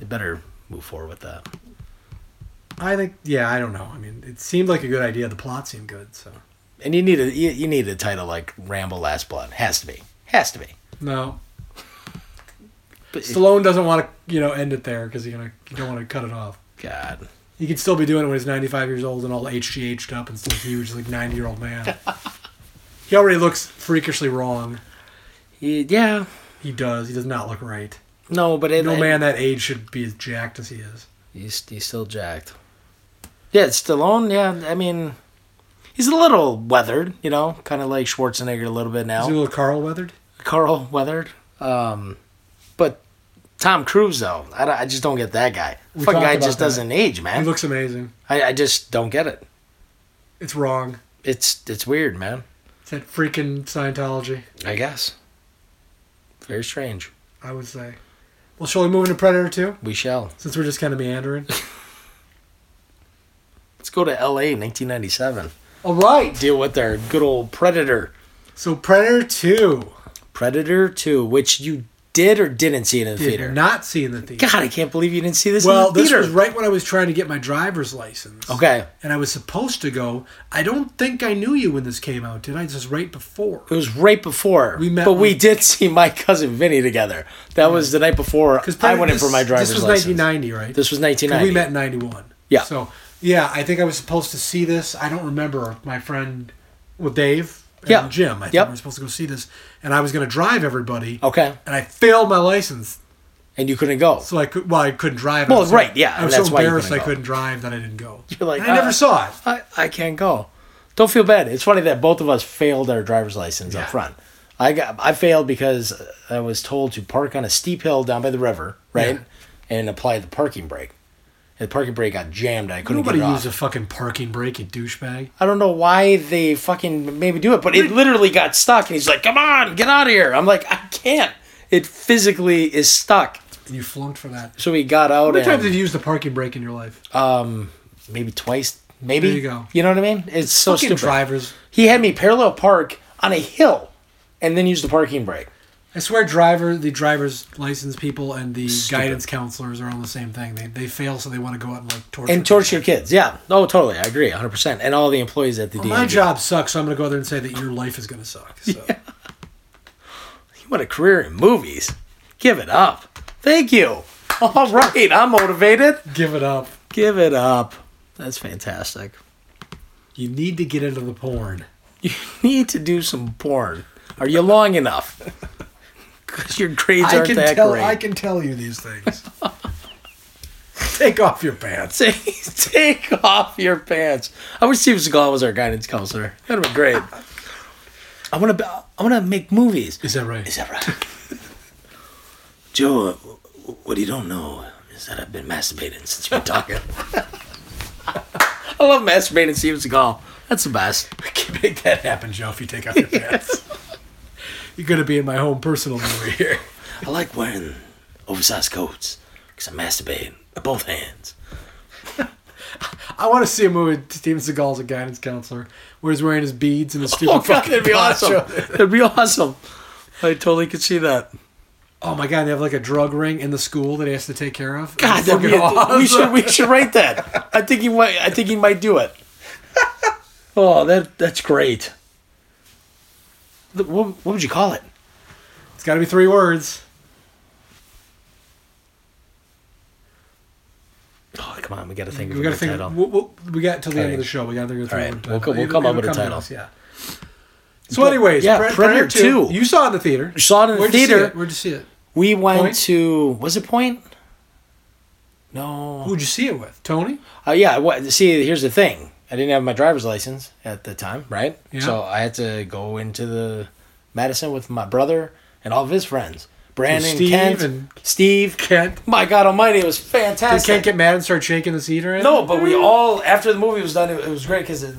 [SPEAKER 2] They better move forward with that.
[SPEAKER 1] I think, yeah, I don't know. I mean, it seemed like a good idea. The plot seemed good, so.
[SPEAKER 2] And you need a you, you need a title like Rambo Last Blood. Has to be. Has to be.
[SPEAKER 1] No.
[SPEAKER 2] But-
[SPEAKER 1] Stallone doesn't want to, you know, end it there because you know you don't want to cut it off.
[SPEAKER 2] God.
[SPEAKER 1] He could still be doing it when he's 95 years old and all HGH'd up and still huge, like 90 year old man. He already looks freakishly wrong.
[SPEAKER 2] He, yeah.
[SPEAKER 1] He does. He does not look right.
[SPEAKER 2] No, but it,
[SPEAKER 1] No man that age should be as jacked as he is.
[SPEAKER 2] He's he's still jacked. Yeah, it's Stallone. Yeah, I mean, he's a little weathered. You know, kind of like Schwarzenegger a little bit now.
[SPEAKER 1] Is he a little Carl weathered?
[SPEAKER 2] Carl Weathered. Um, but Tom Cruise, though, I, don't- I just don't get that guy.
[SPEAKER 1] We
[SPEAKER 2] Fucking
[SPEAKER 1] talked
[SPEAKER 2] guy
[SPEAKER 1] about
[SPEAKER 2] just
[SPEAKER 1] that.
[SPEAKER 2] doesn't age,
[SPEAKER 1] He
[SPEAKER 2] man.
[SPEAKER 1] looks amazing.
[SPEAKER 2] I, I just don't get it.
[SPEAKER 1] It's wrong.
[SPEAKER 2] It's it's weird, man.
[SPEAKER 1] It's that freaking Scientology,
[SPEAKER 2] I guess. Very strange.
[SPEAKER 1] I would say. Well, shall we move into Predator 2?
[SPEAKER 2] We shall.
[SPEAKER 1] Since we're just kind of meandering.
[SPEAKER 2] Let's go to L.A. 1997.
[SPEAKER 1] [LAUGHS] All right.
[SPEAKER 2] Deal with our good old Predator.
[SPEAKER 1] So Predator 2.
[SPEAKER 2] Predator 2, which you did or didn't see it in the
[SPEAKER 1] Did
[SPEAKER 2] theater.
[SPEAKER 1] not see in the theater.
[SPEAKER 2] God, I can't believe you didn't see this
[SPEAKER 1] Well,
[SPEAKER 2] in the
[SPEAKER 1] this
[SPEAKER 2] theater.
[SPEAKER 1] was right when I was trying to get my driver's license.
[SPEAKER 2] Okay.
[SPEAKER 1] And I was supposed to go. I don't think I knew you when this came out, did I? This was right before.
[SPEAKER 2] It was right before.
[SPEAKER 1] We met
[SPEAKER 2] but we
[SPEAKER 1] when-
[SPEAKER 2] did [LAUGHS] see my cousin Vinny together. That was the night before I
[SPEAKER 1] Predator-
[SPEAKER 2] went in for
[SPEAKER 1] this-
[SPEAKER 2] my driver's
[SPEAKER 1] This was
[SPEAKER 2] license.
[SPEAKER 1] 1990, right?
[SPEAKER 2] This was
[SPEAKER 1] 'Cause
[SPEAKER 2] 1990.
[SPEAKER 1] We met in 91.
[SPEAKER 2] Yeah.
[SPEAKER 1] So, yeah, I think I was supposed to see this. I don't remember. My friend, well, Dave and
[SPEAKER 2] Yeah.
[SPEAKER 1] Jim, I think
[SPEAKER 2] Yep.
[SPEAKER 1] we were supposed to go see this. And I was going to drive everybody.
[SPEAKER 2] Okay.
[SPEAKER 1] And I failed my license.
[SPEAKER 2] And you couldn't go.
[SPEAKER 1] So I could, well, I couldn't drive.
[SPEAKER 2] Well,
[SPEAKER 1] I was so-
[SPEAKER 2] right, yeah,
[SPEAKER 1] I was
[SPEAKER 2] that's
[SPEAKER 1] so
[SPEAKER 2] why you
[SPEAKER 1] embarrassed
[SPEAKER 2] couldn't
[SPEAKER 1] I
[SPEAKER 2] go.
[SPEAKER 1] couldn't drive that I didn't go.
[SPEAKER 2] [LAUGHS] You're like,
[SPEAKER 1] And I never
[SPEAKER 2] uh,
[SPEAKER 1] saw it.
[SPEAKER 2] I, I can't go. Don't feel bad. It's funny that both of us failed our driver's license
[SPEAKER 1] Yeah.
[SPEAKER 2] up front. I got I failed because I was told to park on a steep hill down by the river, right? And apply the parking brake. And the parking brake got jammed. I couldn't
[SPEAKER 1] Nobody
[SPEAKER 2] get it
[SPEAKER 1] used
[SPEAKER 2] off.
[SPEAKER 1] a fucking parking brake, you douchebag.
[SPEAKER 2] I don't know why they fucking made me do it, but it literally got stuck. And he's like, "Come on, get out of here!" I'm like, "I can't." It physically is stuck.
[SPEAKER 1] And you flunked for that.
[SPEAKER 2] So we got out
[SPEAKER 1] How many times have
[SPEAKER 2] and
[SPEAKER 1] you used a parking brake in your life?
[SPEAKER 2] um, maybe twice, maybe.
[SPEAKER 1] There you go.
[SPEAKER 2] You know what I mean? It's so
[SPEAKER 1] fucking
[SPEAKER 2] stupid.
[SPEAKER 1] drivers.
[SPEAKER 2] He had me parallel park on a hill, and then use the parking brake.
[SPEAKER 1] I swear, driver, the driver's license people and the guidance counselors are on the same thing. They, they fail, so they want to go out and like torture.
[SPEAKER 2] And torture your kids. Yeah. Oh, totally. I agree, 100. percent And all the employees at the
[SPEAKER 1] people. Oh, My
[SPEAKER 2] DMV.
[SPEAKER 1] job sucks, so I'm gonna go out there and say that your life is gonna suck.
[SPEAKER 2] [LAUGHS]
[SPEAKER 1] So.
[SPEAKER 2] What a career in movies. Give it up. Thank you. [LAUGHS] All right, I'm motivated.
[SPEAKER 1] Give it up.
[SPEAKER 2] Give it up. That's fantastic.
[SPEAKER 1] You need to get into the porn.
[SPEAKER 2] You need to do some porn. Are you long enough? [LAUGHS] Because your grades
[SPEAKER 1] I
[SPEAKER 2] aren't
[SPEAKER 1] can
[SPEAKER 2] that
[SPEAKER 1] tell.
[SPEAKER 2] great.
[SPEAKER 1] I can tell you these things. [LAUGHS] Take off your pants.
[SPEAKER 2] [LAUGHS] take, take off your pants. I wish Steve Seagal was our guidance counselor. That'd be great. [LAUGHS] I want to. I want to make movies.
[SPEAKER 1] Is that right?
[SPEAKER 2] Is that right? [LAUGHS] Joe, uh, what you don't know is that I've been masturbating since you've been talking. [LAUGHS] I love masturbating Steve Seagal. That's the [LAUGHS] best.
[SPEAKER 1] Make that happen, Joe. If you take off your pants, [LAUGHS] you're gonna be in my home personal movie here.
[SPEAKER 2] I like wearing oversized coats because I masturbate with both hands.
[SPEAKER 1] I want to see a movie with Steven Seagal as a guidance counselor, where he's wearing his beads and his stupid
[SPEAKER 2] [LAUGHS] Oh god,
[SPEAKER 1] fucking
[SPEAKER 2] that'd be awesome.
[SPEAKER 1] [LAUGHS] poncho.
[SPEAKER 2] That'd be awesome. I totally could see that.
[SPEAKER 1] Oh my god, they have like a drug ring in the school that he has to take care of.
[SPEAKER 2] God, that'd be we should we should write that. I think he might. I think he might do it. Oh, that that's great. The- What, what would you call it?
[SPEAKER 1] It's got to be three words.
[SPEAKER 2] Oh, come on, we got to think.
[SPEAKER 1] We
[SPEAKER 2] of
[SPEAKER 1] got
[SPEAKER 2] got
[SPEAKER 1] to think.
[SPEAKER 2] Title.
[SPEAKER 1] We, we, we got till the end
[SPEAKER 2] right.
[SPEAKER 1] of the show. We got to think of three
[SPEAKER 2] All right,
[SPEAKER 1] word title.
[SPEAKER 2] we'll co- we'll
[SPEAKER 1] It'll-
[SPEAKER 2] come
[SPEAKER 1] it'll
[SPEAKER 2] up with a
[SPEAKER 1] to
[SPEAKER 2] title.
[SPEAKER 1] us, Yeah. So, anyways,
[SPEAKER 2] yeah,
[SPEAKER 1] Pred-
[SPEAKER 2] Predator 2.
[SPEAKER 1] You saw it in the theater.
[SPEAKER 2] Saw it in the
[SPEAKER 1] Where'd you see
[SPEAKER 2] theater.
[SPEAKER 1] it? Where'd you see it?
[SPEAKER 2] we went
[SPEAKER 1] Point?
[SPEAKER 2] to was it Point? No.
[SPEAKER 1] Who'd you see it with? Tony.
[SPEAKER 2] Uh, yeah. What? See, here's the thing. I didn't have my driver's license at the time, right?
[SPEAKER 1] Yeah.
[SPEAKER 2] So I had to go into the Madison with my brother and all of his friends, Brandon,
[SPEAKER 1] Steve
[SPEAKER 2] Kent,
[SPEAKER 1] and-
[SPEAKER 2] Steve.
[SPEAKER 1] Kent.
[SPEAKER 2] My God Almighty, it was
[SPEAKER 1] They
[SPEAKER 2] fantastic.
[SPEAKER 1] can't get mad and start shaking the seat or anything.
[SPEAKER 2] no, but we all after the movie was done, it, it was great because it.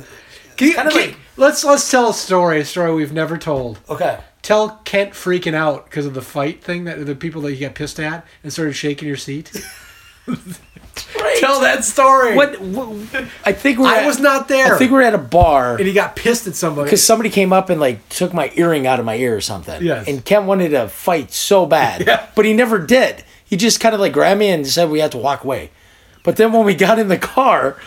[SPEAKER 1] Can you-
[SPEAKER 2] kinda
[SPEAKER 1] can-
[SPEAKER 2] like-
[SPEAKER 1] let's let's tell a story. A story we've never told.
[SPEAKER 2] Okay.
[SPEAKER 1] tell Kent freaking out because of the fight thing that the people that you got pissed at and started shaking your
[SPEAKER 2] [LAUGHS]
[SPEAKER 1] seat. tell that story.
[SPEAKER 2] What, what? I think we. Were
[SPEAKER 1] I
[SPEAKER 2] at-
[SPEAKER 1] was not there.
[SPEAKER 2] I think we were at a bar.
[SPEAKER 1] And he got pissed at somebody.
[SPEAKER 2] because somebody came up and like took my earring out of my ear or something.
[SPEAKER 1] Yes.
[SPEAKER 2] And Kent wanted to fight so bad,
[SPEAKER 1] [LAUGHS] Yeah.
[SPEAKER 2] but he never did. He just kind of like grabbed me and said we had to walk away. But then when we got in the car,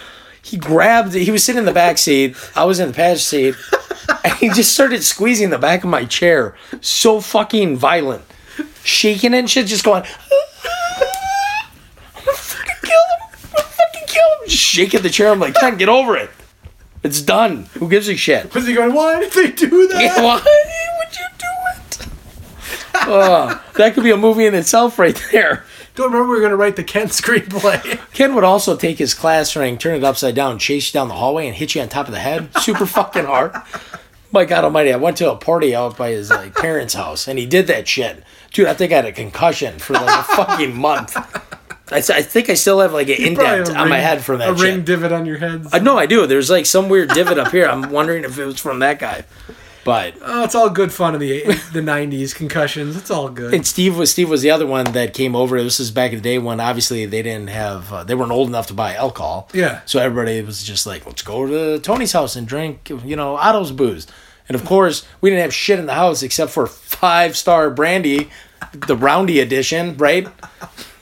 [SPEAKER 2] he grabbed. He was sitting in the back seat. I was in the passenger seat, and he just started squeezing the back of my chair so fucking violent, shaking it and shit, just going. I'm gonna fucking kill him! I'm gonna fucking kill him! Just shaking the chair. I'm like, Kent, get over it. It's done. Who gives a shit?
[SPEAKER 1] Was he going? Why did they do that?
[SPEAKER 2] [LAUGHS] Yeah, Why would you do it? oh, that could be a movie in itself right there.
[SPEAKER 1] Don't remember we were going to write the Ken [LAUGHS] screenplay.
[SPEAKER 2] Ken would also take his class ring, turn it upside down, chase you down the hallway, and hit you on top of the head super fucking hard. My God Almighty, I went to a party out by his like, parents' house, and he did that shit. Dude, I think I had a concussion for like a fucking month. I, s- I think I still have like an
[SPEAKER 1] Probably
[SPEAKER 2] indent
[SPEAKER 1] a
[SPEAKER 2] on my
[SPEAKER 1] ring-
[SPEAKER 2] head from that
[SPEAKER 1] A
[SPEAKER 2] shit.
[SPEAKER 1] ring divot on your head.
[SPEAKER 2] I know I do. There's like some weird divot up here. I'm wondering if it was from that guy. But
[SPEAKER 1] Oh, it's all good fun in the the '90s concussions. It's all
[SPEAKER 2] [LAUGHS]
[SPEAKER 1] good.
[SPEAKER 2] and Steve was Steve was the other one that came over. This is back in the day when obviously they didn't have uh, they weren't old enough to buy alcohol.
[SPEAKER 1] Yeah.
[SPEAKER 2] So everybody was just like, let's go to Tony's house and drink, you know, Otto's booze. And of course, we didn't have shit in the house except for five star brandy, the roundy edition, right?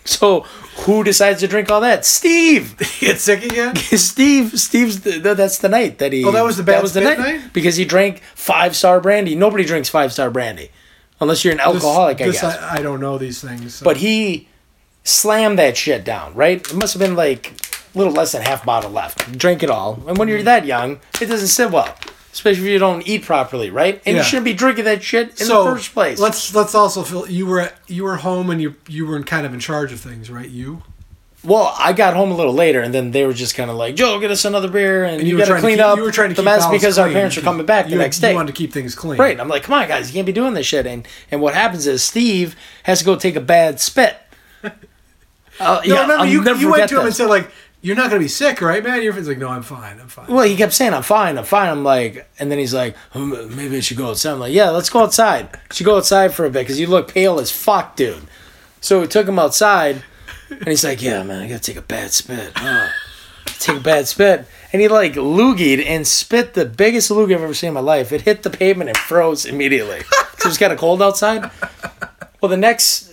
[SPEAKER 2] So who decides to drink all that? Steve. [LAUGHS]
[SPEAKER 1] He get sick again.
[SPEAKER 2] Steve, Steve's the, th- that's the night that he.
[SPEAKER 1] Oh, that was the
[SPEAKER 2] that
[SPEAKER 1] Bad
[SPEAKER 2] was the
[SPEAKER 1] Spit
[SPEAKER 2] night,
[SPEAKER 1] night?
[SPEAKER 2] because he drank five star brandy. Nobody drinks five star brandy, unless you're an alcoholic,
[SPEAKER 1] This-
[SPEAKER 2] I guess.
[SPEAKER 1] I, I don't know these things. so-
[SPEAKER 2] but he slammed that shit down. Right? It must have been like a little less than half bottle left. Drink it all, and when you're that young, it doesn't sit well, especially if you don't eat properly, right? And
[SPEAKER 1] Yeah.
[SPEAKER 2] you shouldn't be drinking that shit in
[SPEAKER 1] so
[SPEAKER 2] the first place.
[SPEAKER 1] let's let's also feel you were at- you were home and you you were kind of in charge of things, right? You
[SPEAKER 2] Well, I got home a little later, and then they were just kind of like, "Joe, get us another beer, and,
[SPEAKER 1] and
[SPEAKER 2] you,
[SPEAKER 1] were
[SPEAKER 2] got to
[SPEAKER 1] trying
[SPEAKER 2] clean
[SPEAKER 1] keep-
[SPEAKER 2] up
[SPEAKER 1] You were trying to
[SPEAKER 2] the
[SPEAKER 1] keep
[SPEAKER 2] mess
[SPEAKER 1] house
[SPEAKER 2] because our
[SPEAKER 1] clean.
[SPEAKER 2] parents are coming back
[SPEAKER 1] You-
[SPEAKER 2] the next day."
[SPEAKER 1] You wanted to keep things clean,
[SPEAKER 2] Right. I'm like, come on, guys, you can't be doing this shit. And and what happens is Steve has to go take a bad spit. Uh,
[SPEAKER 1] [LAUGHS] No,
[SPEAKER 2] yeah,
[SPEAKER 1] remember
[SPEAKER 2] I'll
[SPEAKER 1] you,
[SPEAKER 2] never
[SPEAKER 1] you went
[SPEAKER 2] forget
[SPEAKER 1] to him and
[SPEAKER 2] this.
[SPEAKER 1] said like, "You're not gonna be sick, right, man?" Your friend's like, "No, I'm fine. I'm fine."
[SPEAKER 2] Well, he kept saying, "I'm fine, I'm fine." I'm like, and then he's like, "Hmm, "Maybe I should go outside." I'm like, "Yeah, let's go outside." Should go outside for a bit because you look pale as fuck, dude. So we took him outside, and he's like, "Yeah, man, I gotta take a bad spit. huh?" Take a bad spit." And he like loogied and spit the biggest loogie I've ever seen in my life. It hit the pavement and froze immediately. 'Cause it was kind of cold outside. Well, the next,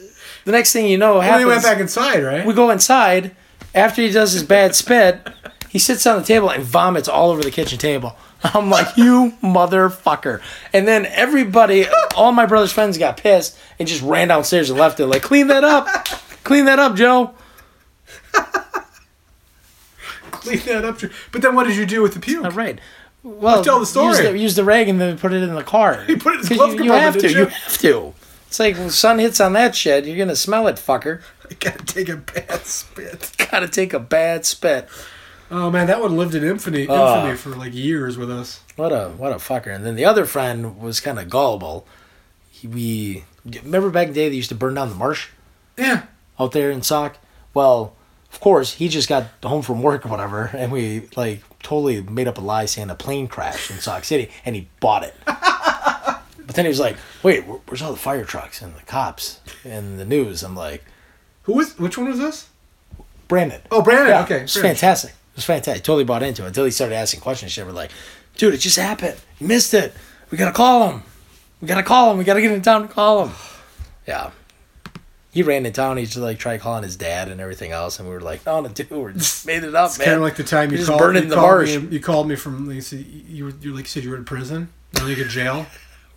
[SPEAKER 2] the next thing you know,
[SPEAKER 1] And
[SPEAKER 2] happens.
[SPEAKER 1] then he went back inside, right?
[SPEAKER 2] We go inside. After he does his bad spit, he sits on the table and vomits all over the kitchen table. I'm like, you motherfucker. And then everybody, all my brother's friends got pissed and just ran downstairs and left it. Like, clean that up. Clean that up, Joe.
[SPEAKER 1] Clean that up. But then what did you do with the puke?
[SPEAKER 2] All right. Well,
[SPEAKER 1] tell the story.
[SPEAKER 2] Use the, use the rag and then put it in
[SPEAKER 1] [LAUGHS]
[SPEAKER 2] the car. You
[SPEAKER 1] put it in his glove
[SPEAKER 2] you, you
[SPEAKER 1] compartment,
[SPEAKER 2] have to.
[SPEAKER 1] didn't
[SPEAKER 2] You
[SPEAKER 1] you?
[SPEAKER 2] have to. It's like when sun hits on that shit, you're gonna smell it, fucker.
[SPEAKER 1] I [LAUGHS] gotta take a bad spit.
[SPEAKER 2] Gotta take a bad spit.
[SPEAKER 1] Oh man, that one lived in infamy,
[SPEAKER 2] Ah.
[SPEAKER 1] infamy for like years with us.
[SPEAKER 2] What a what a fucker! And then the other friend was kind of gullible. He, we remember back in the day they used to burn down the marsh
[SPEAKER 1] Yeah.
[SPEAKER 2] out there in Sauk. Well, of course he just got home from work or whatever, [LAUGHS] and we like totally made up a lie saying a plane crashed in Sauk City, and he bought it. but then he was like, "Wait, where- where's all the fire trucks and the cops and the news?" I'm like,
[SPEAKER 1] Who was? Which one was this?
[SPEAKER 2] "Brandon,
[SPEAKER 1] Oh, Brandon.
[SPEAKER 2] Yeah,
[SPEAKER 1] okay.
[SPEAKER 2] It's
[SPEAKER 1] Brandon.
[SPEAKER 2] fantastic. It was fantastic. Totally bought into it until he started asking questions. Shit, we're like, dude, it just happened. You missed it. We gotta call him. We gotta call him. We gotta get in town to call him. [SIGHS] Yeah. He ran in town. He just like tried calling his dad and everything else, and we were like, "No, no, dude, we just made it up, man."
[SPEAKER 1] Kind of like the time
[SPEAKER 2] We're
[SPEAKER 1] you
[SPEAKER 2] just
[SPEAKER 1] called,
[SPEAKER 2] burning
[SPEAKER 1] you,
[SPEAKER 2] the
[SPEAKER 1] called
[SPEAKER 2] marsh.
[SPEAKER 1] me, you called me from like, you said- you were you like said you were in prison. Now you in jail.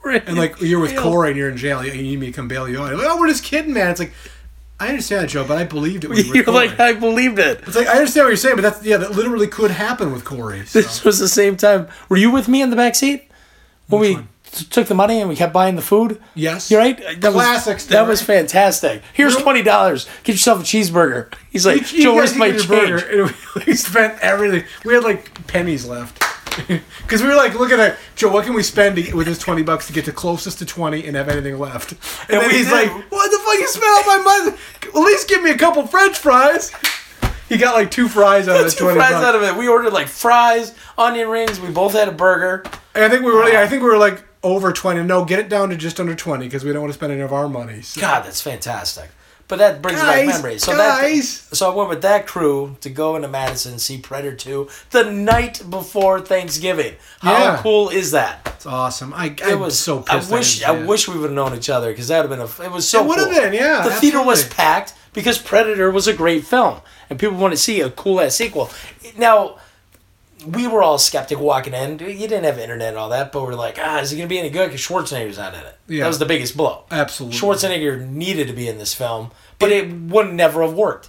[SPEAKER 2] We're in
[SPEAKER 1] And like you're with
[SPEAKER 2] jail.
[SPEAKER 1] Cora and you're in jail. You you need me to come bail you out. Like, oh, we're just kidding, man. It's like I understand that, Joe, but I believed it. When you were
[SPEAKER 2] [LAUGHS] [LAUGHS] You're
[SPEAKER 1] Corey.
[SPEAKER 2] like, I believed it.
[SPEAKER 1] it's like I understand what you're saying, but that's yeah, that literally could happen with Corey. So.
[SPEAKER 2] This [LAUGHS] was the same time. Were you with me in the back seat when we
[SPEAKER 1] one?
[SPEAKER 2] t- took the money and we kept buying the food?
[SPEAKER 1] Yes.
[SPEAKER 2] You're right. That
[SPEAKER 1] Classic
[SPEAKER 2] was,
[SPEAKER 1] story.
[SPEAKER 2] That was fantastic. Here's twenty dollars. Get yourself a cheeseburger. He's [LAUGHS] like,
[SPEAKER 1] You- you
[SPEAKER 2] Joe,
[SPEAKER 1] guys
[SPEAKER 2] where's my
[SPEAKER 1] eat
[SPEAKER 2] change?
[SPEAKER 1] your
[SPEAKER 2] [LAUGHS]
[SPEAKER 1] burger, and we [LAUGHS] spent everything. We had like pennies left. [LAUGHS] Because we were like looking at Joe, what can we spend to, with this twenty bucks to get the closest to twenty and have anything left? And,
[SPEAKER 2] And
[SPEAKER 1] then
[SPEAKER 2] we
[SPEAKER 1] he's
[SPEAKER 2] did.
[SPEAKER 1] like, "What the fuck? You smell my mother? At least give me a couple French fries." He got like two fries out of the
[SPEAKER 2] Two
[SPEAKER 1] twenty
[SPEAKER 2] fries
[SPEAKER 1] bucks.
[SPEAKER 2] out of it. We ordered like fries, onion rings. We both had a burger.
[SPEAKER 1] and I think we were, yeah, I think we were like over twenty. No, get it down to just under twenty because we don't want to spend any of our money. So.
[SPEAKER 2] God, that's fantastic. But that brings back
[SPEAKER 1] Guys,
[SPEAKER 2] memories. So
[SPEAKER 1] guys.
[SPEAKER 2] that so I went with that crew to go into Madison see Predator Two the night before Thanksgiving. How
[SPEAKER 1] Yeah.
[SPEAKER 2] cool is that?
[SPEAKER 1] It's awesome. I,
[SPEAKER 2] it
[SPEAKER 1] I'm
[SPEAKER 2] was
[SPEAKER 1] so pissed.
[SPEAKER 2] I wish
[SPEAKER 1] didn't
[SPEAKER 2] I,
[SPEAKER 1] see it.
[SPEAKER 2] wish we would have known each other because that would have been a. It was so.
[SPEAKER 1] It would've
[SPEAKER 2] cool.
[SPEAKER 1] been, yeah,
[SPEAKER 2] The theater was
[SPEAKER 1] absolutely.
[SPEAKER 2] packed because Predator was a great film, and people want to see a cool ass sequel. Now, we were all skeptic walking in. You didn't have internet and all that, but we're like, ah, is it going to be any good? Because Schwarzenegger's not in it.
[SPEAKER 1] Yeah.
[SPEAKER 2] That was the biggest blow.
[SPEAKER 1] Absolutely.
[SPEAKER 2] Schwarzenegger needed to be in this film, but it, would never have worked.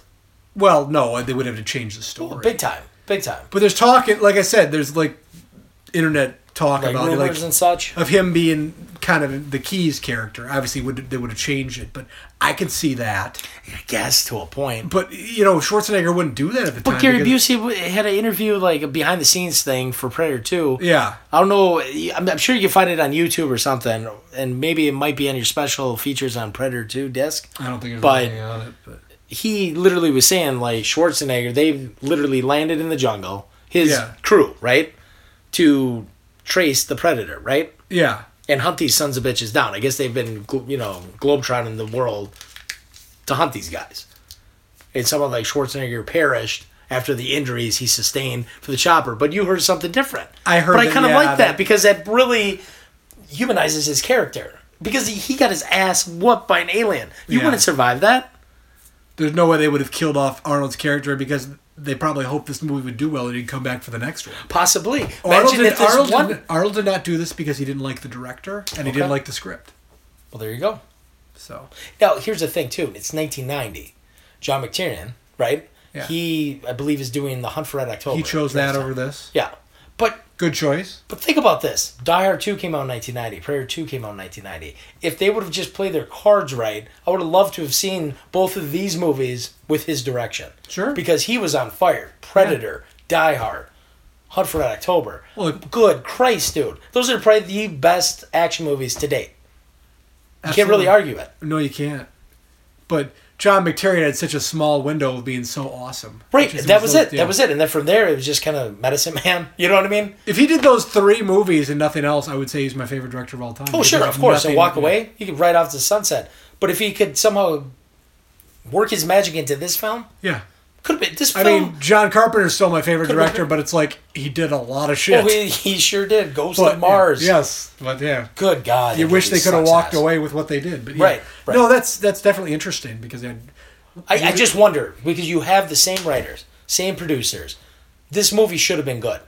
[SPEAKER 1] Well, no, they would have to change the story.
[SPEAKER 2] Big time. Big time.
[SPEAKER 1] But there's talking, like I said, there's like internet talk
[SPEAKER 2] like
[SPEAKER 1] about it,
[SPEAKER 2] rumors
[SPEAKER 1] like
[SPEAKER 2] and such.
[SPEAKER 1] of him being kind of the keys character. Obviously, would they would have changed it, but I can see that.
[SPEAKER 2] I guess to a point.
[SPEAKER 1] But you know, Schwarzenegger wouldn't do that at the time.
[SPEAKER 2] But Gary
[SPEAKER 1] because-
[SPEAKER 2] Busey w- had an interview, like a behind the scenes thing for Predator 2.
[SPEAKER 1] Yeah,
[SPEAKER 2] I don't know. I'm, I'm sure you can find it on YouTube or something, and maybe it might be on your special features on Predator 2 disc.
[SPEAKER 1] I don't think there's
[SPEAKER 2] But-
[SPEAKER 1] anything on it. But
[SPEAKER 2] He literally was saying, like, Schwarzenegger, they've literally landed in the jungle, his
[SPEAKER 1] Yeah.
[SPEAKER 2] crew, right? To trace the Predator, right?
[SPEAKER 1] yeah,
[SPEAKER 2] And hunt these sons of bitches down. I guess they've been, glo- you know, globetrotting the world to hunt these guys. And someone like Schwarzenegger perished after the injuries he sustained for the chopper. But you heard something different.
[SPEAKER 1] I heard
[SPEAKER 2] But I
[SPEAKER 1] that-
[SPEAKER 2] kind of
[SPEAKER 1] yeah,
[SPEAKER 2] like that,
[SPEAKER 1] that-
[SPEAKER 2] because that really humanizes his character. Because he, he got his ass whooped by an alien. You
[SPEAKER 1] Yeah.
[SPEAKER 2] wouldn't survive that.
[SPEAKER 1] there's no way they would have killed off Arnold's character because they probably hoped this movie would do well and he'd come back for the next one.
[SPEAKER 2] Possibly.
[SPEAKER 1] Arnold
[SPEAKER 2] Imagine
[SPEAKER 1] did,
[SPEAKER 2] if there's
[SPEAKER 1] Arnold,
[SPEAKER 2] one.
[SPEAKER 1] did, Arnold did not do this because he didn't like the director and he
[SPEAKER 2] Okay.
[SPEAKER 1] didn't like the script.
[SPEAKER 2] Well, there you go.
[SPEAKER 1] So
[SPEAKER 2] Now, here's the thing, too. It's 1990. John McTiernan, right?
[SPEAKER 1] Yeah.
[SPEAKER 2] He, I believe, is doing The Hunt for Red October.
[SPEAKER 1] he chose that over this.
[SPEAKER 2] Yeah. But
[SPEAKER 1] Good choice.
[SPEAKER 2] But think about this: Die Hard Two came out in 1990. Prayer Two came out in 1990. If they would have just played their cards right, I would have loved to have seen both of these movies with his direction.
[SPEAKER 1] Sure.
[SPEAKER 2] Because he was on fire. Predator, Die Hard, Hunt for Red October.
[SPEAKER 1] Well, it-
[SPEAKER 2] good Christ, dude! Those are probably the best action movies to date. You can't
[SPEAKER 1] Absolutely.
[SPEAKER 2] really argue it.
[SPEAKER 1] No, you can't. But John McTiernan had such a small window of being so awesome.
[SPEAKER 2] Right.
[SPEAKER 1] Just
[SPEAKER 2] That was
[SPEAKER 1] those-
[SPEAKER 2] it.
[SPEAKER 1] yeah.
[SPEAKER 2] That was it. And then from there, it was just kind of Medicine Man. [LAUGHS] You know what I mean?
[SPEAKER 1] If he did those three movies and nothing else, I would say he's my favorite director of all time.
[SPEAKER 2] Oh,
[SPEAKER 1] Because
[SPEAKER 2] sure,
[SPEAKER 1] there's
[SPEAKER 2] of course.
[SPEAKER 1] nothing-
[SPEAKER 2] And walk away. He could ride off to sunset. But if he could somehow work his magic into this film,
[SPEAKER 1] Yeah.
[SPEAKER 2] could have been this
[SPEAKER 1] I
[SPEAKER 2] film.
[SPEAKER 1] mean, John Carpenter's still my favorite
[SPEAKER 2] Could've been-
[SPEAKER 1] director, but it's like he did a lot of shit.
[SPEAKER 2] oh, he, he sure did. Ghost
[SPEAKER 1] But,
[SPEAKER 2] of Mars.
[SPEAKER 1] yeah, yes, but yeah.
[SPEAKER 2] Good God.
[SPEAKER 1] You
[SPEAKER 2] that
[SPEAKER 1] wish
[SPEAKER 2] movie
[SPEAKER 1] they could have
[SPEAKER 2] sucks
[SPEAKER 1] walked
[SPEAKER 2] ass.
[SPEAKER 1] away with what they did, but yeah.
[SPEAKER 2] Right, right.
[SPEAKER 1] No, that's that's definitely interesting because they had,
[SPEAKER 2] I, I just wonder because you have the same writers, same producers. This movie should have been good.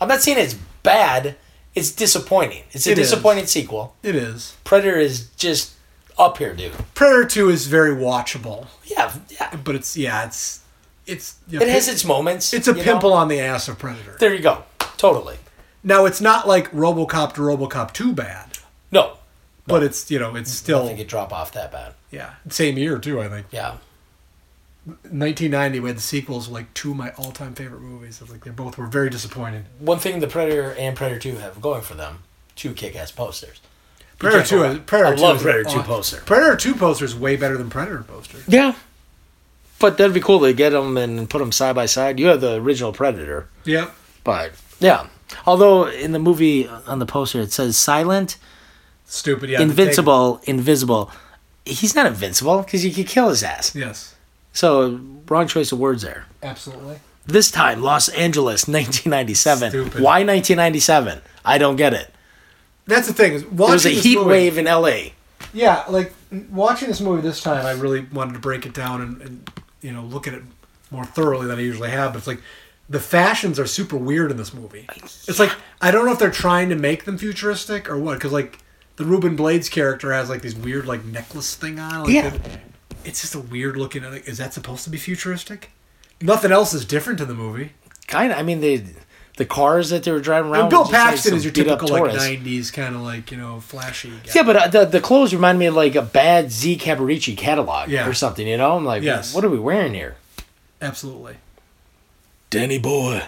[SPEAKER 2] I'm not saying it's bad. It's disappointing. It's a
[SPEAKER 1] It is.
[SPEAKER 2] disappointing sequel.
[SPEAKER 1] it is.
[SPEAKER 2] Predator is just up here, dude.
[SPEAKER 1] Predator Two is very watchable,
[SPEAKER 2] Yeah, yeah.
[SPEAKER 1] but it's yeah, it's it's you know,
[SPEAKER 2] It has
[SPEAKER 1] it's,
[SPEAKER 2] its moments.
[SPEAKER 1] a
[SPEAKER 2] you know?
[SPEAKER 1] pimple on the ass of Predator.
[SPEAKER 2] There you go. Totally.
[SPEAKER 1] Now it's not like RoboCop to RoboCop Two bad,
[SPEAKER 2] No,
[SPEAKER 1] but it's you know it's
[SPEAKER 2] I
[SPEAKER 1] still
[SPEAKER 2] think it drop off that bad.
[SPEAKER 1] yeah same year too. I think
[SPEAKER 2] Yeah.
[SPEAKER 1] 1990 we had the sequels like two of my all time favorite movies. It's like they both were very disappointing.
[SPEAKER 2] One thing the Predator and Predator 2 have going for them two kick ass posters. You
[SPEAKER 1] Predator
[SPEAKER 2] can't go
[SPEAKER 1] Two,
[SPEAKER 2] wrong.
[SPEAKER 1] Predator
[SPEAKER 2] I
[SPEAKER 1] Two
[SPEAKER 2] love
[SPEAKER 1] is
[SPEAKER 2] Predator 2
[SPEAKER 1] aw-
[SPEAKER 2] poster.
[SPEAKER 1] Predator Two poster is way better than Predator poster.
[SPEAKER 2] Yeah. But that'd be cool to get them and put them side by side. You have the original Predator.
[SPEAKER 1] Yep.
[SPEAKER 2] But yeah. Although in the movie on the poster it says silent,
[SPEAKER 1] Stupid. Yeah.
[SPEAKER 2] invincible, invisible. He's not invincible because you could kill his ass.
[SPEAKER 1] Yes.
[SPEAKER 2] So wrong choice of words there.
[SPEAKER 1] Absolutely.
[SPEAKER 2] This time, Los Angeles, 1997.
[SPEAKER 1] Stupid.
[SPEAKER 2] Why 1997? I don't get it.
[SPEAKER 1] That's the thing. Is
[SPEAKER 2] It
[SPEAKER 1] watching
[SPEAKER 2] was a
[SPEAKER 1] this
[SPEAKER 2] heat
[SPEAKER 1] movie-
[SPEAKER 2] wave in LA.
[SPEAKER 1] Yeah, like n- watching this movie this time, I really wanted to break it down and, and you know look at it more thoroughly than I usually have. But it's like the fashions are super weird in this movie. It's like I don't know if they're trying to make them futuristic or what, because like the Ruben Blades character has like these weird like necklace thing on. Like,
[SPEAKER 2] Yeah.
[SPEAKER 1] it- it's just a weird looking. Like, is that supposed to be futuristic? Nothing else is different in the movie.
[SPEAKER 2] kind of. I mean, they the cars that they were driving around.
[SPEAKER 1] And Bill
[SPEAKER 2] was just like
[SPEAKER 1] Paxton
[SPEAKER 2] some
[SPEAKER 1] is your
[SPEAKER 2] beat-up
[SPEAKER 1] typical like
[SPEAKER 2] Taurus.
[SPEAKER 1] '90s kind of like you know flashy. Guy.
[SPEAKER 2] Yeah, but uh, the the clothes remind me of like a bad Z Caparici catalog
[SPEAKER 1] Yeah.
[SPEAKER 2] or something. You know, I'm like,
[SPEAKER 1] Yes.
[SPEAKER 2] what are we wearing here?
[SPEAKER 1] absolutely.
[SPEAKER 2] Danny boy.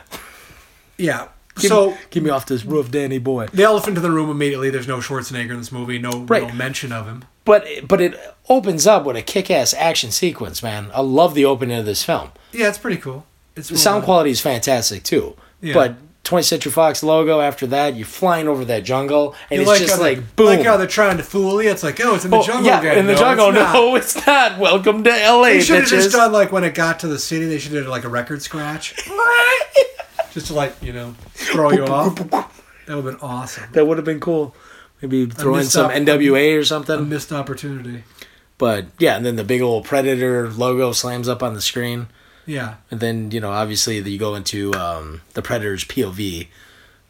[SPEAKER 1] Yeah.
[SPEAKER 2] Give
[SPEAKER 1] so
[SPEAKER 2] me, get me off this roof, Danny boy.
[SPEAKER 1] the elephant in the room immediately. There's no Schwarzenegger in this movie. No, no
[SPEAKER 2] Right.
[SPEAKER 1] mention of him.
[SPEAKER 2] But but it opens up with a kick ass action sequence, man. I love the opening of this film.
[SPEAKER 1] Yeah, it's pretty cool. It's
[SPEAKER 2] The sound quality is fantastic too.
[SPEAKER 1] Oh, Yeah.
[SPEAKER 2] But 20th Century Fox logo. After that, you're flying over that jungle, and it's
[SPEAKER 1] like
[SPEAKER 2] just
[SPEAKER 1] how they-
[SPEAKER 2] like boom.
[SPEAKER 1] Like how they're trying to fool you. It's like, oh, it's in the
[SPEAKER 2] Oh,
[SPEAKER 1] jungle
[SPEAKER 2] yeah,
[SPEAKER 1] again.
[SPEAKER 2] in the
[SPEAKER 1] No,
[SPEAKER 2] jungle.
[SPEAKER 1] it's not.
[SPEAKER 2] no, [LAUGHS] it's not. Welcome to LA.
[SPEAKER 1] They should have
[SPEAKER 2] bitches.
[SPEAKER 1] just done like when it got to the city. They should have done like a record scratch, just to like you know throw you off. That would have been awesome.
[SPEAKER 2] [LAUGHS] [LAUGHS] that would have been cool. Maybe throw in
[SPEAKER 1] missed
[SPEAKER 2] some
[SPEAKER 1] out-
[SPEAKER 2] NWA or
[SPEAKER 1] A
[SPEAKER 2] something.
[SPEAKER 1] missed opportunity.
[SPEAKER 2] But yeah, and then the big old Predator logo slams up on the screen.
[SPEAKER 1] Yeah,
[SPEAKER 2] And then, you know, obviously you go into um, the Predator's POV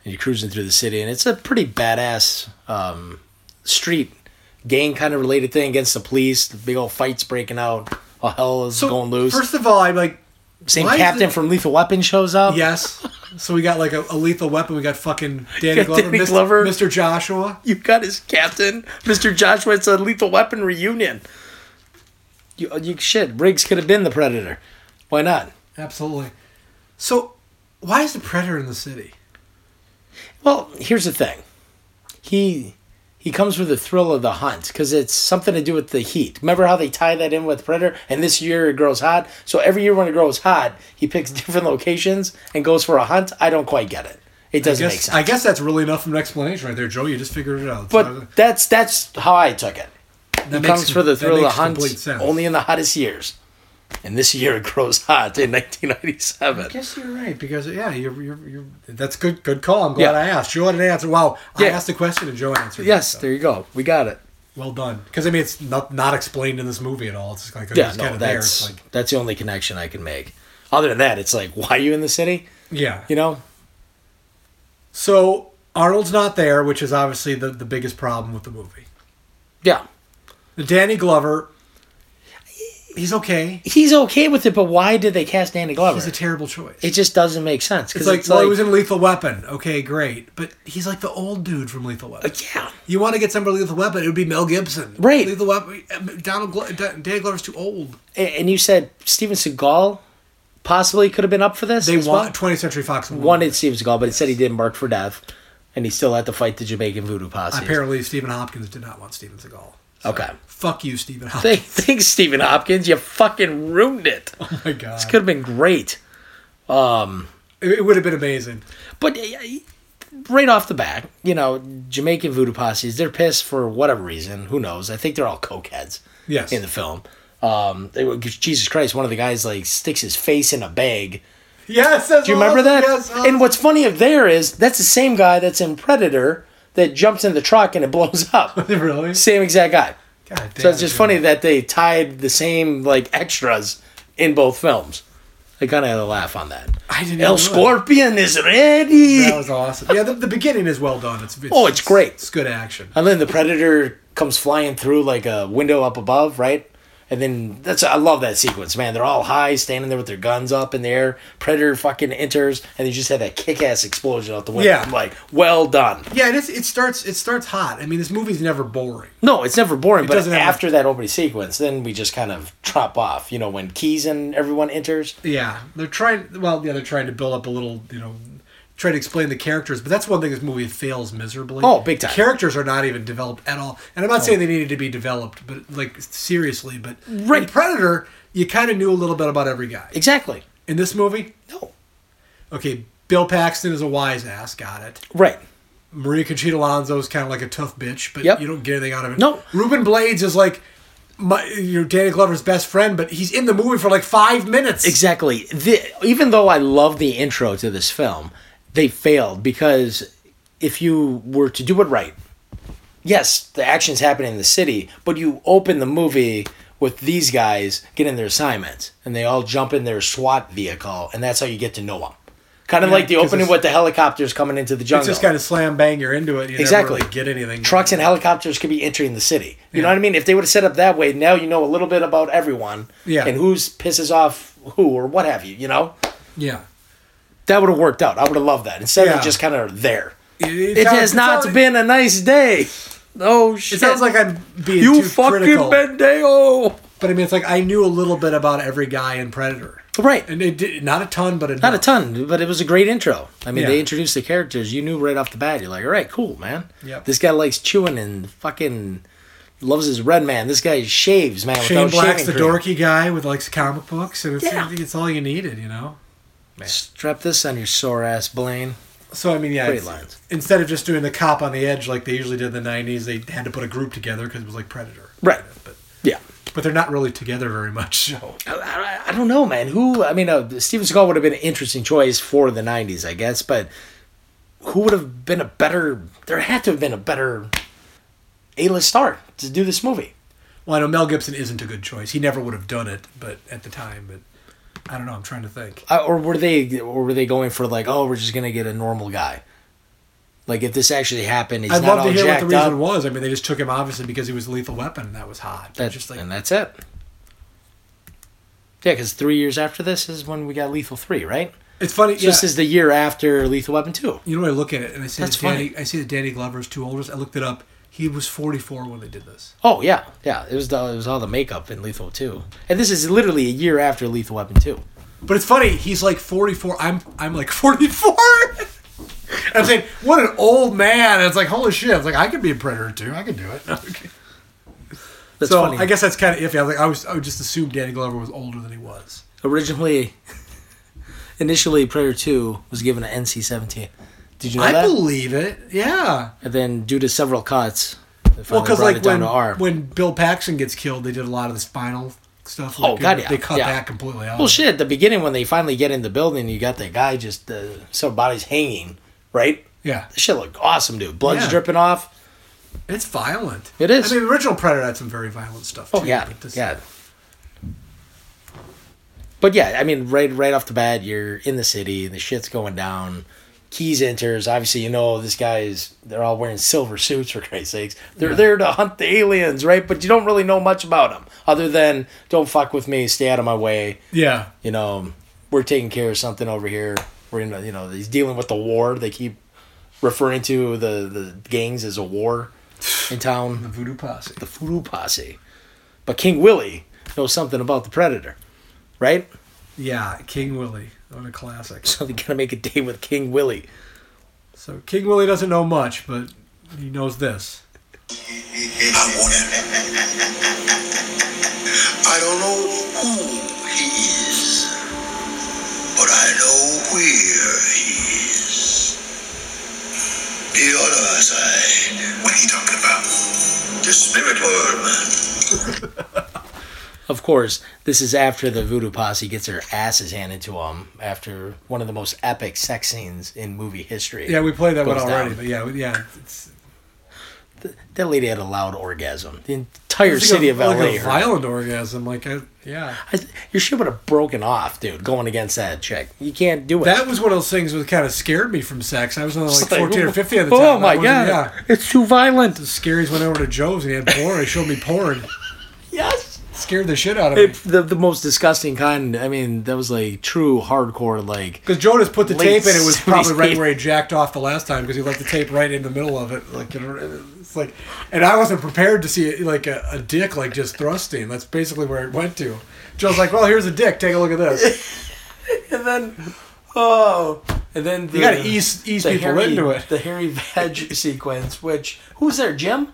[SPEAKER 2] and you're cruising through the city. And it's a pretty badass um, street gang kind of related thing against the police. The big old fights breaking out. All hell is
[SPEAKER 1] So,
[SPEAKER 2] going loose.
[SPEAKER 1] First of all, I'm like,
[SPEAKER 2] Same
[SPEAKER 1] why is
[SPEAKER 2] captain
[SPEAKER 1] it-
[SPEAKER 2] from Lethal Weapon shows up.
[SPEAKER 1] yes. So we got like a, a lethal weapon. We got
[SPEAKER 2] [LAUGHS]
[SPEAKER 1] fucking Danny
[SPEAKER 2] Got
[SPEAKER 1] Glover,
[SPEAKER 2] Danny
[SPEAKER 1] Mr.
[SPEAKER 2] Glover.
[SPEAKER 1] Mr. Joshua.
[SPEAKER 2] You got his captain, Mr. Joshua. It's a lethal weapon reunion. You, you shit. Riggs could have been the predator. Why not?
[SPEAKER 1] Absolutely. So, why is the predator in the city?
[SPEAKER 2] Well, here's the thing. He he comes with the thrill of the hunt because it's something to do with the heat. Remember how they tie that in with Predator? And this year it grows hot. So every year when it grows hot, he picks [LAUGHS] different locations and goes for a hunt. I don't quite get it. It
[SPEAKER 1] I
[SPEAKER 2] doesn't make
[SPEAKER 1] guess,
[SPEAKER 2] sense.
[SPEAKER 1] I guess that's really enough of an explanation right there, Joe. You just figured it out. So,
[SPEAKER 2] but that's that's how I took it.
[SPEAKER 1] that
[SPEAKER 2] he comes for the
[SPEAKER 1] that
[SPEAKER 2] thrill of the
[SPEAKER 1] makes
[SPEAKER 2] hunt
[SPEAKER 1] complete sense.
[SPEAKER 2] only in the hottest years. And this year it grows hot in 1997.
[SPEAKER 1] I guess you're right because yeah, you're, you're, you're that's good good call. I'm glad
[SPEAKER 2] Yeah.
[SPEAKER 1] I asked. Joe had an answer. Wow, I
[SPEAKER 2] Yeah.
[SPEAKER 1] asked a question and Joe answered. it,
[SPEAKER 2] Yes,
[SPEAKER 1] so.
[SPEAKER 2] there you go. We got it.
[SPEAKER 1] well done. Because I mean, it's not not explained in this movie at all. It's just like
[SPEAKER 2] Yeah,
[SPEAKER 1] it's
[SPEAKER 2] no,
[SPEAKER 1] kind
[SPEAKER 2] that's
[SPEAKER 1] of there. It's like
[SPEAKER 2] that's the only connection I can make. Other than that, it's like, why are you in the city?
[SPEAKER 1] yeah.
[SPEAKER 2] You know?
[SPEAKER 1] So Arnold's not there, which is obviously the the biggest problem with the movie.
[SPEAKER 2] Yeah,
[SPEAKER 1] Danny Glover, he's okay.
[SPEAKER 2] he's okay with it, but why did they cast Danny Glover?
[SPEAKER 1] He's a terrible choice.
[SPEAKER 2] it just doesn't make sense.
[SPEAKER 1] It's
[SPEAKER 2] Because
[SPEAKER 1] like,
[SPEAKER 2] it's
[SPEAKER 1] well,
[SPEAKER 2] like,
[SPEAKER 1] he was in Lethal Weapon. Okay, great, but he's like the old dude from Lethal Weapon.
[SPEAKER 2] yeah,
[SPEAKER 1] You want to get somebody Lethal Weapon? It would be Mel Gibson.
[SPEAKER 2] Right.
[SPEAKER 1] Lethal Weapon. uh, Donald Glo- Dan- Danny Glover's too old.
[SPEAKER 2] A- and you said Steven Seagal possibly could have been up for this.
[SPEAKER 1] They
[SPEAKER 2] as
[SPEAKER 1] want 20th Century Fox
[SPEAKER 2] well? wanted Steven Seagal, but it said he didn't mark for death, and he still had to fight the Jamaican Voodoo Posse.
[SPEAKER 1] Apparently, Stephen Hopkins did not want Steven Seagal.
[SPEAKER 2] okay.
[SPEAKER 1] Fuck you, Stephen
[SPEAKER 2] Thank- [LAUGHS]
[SPEAKER 1] Hopkins.
[SPEAKER 2] Thanks, Stephen Hopkins. You fucking ruined it.
[SPEAKER 1] oh my god,
[SPEAKER 2] Could have been great.
[SPEAKER 1] it, it would have been amazing.
[SPEAKER 2] But uh, right off the bat, you know, Jamaican voodoo posses, they're pissed for whatever reason. Who knows? I think they're all cokeheads
[SPEAKER 1] Yes.
[SPEAKER 2] in the film. Um, they were, Jesus Christ, one of the guys like sticks his face in a bag.
[SPEAKER 1] Yes. that's
[SPEAKER 2] Do you remember
[SPEAKER 1] awesome,
[SPEAKER 2] that?
[SPEAKER 1] Oh, Yes,
[SPEAKER 2] And what's funny of there is that's the same guy that's in Predator that jumps in the truck and it blows
[SPEAKER 1] [LAUGHS]
[SPEAKER 2] up.
[SPEAKER 1] awesome. [LAUGHS] really?
[SPEAKER 2] same exact guy.
[SPEAKER 1] God damn.
[SPEAKER 2] So it's just
[SPEAKER 1] dude.
[SPEAKER 2] funny that they tied the same like extras in both films. I kind of had a laugh on that.
[SPEAKER 1] I didn't.
[SPEAKER 2] El
[SPEAKER 1] even realize.
[SPEAKER 2] Scorpion is ready.
[SPEAKER 1] That was awesome. Yeah, the, the beginning is well done. It's,
[SPEAKER 2] Oh, it's great.
[SPEAKER 1] It's good action.
[SPEAKER 2] And then the predator comes flying through like a window up above, right? And then that's I love that sequence, man. They're all high, standing there with their guns up in the air. Predator fucking enters, and they just had that kick-ass explosion out the window.
[SPEAKER 1] Yeah.
[SPEAKER 2] I'm like, well done.
[SPEAKER 1] Yeah, it, is, it starts. It starts hot. I mean, this movie's never boring.
[SPEAKER 2] No, it's never boring. but
[SPEAKER 1] doesn't have much-
[SPEAKER 2] after that opening sequence, then we just kind of drop off. You know, when Keys and everyone enters.
[SPEAKER 1] Yeah, they're trying. Well, yeah, they're trying to build up a little. You know, try to explain the characters. But that's one thing this movie fails miserably.
[SPEAKER 2] Oh, big time.
[SPEAKER 1] Characters are not even developed at all. And I'm not saying they needed to be developed, but like seriously. But in
[SPEAKER 2] Right.
[SPEAKER 1] Predator, you kind of knew a little bit about every guy
[SPEAKER 2] Exactly.
[SPEAKER 1] in this movie.
[SPEAKER 2] No.
[SPEAKER 1] Okay, Bill Paxton is a wise ass. Got it.
[SPEAKER 2] Right.
[SPEAKER 1] Maria Conchita Alonso is kind of like a tough bitch, but
[SPEAKER 2] Yep.
[SPEAKER 1] you don't get anything out of it.
[SPEAKER 2] No.
[SPEAKER 1] Ruben Blades is like my, your Danny Glover's best friend, but he's in the movie for like five minutes.
[SPEAKER 2] Exactly. The, even though I love the intro to this film, they failed because if you were to do it right, yes, the action's happening in the city, but you open the movie with these guys getting their assignments and they all jump in their SWAT vehicle, and that's how you get to know them. Kind of like the
[SPEAKER 1] 'cause
[SPEAKER 2] opening
[SPEAKER 1] it's-
[SPEAKER 2] with the helicopters coming into the jungle.
[SPEAKER 1] It's just kind of slam bang you're into it. You
[SPEAKER 2] Oh, Exactly.
[SPEAKER 1] never really get anything.
[SPEAKER 2] Trucks and helicopters could be entering the city. You know what I mean? If they would have set up that way, now you know a little bit about everyone
[SPEAKER 1] Yeah.
[SPEAKER 2] and who's pisses off who or what have you, you know?
[SPEAKER 1] Yeah.
[SPEAKER 2] that would have worked out. I would have loved that instead
[SPEAKER 1] Yeah.
[SPEAKER 2] of just kind of there.
[SPEAKER 1] It,
[SPEAKER 2] It has not
[SPEAKER 1] sounds,
[SPEAKER 2] been a nice day. Oh shit!
[SPEAKER 1] It sounds like I'm being
[SPEAKER 2] you
[SPEAKER 1] too
[SPEAKER 2] fucking
[SPEAKER 1] critical,
[SPEAKER 2] Bendeo.
[SPEAKER 1] but I mean it's like I knew a little bit about every guy in Predator,
[SPEAKER 2] Right,
[SPEAKER 1] and it did not a ton, but
[SPEAKER 2] not a
[SPEAKER 1] enough.
[SPEAKER 2] ton, but it was a great intro. I mean, they
[SPEAKER 1] Yeah.
[SPEAKER 2] introduced the characters. You knew right off the bat. You're like, all right, cool, man.
[SPEAKER 1] Yep.
[SPEAKER 2] This guy likes chewing and fucking loves his red man. This guy shaves, man.
[SPEAKER 1] Shane
[SPEAKER 2] without
[SPEAKER 1] Black's the
[SPEAKER 2] shaving
[SPEAKER 1] dorky
[SPEAKER 2] cream.
[SPEAKER 1] guy with likes comic books, and it's,
[SPEAKER 2] Yeah.
[SPEAKER 1] it's all you needed, you know.
[SPEAKER 2] Strap this on your sore ass, Blaine.
[SPEAKER 1] So I mean, yeah,
[SPEAKER 2] Great
[SPEAKER 1] it's-
[SPEAKER 2] lines.
[SPEAKER 1] instead of just doing the cop on the edge like they usually did in the '90s, they had to put a group together because it was like Predator.
[SPEAKER 2] Right.
[SPEAKER 1] But,
[SPEAKER 2] Yeah.
[SPEAKER 1] but they're not really together very much. So.
[SPEAKER 2] I- I, I don't know, man. Who? I mean, uh, Steven Seagal would have been an interesting choice for the '90s, I guess. But who would have been a better? There had to have been a better A-list star to do this movie.
[SPEAKER 1] Well, I know Mel Gibson isn't a good choice. He never would have done it, but at the time, but I don't know. I'm trying to think.
[SPEAKER 2] I, Uh, or were they? Or were they going for like, oh, we're just gonna get a normal guy? Like, if this actually happened, he's
[SPEAKER 1] I'd
[SPEAKER 2] not
[SPEAKER 1] love
[SPEAKER 2] all
[SPEAKER 1] to hear what
[SPEAKER 2] jacked
[SPEAKER 1] the reason
[SPEAKER 2] up.
[SPEAKER 1] was. I mean, they just took him obviously because he was a lethal weapon and that was hot.
[SPEAKER 2] That,
[SPEAKER 1] just like,
[SPEAKER 2] and that's it. Yeah, because three years after this is when we got Lethal Three, right?
[SPEAKER 1] It's funny.
[SPEAKER 2] So
[SPEAKER 1] yeah.
[SPEAKER 2] This is the year after Lethal Weapon 2.
[SPEAKER 1] you know, I look at it and I see
[SPEAKER 2] That's
[SPEAKER 1] that Danny, I see that Danny Glover's two oldest. I looked it up. He was 44 when they did this.
[SPEAKER 2] Oh, yeah. Yeah. It was, the, it was all the makeup in Lethal 2. And this is literally a year after Lethal Weapon 2.
[SPEAKER 1] But it's funny. He's like 44. I'm I'm like [LAUGHS] 44. I'm saying, what an old man. And it's like, holy shit. It's like, I could be a predator too. I could do
[SPEAKER 2] [LAUGHS]
[SPEAKER 1] it.
[SPEAKER 2] That's
[SPEAKER 1] so
[SPEAKER 2] funny.
[SPEAKER 1] I guess that's kind of iffy. I was like, I was, I would just assume Danny Glover was older than he was.
[SPEAKER 2] Originally, [LAUGHS] initially, Predator 2 was given an NC 17. Did you know
[SPEAKER 1] I
[SPEAKER 2] that?
[SPEAKER 1] believe it. Yeah.
[SPEAKER 2] and then, due to several cuts, they
[SPEAKER 1] Well,
[SPEAKER 2] finally
[SPEAKER 1] because
[SPEAKER 2] brought
[SPEAKER 1] like
[SPEAKER 2] it down
[SPEAKER 1] when
[SPEAKER 2] to R.
[SPEAKER 1] when Bill Paxton gets killed, they did a lot of the spinal stuff.
[SPEAKER 2] Oh,
[SPEAKER 1] Like,
[SPEAKER 2] God,
[SPEAKER 1] they-
[SPEAKER 2] yeah.
[SPEAKER 1] They cut
[SPEAKER 2] Yeah.
[SPEAKER 1] that completely out.
[SPEAKER 2] Well, shit, at the beginning when they finally get in the building, you got that guy just, uh, some body's hanging, right?
[SPEAKER 1] Yeah,
[SPEAKER 2] That shit looked awesome, dude. Blood's
[SPEAKER 1] Yeah.
[SPEAKER 2] dripping off.
[SPEAKER 1] it's violent.
[SPEAKER 2] It is.
[SPEAKER 1] I mean, the original Predator had some very violent stuff. Too,
[SPEAKER 2] Oh yeah,
[SPEAKER 1] but this-
[SPEAKER 2] yeah. But yeah, I mean, right right off the bat, you're in the city. The shit's going down. Keys enters. Obviously, you know this guy is. They're all wearing silver suits for Christ's sakes. They're there to hunt the aliens, right? But you don't really know much about them other than don't fuck with me, stay out of my way.
[SPEAKER 1] yeah.
[SPEAKER 2] You know, we're taking care of something over here. We're in, a- you know, he's dealing with the war. They keep referring to the the gangs as a war in town
[SPEAKER 1] The Voodoo Posse.
[SPEAKER 2] the Voodoo Posse. But King Willie knows something about the Predator, right? [LAUGHS]
[SPEAKER 1] Yeah, King Willie. What a classic.
[SPEAKER 2] So they gotta make a date with King Willie.
[SPEAKER 1] So King Willie doesn't know much, but he knows this.
[SPEAKER 3] [LAUGHS] I want him. I don't know who he is, but I know where he is. The other side. What are you talking about? The spirit world, man.
[SPEAKER 2] Of course, this is after the Voodoo Posse gets their asses handed to them after one of the most epic sex scenes in movie history.
[SPEAKER 1] Yeah, we played that one
[SPEAKER 2] Goes
[SPEAKER 1] already,
[SPEAKER 2] down.
[SPEAKER 1] but yeah, yeah. It's,
[SPEAKER 2] That lady had a loud orgasm. The entire
[SPEAKER 1] it's
[SPEAKER 2] city
[SPEAKER 1] like
[SPEAKER 2] of
[SPEAKER 1] a,
[SPEAKER 2] LA.
[SPEAKER 1] like a
[SPEAKER 2] heard.
[SPEAKER 1] violent orgasm. Like, I, yeah.
[SPEAKER 2] I, your shit would have broken off, dude, going against that chick. You can't do it.
[SPEAKER 1] That was one of those things that kind of scared me from sex. I was only like
[SPEAKER 2] [LAUGHS] It's like,
[SPEAKER 1] 14 or 15 at the
[SPEAKER 2] oh
[SPEAKER 1] time. I
[SPEAKER 2] my
[SPEAKER 1] wasn't-
[SPEAKER 2] god.
[SPEAKER 1] Yeah.
[SPEAKER 2] It's too violent.
[SPEAKER 1] Scaries went over to Joe's and he
[SPEAKER 2] [LAUGHS]
[SPEAKER 1] had porn. He showed me porn.
[SPEAKER 2] Yes.
[SPEAKER 1] Scared the shit out of
[SPEAKER 2] It,
[SPEAKER 1] me.
[SPEAKER 2] the, the most disgusting kind. I mean, that was like true hardcore. Like
[SPEAKER 1] Because Joe just put the
[SPEAKER 2] Late
[SPEAKER 1] tape in. It was probably
[SPEAKER 2] 70s.
[SPEAKER 1] right where he jacked off the last time because he left the tape right in the middle of it. Like you know, it's like, and I wasn't prepared to see it, like a, a dick like just thrusting. That's basically where it went to. Joe's like, well, here's a dick. Take a look at this.
[SPEAKER 2] and then oh, and then the,
[SPEAKER 1] You got
[SPEAKER 2] [LAUGHS]
[SPEAKER 1] to ease ease
[SPEAKER 2] the
[SPEAKER 1] people
[SPEAKER 2] hairy-
[SPEAKER 1] into it.
[SPEAKER 2] The hairy [LAUGHS] veg sequence, which who's there? Jim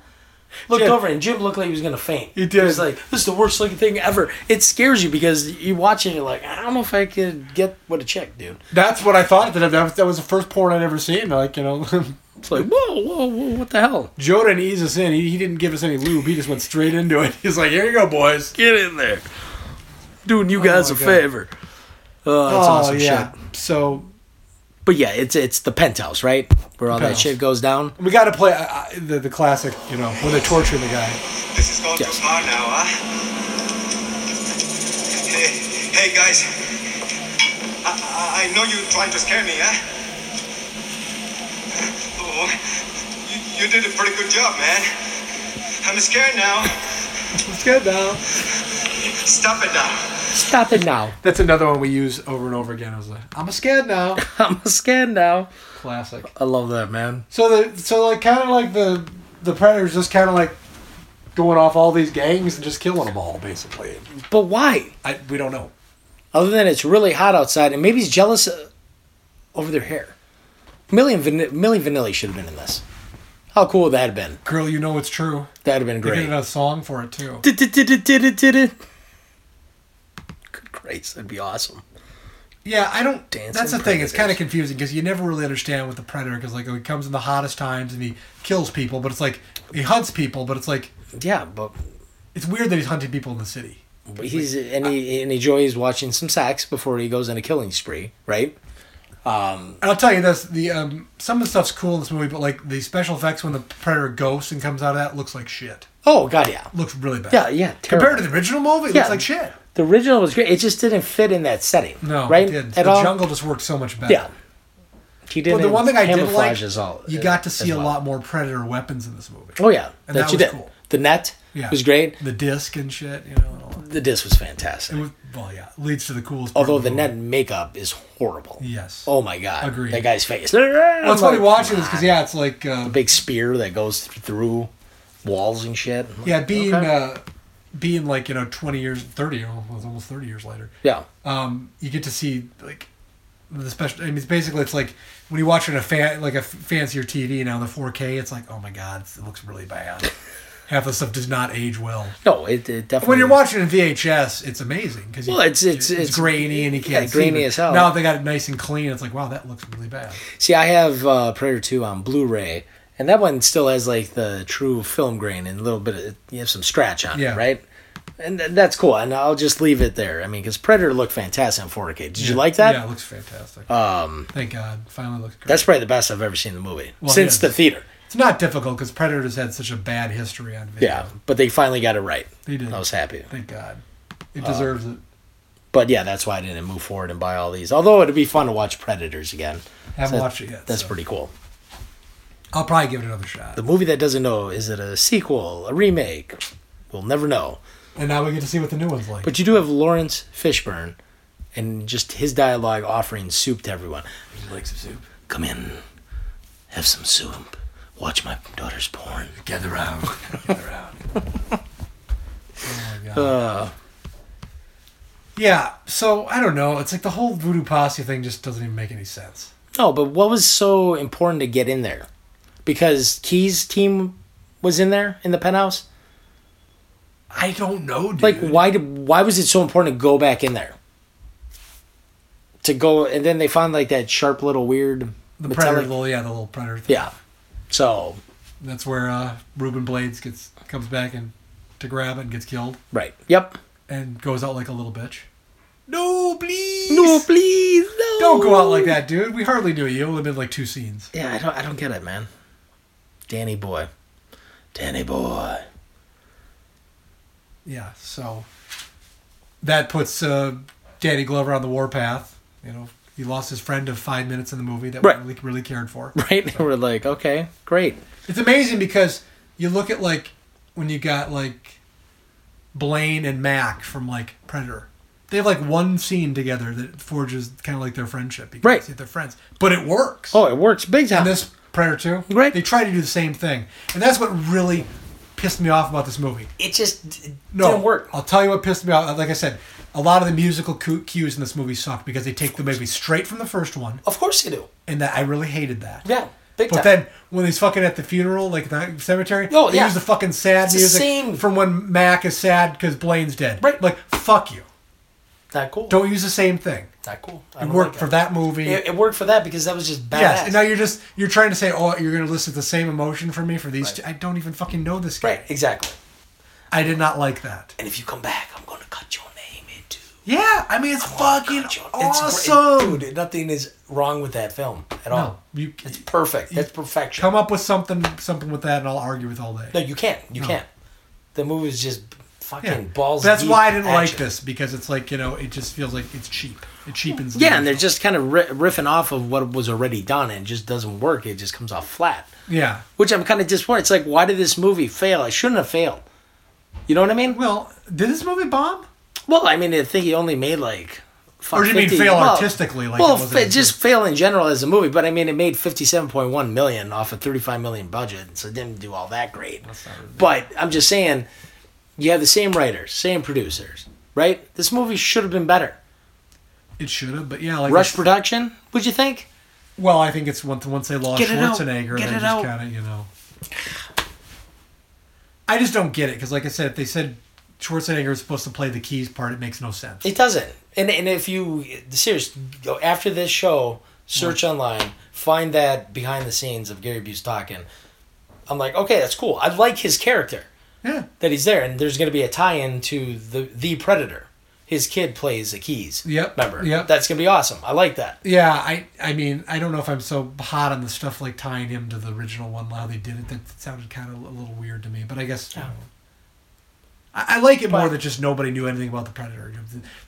[SPEAKER 2] looked
[SPEAKER 1] Jim.
[SPEAKER 2] over and Jim looked like he was gonna faint.
[SPEAKER 1] He did.
[SPEAKER 2] He was like, "This is the worst looking thing ever." It scares you because you watch it and you're like, "I don't know if I could get what a check, dude."
[SPEAKER 1] That's what I thought. That that was, that was the first porn I'd ever seen. Like you know, [LAUGHS]
[SPEAKER 2] It's like, whoa, whoa, whoa, what the hell?
[SPEAKER 1] Joe didn't ease us in. He, he didn't give us any lube. He just went straight into it. [LAUGHS] He's like, here you go, boys.
[SPEAKER 2] Get in there, doing you guys
[SPEAKER 1] my
[SPEAKER 2] a
[SPEAKER 1] God.
[SPEAKER 2] favor. Oh, that's awesome shit.
[SPEAKER 1] So
[SPEAKER 2] But yeah, it's it's the penthouse, right? Where all that
[SPEAKER 1] penthouse.
[SPEAKER 2] shit goes down.
[SPEAKER 1] We got to play uh, uh, the, the classic, you know, when they're torturing the guy.
[SPEAKER 5] This is going
[SPEAKER 2] Yes.
[SPEAKER 5] too far now, huh? Hey, hey guys. I, I, I know you're trying to scare me, huh? Oh, you, you did a pretty good job, man. I'm scared now.
[SPEAKER 1] It's good now.
[SPEAKER 5] Stop it now.
[SPEAKER 2] Stop it now. [LAUGHS]
[SPEAKER 1] That's another one we use over and over again. I was like, I'm scared
[SPEAKER 2] [LAUGHS]
[SPEAKER 1] now.
[SPEAKER 2] I'm scared now.
[SPEAKER 1] Classic.
[SPEAKER 2] I love that man.
[SPEAKER 1] So the so like kind of like the the predators just kind of like going off all these gangs and just killing them all basically.
[SPEAKER 2] But why?
[SPEAKER 1] I we don't know.
[SPEAKER 2] Other than it's really hot outside, and maybe he's jealous uh, over their hair. Millie and Van- Millie Vanilli should have been in this. How cool would that have been?
[SPEAKER 1] Girl, you know it's true.
[SPEAKER 2] That'd have been
[SPEAKER 1] They
[SPEAKER 2] great.
[SPEAKER 1] did a song for it too.
[SPEAKER 2] Did-did-did-did-did-did-did. Good grace, that'd be awesome.
[SPEAKER 1] Yeah, I don't.
[SPEAKER 2] Dancing
[SPEAKER 1] that's the thing. It's
[SPEAKER 2] Predators.
[SPEAKER 1] kind of confusing because you never really understand what the predator because like oh, he comes in the hottest times and he kills people, but it's like he hunts people, but it's like
[SPEAKER 2] Yeah, but
[SPEAKER 1] it's weird that he's hunting people in the city.
[SPEAKER 2] but he's and he and he enjoys watching some sex before he goes on a killing spree, right?
[SPEAKER 1] And I'll tell you this: the um, some of the stuff's cool in this movie, but like the special effects when the predator ghosts and comes out of that looks like shit.
[SPEAKER 2] Oh god, yeah,
[SPEAKER 1] Looks really bad.
[SPEAKER 2] yeah, yeah.
[SPEAKER 1] Compared
[SPEAKER 2] Terrible.
[SPEAKER 1] to the original movie, it
[SPEAKER 2] Yeah.
[SPEAKER 1] looks like shit.
[SPEAKER 2] The original was great. It just didn't fit in that setting.
[SPEAKER 1] No,
[SPEAKER 2] right
[SPEAKER 1] It didn't.
[SPEAKER 2] at
[SPEAKER 1] the
[SPEAKER 2] all.
[SPEAKER 1] jungle just worked so much better.
[SPEAKER 2] Yeah. He didn't.
[SPEAKER 1] But the one thing I did
[SPEAKER 2] camouflage
[SPEAKER 1] like,
[SPEAKER 2] as all.
[SPEAKER 1] you got to
[SPEAKER 2] as
[SPEAKER 1] see a
[SPEAKER 2] well.
[SPEAKER 1] lot more predator weapons in this movie.
[SPEAKER 2] Oh yeah,
[SPEAKER 1] And
[SPEAKER 2] that,
[SPEAKER 1] that
[SPEAKER 2] you
[SPEAKER 1] was
[SPEAKER 2] did.
[SPEAKER 1] cool.
[SPEAKER 2] The Net
[SPEAKER 1] Yeah.
[SPEAKER 2] was great.
[SPEAKER 1] The disc and shit, you know. and all that.
[SPEAKER 2] The disc was fantastic.
[SPEAKER 1] It was- well, yeah, leads to the coolest. part
[SPEAKER 2] Although
[SPEAKER 1] of
[SPEAKER 2] the
[SPEAKER 1] movie.
[SPEAKER 2] net makeup is horrible.
[SPEAKER 1] Yes.
[SPEAKER 2] Oh my god.
[SPEAKER 1] Agreed.
[SPEAKER 2] That guy's face. That's
[SPEAKER 1] That's funny watching this because yeah, it's like uh,
[SPEAKER 2] Big spear that goes th- through walls and shit.
[SPEAKER 1] yeah, being
[SPEAKER 2] Okay.
[SPEAKER 1] uh, being like you know twenty years, thirty, oh, it was almost thirty years later.
[SPEAKER 2] Yeah.
[SPEAKER 1] um, you get to see like the special. I mean, it's basically it's like when you watch it on a fan like a f- fancier TV now, the 4K. It's like, oh my god, it's- it looks really
[SPEAKER 2] [LAUGHS]
[SPEAKER 1] bad. Half the stuff does not age well.
[SPEAKER 2] No, it, it definitely.
[SPEAKER 1] When you're watching it in VHS, it's amazing because
[SPEAKER 2] Well, it's- it's- it's-
[SPEAKER 1] grainy and you
[SPEAKER 2] yeah,
[SPEAKER 1] can't see.
[SPEAKER 2] grainy
[SPEAKER 1] but
[SPEAKER 2] as hell.
[SPEAKER 1] Now they got it nice and clean. It's like, wow, that looks really bad.
[SPEAKER 2] See, I have uh, Predator 2 on Blu ray, and that one still has like the true film grain and a little bit of. You have some scratch on
[SPEAKER 1] Yeah.
[SPEAKER 2] it, right? And th- that's cool. And I'll just leave it there. I mean, because Predator looked fantastic on 4K. Did you like that?
[SPEAKER 1] Yeah, it looks fantastic. Um, Thank God, finally looks. Great.
[SPEAKER 2] That's probably the best I've ever seen the movie
[SPEAKER 1] Well,
[SPEAKER 2] since
[SPEAKER 1] yeah.
[SPEAKER 2] the theater.
[SPEAKER 1] it's not difficult because Predators had such a bad history on video.
[SPEAKER 2] Yeah, but they finally got it right.
[SPEAKER 1] They did.
[SPEAKER 2] I was Uh, happy.
[SPEAKER 1] Thank God, it deserves it.
[SPEAKER 2] But yeah, that's why I didn't move forward and buy all these. Although it'd be fun to watch Predators again.
[SPEAKER 1] Haven't
[SPEAKER 2] That-
[SPEAKER 1] watched it yet.
[SPEAKER 2] That's
[SPEAKER 1] so.
[SPEAKER 2] pretty cool.
[SPEAKER 1] I'll probably give it another shot.
[SPEAKER 2] The movie that doesn't know is it a sequel, a remake? We'll never know.
[SPEAKER 1] And now we get to see what the new one's like.
[SPEAKER 2] But you do have Lawrence Fishburne and just his dialogue offering soup to everyone.
[SPEAKER 1] Would you like some soup?
[SPEAKER 2] Come in, have some soup, watch my daughter's porn.
[SPEAKER 1] Gather round. Gather round.
[SPEAKER 2] [LAUGHS]
[SPEAKER 1] oh my god.
[SPEAKER 2] Uh,
[SPEAKER 1] yeah, so I don't know. It's like the whole voodoo posse thing just doesn't even make any sense.
[SPEAKER 2] no, but what was so important to get in there? Because Key's team was in there in the penthouse.
[SPEAKER 1] I don't know, dude.
[SPEAKER 2] Like, why did why was it so important to go back in there? To go and then they found like that sharp little weird
[SPEAKER 1] the
[SPEAKER 2] metallic-
[SPEAKER 1] predator, little, yeah, the little predator. Thing.
[SPEAKER 2] Yeah. So
[SPEAKER 1] that's where uh, Reuben Blades gets comes back and to grab it and gets killed
[SPEAKER 2] right. Yep.
[SPEAKER 1] and goes out like a little bitch. No, please.
[SPEAKER 2] No, please, no.
[SPEAKER 1] Don't go out like that, dude. We hardly knew you. It would have been like two scenes.
[SPEAKER 2] Yeah, I don't. I don't get it, man. Danny boy, Danny boy.
[SPEAKER 1] Yeah, so that puts uh, Danny Glover on the warpath. You know, he lost his friend of five minutes in the movie that
[SPEAKER 2] Right.
[SPEAKER 1] we really, really cared for.
[SPEAKER 2] [LAUGHS] Right? And We're like, okay, great.
[SPEAKER 1] It's amazing because you look at like when you got like Blaine and Mac from like Predator. They have like one scene together that forges kind of like their friendship. You can
[SPEAKER 2] Right.
[SPEAKER 1] see they're friends, but it works.
[SPEAKER 2] Oh, it works big time.
[SPEAKER 1] And this Predator 2,
[SPEAKER 2] Right.
[SPEAKER 1] they try to do the same thing. And that's what really pissed me off about this movie.
[SPEAKER 2] it just it
[SPEAKER 1] No,
[SPEAKER 2] didn't work.
[SPEAKER 1] I'll tell you what pissed me off. Like I said, a lot of the musical cu- cues in this movie suck because they take the movie straight from the first one,
[SPEAKER 2] Of course you do.
[SPEAKER 1] and that I really hated that.
[SPEAKER 2] Yeah, big
[SPEAKER 1] But
[SPEAKER 2] time.
[SPEAKER 1] then when he's fucking at the funeral, like the cemetery,
[SPEAKER 2] Oh,
[SPEAKER 1] they
[SPEAKER 2] yeah.
[SPEAKER 1] use the fucking sad
[SPEAKER 2] It's the
[SPEAKER 1] music
[SPEAKER 2] same.
[SPEAKER 1] from when Mac is sad because Blaine's dead.
[SPEAKER 2] Right.
[SPEAKER 1] Like fuck you.
[SPEAKER 2] not cool.
[SPEAKER 1] Don't use the same thing.
[SPEAKER 2] not cool. I
[SPEAKER 1] It
[SPEAKER 2] don't
[SPEAKER 1] worked
[SPEAKER 2] like
[SPEAKER 1] for that movie.
[SPEAKER 2] It, it worked for that because that was just badass.
[SPEAKER 1] Yes, and now you're just you're trying to say, oh, you're gonna elicit the same emotion from me for these.
[SPEAKER 2] Right.
[SPEAKER 1] Two. I don't even fucking know this guy.
[SPEAKER 2] right, exactly.
[SPEAKER 1] I did not like that.
[SPEAKER 2] And if you come back, I'm gonna cut your name in two.
[SPEAKER 1] Yeah, I mean it's
[SPEAKER 2] Oh
[SPEAKER 1] fucking
[SPEAKER 2] Cut your- It's great.
[SPEAKER 1] awesome.
[SPEAKER 2] dude. Nothing is wrong with that film at
[SPEAKER 1] no,
[SPEAKER 2] all.
[SPEAKER 1] you
[SPEAKER 2] It's perfect. That's perfection.
[SPEAKER 1] come up with something something with that and I'll argue with all
[SPEAKER 2] No,
[SPEAKER 1] day.
[SPEAKER 2] you can't. You can't. The movie is just fucking
[SPEAKER 1] Yeah.
[SPEAKER 2] balls.
[SPEAKER 1] That's
[SPEAKER 2] deep
[SPEAKER 1] why I didn't like
[SPEAKER 2] action.
[SPEAKER 1] this because it's like, you know, it just feels like it's cheap. It cheapens the
[SPEAKER 2] Yeah, and they're
[SPEAKER 1] movie.
[SPEAKER 2] just kind of ri- riffing off of what was already done, and it just doesn't work. It just comes off flat,
[SPEAKER 1] Yeah.
[SPEAKER 2] which I'm kind of disappointed. It's like, why did this movie fail? It shouldn't have failed. You know what I mean?
[SPEAKER 1] Well, did this movie bomb?
[SPEAKER 2] Well, I mean, I think he only made like. fuck,
[SPEAKER 1] Or do you mean
[SPEAKER 2] 50
[SPEAKER 1] fail
[SPEAKER 2] well-
[SPEAKER 1] artistically, like it
[SPEAKER 2] well,
[SPEAKER 1] wasn't
[SPEAKER 2] fa-
[SPEAKER 1] as
[SPEAKER 2] just fail in general as a movie, but I mean, it made fifty-seven point one million off a thirty-five million budget, so it didn't do all that great. But I'm just saying, you have the same writers, same producers, right? This movie should have been better.
[SPEAKER 1] It should have, but yeah, like
[SPEAKER 2] Rush
[SPEAKER 1] it's-
[SPEAKER 2] production, would you think?
[SPEAKER 1] Well, I think it's once once they lost
[SPEAKER 2] Get it out.
[SPEAKER 1] Schwarzenegger,
[SPEAKER 2] Get
[SPEAKER 1] they
[SPEAKER 2] it
[SPEAKER 1] just
[SPEAKER 2] out.
[SPEAKER 1] kind of you know. I just don't get it because, like I said, if they said Schwarzenegger is supposed to play the keys part, it makes no sense.
[SPEAKER 2] It doesn't. And and if you serious go after this show, search online, find that behind the scenes of Gary Busey talking. I'm like, okay, that's cool. I like his character
[SPEAKER 1] yeah,
[SPEAKER 2] that he's there, and there's going to be a tie-in to the the Predator. His kid plays the keys.
[SPEAKER 1] Yep.
[SPEAKER 2] Remember?
[SPEAKER 1] Yep.
[SPEAKER 2] That's going to be awesome. I like that.
[SPEAKER 1] yeah. I I mean, I don't know if I'm so hot on the stuff like tying him to the original one. How they did it that sounded kind of a little weird to me, but I guess. you know. I I like it more
[SPEAKER 2] But-
[SPEAKER 1] that just nobody knew anything about the Predator.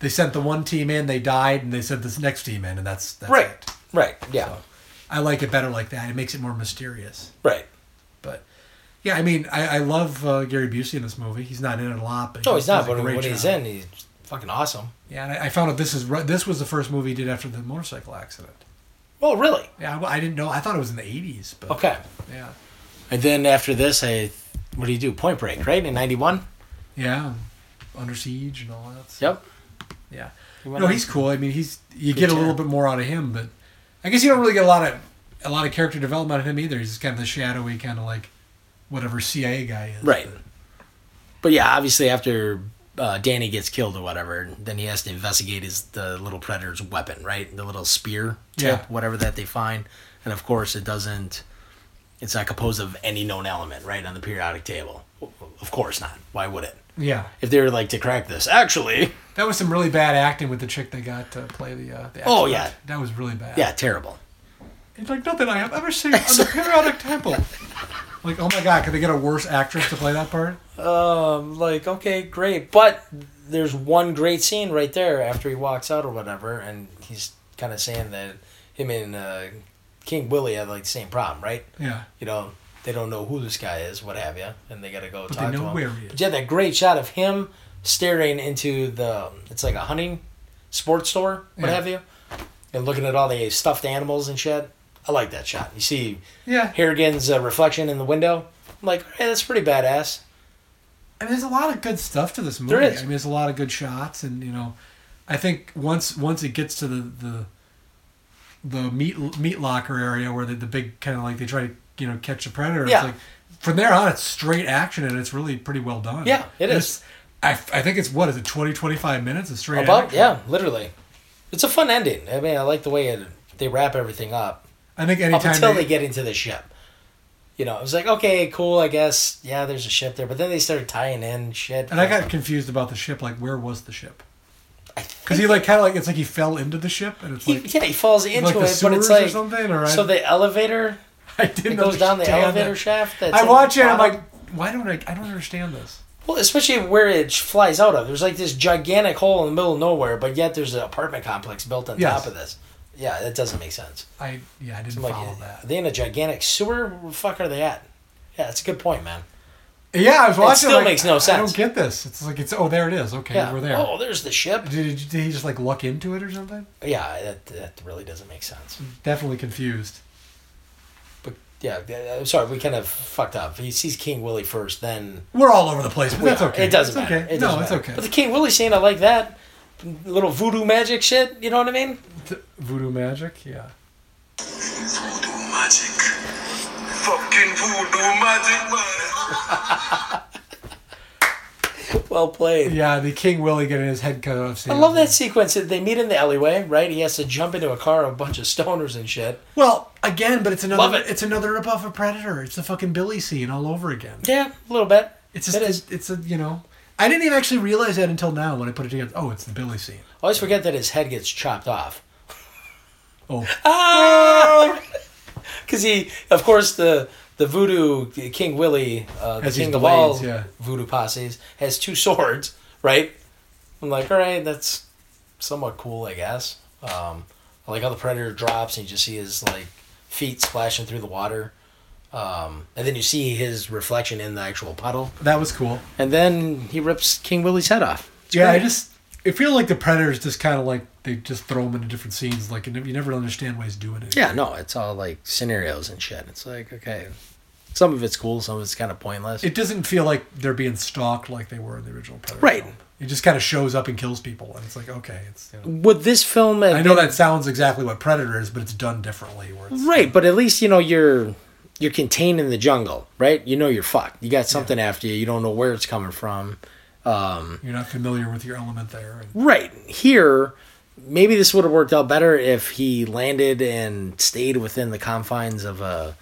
[SPEAKER 1] They sent the one team in, they died, and they sent this next team in, and that's, that's
[SPEAKER 2] Right.
[SPEAKER 1] it.
[SPEAKER 2] Right. Yeah.
[SPEAKER 1] I like it better like that. It makes it more mysterious.
[SPEAKER 2] Right.
[SPEAKER 1] But Yeah, I mean, I, I love uh, Gary Busey in this movie. He's not in it a lot, but
[SPEAKER 2] No, he's not.
[SPEAKER 1] does a
[SPEAKER 2] But
[SPEAKER 1] great
[SPEAKER 2] when he's
[SPEAKER 1] job.
[SPEAKER 2] in, he's fucking awesome.
[SPEAKER 1] yeah, and I, I found out this is ri- this was the first movie he did after the motorcycle accident.
[SPEAKER 2] Oh, really?
[SPEAKER 1] Yeah, I, I didn't know. I thought it was in the '80s, but
[SPEAKER 2] Okay.
[SPEAKER 1] yeah,
[SPEAKER 2] And then after this, I what do you do? Point Break, right? In '91.
[SPEAKER 1] yeah, Under Siege and all that.
[SPEAKER 2] Yep.
[SPEAKER 1] Yeah,
[SPEAKER 2] went
[SPEAKER 1] no,
[SPEAKER 2] on-
[SPEAKER 1] he's cool. I mean, he's you get a little
[SPEAKER 2] job.
[SPEAKER 1] bit more out of him, but I guess you don't really get a lot of a lot of character development out of him either. He's just kind of the shadowy kind of like whatever CIA guy is.
[SPEAKER 2] Right. But yeah, obviously after uh, Danny gets killed or whatever, then he has to investigate his the little predator's weapon, right? The little spear tip,
[SPEAKER 1] Yeah.
[SPEAKER 2] whatever that they find, and of course it doesn't. It's not composed of any known element, right, on the periodic table. Of course not. Why would it?
[SPEAKER 1] Yeah,
[SPEAKER 2] If they were like to crack this, actually,
[SPEAKER 1] that was some really bad acting with the chick they got to play the. Uh, the
[SPEAKER 2] Oh,
[SPEAKER 1] expert.
[SPEAKER 2] yeah.
[SPEAKER 1] that was really bad.
[SPEAKER 2] yeah, terrible.
[SPEAKER 1] It's like nothing I have ever seen on the periodic table. Like, oh my god, could they get a worse actress to play that part?
[SPEAKER 2] Um, like okay, great, but there's one great scene right there after he walks out or whatever, and he's kind of saying that him and uh, King Willie had like the same problem, right?
[SPEAKER 1] Yeah.
[SPEAKER 2] you know, they don't know who this guy is, what have you, and they got to go
[SPEAKER 1] But they
[SPEAKER 2] talk
[SPEAKER 1] know
[SPEAKER 2] to him.
[SPEAKER 1] where he is.
[SPEAKER 2] But yeah, that great shot of him staring into the it's like a hunting sports store, what
[SPEAKER 1] Yeah.
[SPEAKER 2] have you, and looking at all the stuffed animals and shit. I like that shot. You see
[SPEAKER 1] Yeah.
[SPEAKER 2] Harrigan's uh, reflection in the window. I'm like, hey, that's pretty badass.
[SPEAKER 1] I mean, there's a lot of good stuff to this movie.
[SPEAKER 2] There is.
[SPEAKER 1] I mean, there's a lot of good shots, and you know, I think once once it gets to the the the meat meat locker area where the, the big kind of like they try to you know catch the predator.
[SPEAKER 2] Yeah.
[SPEAKER 1] It's like from there on, it's straight action, and it's really pretty well done.
[SPEAKER 2] Yeah, it
[SPEAKER 1] And
[SPEAKER 2] is.
[SPEAKER 1] it's- I, I think it's what is it 20, 25 minutes of straight
[SPEAKER 2] About
[SPEAKER 1] action.
[SPEAKER 2] yeah, literally. It's a fun ending. I mean, I like the way it, they wrap everything up.
[SPEAKER 1] I think
[SPEAKER 2] up
[SPEAKER 1] anytime
[SPEAKER 2] until
[SPEAKER 1] they-
[SPEAKER 2] they get into the ship. You know, it was like, okay, cool, I guess. Yeah, there's a ship there, but then they started tying in shit.
[SPEAKER 1] And I got confused about the ship. Like, where was the ship?
[SPEAKER 2] Um, I
[SPEAKER 1] Because he like kind of like it's like he fell into the ship, and it's
[SPEAKER 2] he,
[SPEAKER 1] like [LAUGHS]
[SPEAKER 2] yeah, he falls into
[SPEAKER 1] like the
[SPEAKER 2] it, but it's
[SPEAKER 1] sewers
[SPEAKER 2] like
[SPEAKER 1] or something. Or
[SPEAKER 2] so
[SPEAKER 1] I,
[SPEAKER 2] the elevator
[SPEAKER 1] I didn't
[SPEAKER 2] it goes down the
[SPEAKER 1] understand
[SPEAKER 2] elevator
[SPEAKER 1] that.
[SPEAKER 2] shaft. That's
[SPEAKER 1] I
[SPEAKER 2] in
[SPEAKER 1] watch
[SPEAKER 2] the
[SPEAKER 1] it. and I'm
[SPEAKER 2] bottom.
[SPEAKER 1] like, why don't I? I don't understand this.
[SPEAKER 2] well, especially where it sh- flies out of. There's like this gigantic hole in the middle of nowhere, but yet there's an apartment complex built on
[SPEAKER 1] Yes.
[SPEAKER 2] top of this. Yeah, that doesn't make sense.
[SPEAKER 1] I yeah, I didn't
[SPEAKER 2] Like,
[SPEAKER 1] follow
[SPEAKER 2] are
[SPEAKER 1] that.
[SPEAKER 2] they in a gigantic sewer? Where the fuck are they at? Yeah, that's a good point, man.
[SPEAKER 1] Yeah, I was watching.
[SPEAKER 2] still
[SPEAKER 1] like,
[SPEAKER 2] makes no
[SPEAKER 1] I
[SPEAKER 2] sense.
[SPEAKER 1] don't get this. It's like it's oh there it is. Okay,
[SPEAKER 2] Yeah.
[SPEAKER 1] we're there.
[SPEAKER 2] Oh, there's the ship.
[SPEAKER 1] Did, did he just like luck into it or something?
[SPEAKER 2] Yeah, that, that really doesn't make sense.
[SPEAKER 1] Definitely confused.
[SPEAKER 2] But yeah, uh, I'm sorry, we kind of fucked up. He sees King Willie first, then
[SPEAKER 1] We're all over the place, but
[SPEAKER 2] we
[SPEAKER 1] that's
[SPEAKER 2] are.
[SPEAKER 1] okay.
[SPEAKER 2] It doesn't
[SPEAKER 1] it's
[SPEAKER 2] matter.
[SPEAKER 1] Okay.
[SPEAKER 2] It
[SPEAKER 1] no,
[SPEAKER 2] doesn't
[SPEAKER 1] it's
[SPEAKER 2] matter.
[SPEAKER 1] okay.
[SPEAKER 2] But the King Willie scene, I like that little voodoo magic shit. You know what I mean?
[SPEAKER 1] Voodoo magic. Yeah.
[SPEAKER 3] Voodoo magic.
[SPEAKER 5] Fucking voodoo magic, man.
[SPEAKER 2] Well played.
[SPEAKER 1] Yeah, the King Willie getting his head cut off.
[SPEAKER 2] I love that sequence. that They meet in the alleyway, right? He has to jump into a car of a bunch of stoners and shit.
[SPEAKER 1] Well, again, but it's another.
[SPEAKER 2] Love it.
[SPEAKER 1] It's another above a predator. It's the fucking Billy scene all over again.
[SPEAKER 2] Yeah, a little bit.
[SPEAKER 1] It's just.
[SPEAKER 2] it is.
[SPEAKER 1] it's a you know. I didn't even actually realize that until now when I put it together. Oh, it's the Billy scene.
[SPEAKER 2] I always forget that his head gets chopped off. [LAUGHS]
[SPEAKER 1] Oh,
[SPEAKER 2] Because he, of course, the the voodoo King Willie, uh, the
[SPEAKER 1] Has these
[SPEAKER 2] king of
[SPEAKER 1] blades,
[SPEAKER 2] all
[SPEAKER 1] yeah.
[SPEAKER 2] voodoo posses, has two swords, right? I'm like, all right, that's somewhat cool, I guess. Um, I like how the predator drops and you just see his like feet splashing through the water, um, and then you see his reflection in the actual puddle,
[SPEAKER 1] that was cool.
[SPEAKER 2] and then he rips King Willie's head off.
[SPEAKER 1] yeah, I just it feels like the Predators just kind of like they just throw them into different scenes. Like you never- you never understand why he's doing it.
[SPEAKER 2] Yeah, no, it's all like scenarios and shit. It's like okay, some of it's cool, some of it's kind of pointless.
[SPEAKER 1] It doesn't feel like they're being stalked like they were in the original Predator.
[SPEAKER 2] Right.
[SPEAKER 1] film. It just kind of shows up and kills people, and it's like okay, it's. You know,
[SPEAKER 2] Would this film? Have
[SPEAKER 1] I know
[SPEAKER 2] been-
[SPEAKER 1] that sounds exactly what Predator is, but it's done differently. Where it's,
[SPEAKER 2] Right, but at least you know you're you're contained in the jungle, right? You know you're fucked. You got something after you. You don't know where it's coming from. Um,
[SPEAKER 1] You're not familiar with your element there. And,
[SPEAKER 2] right here, maybe this would have worked out better if he landed and stayed within the confines of a,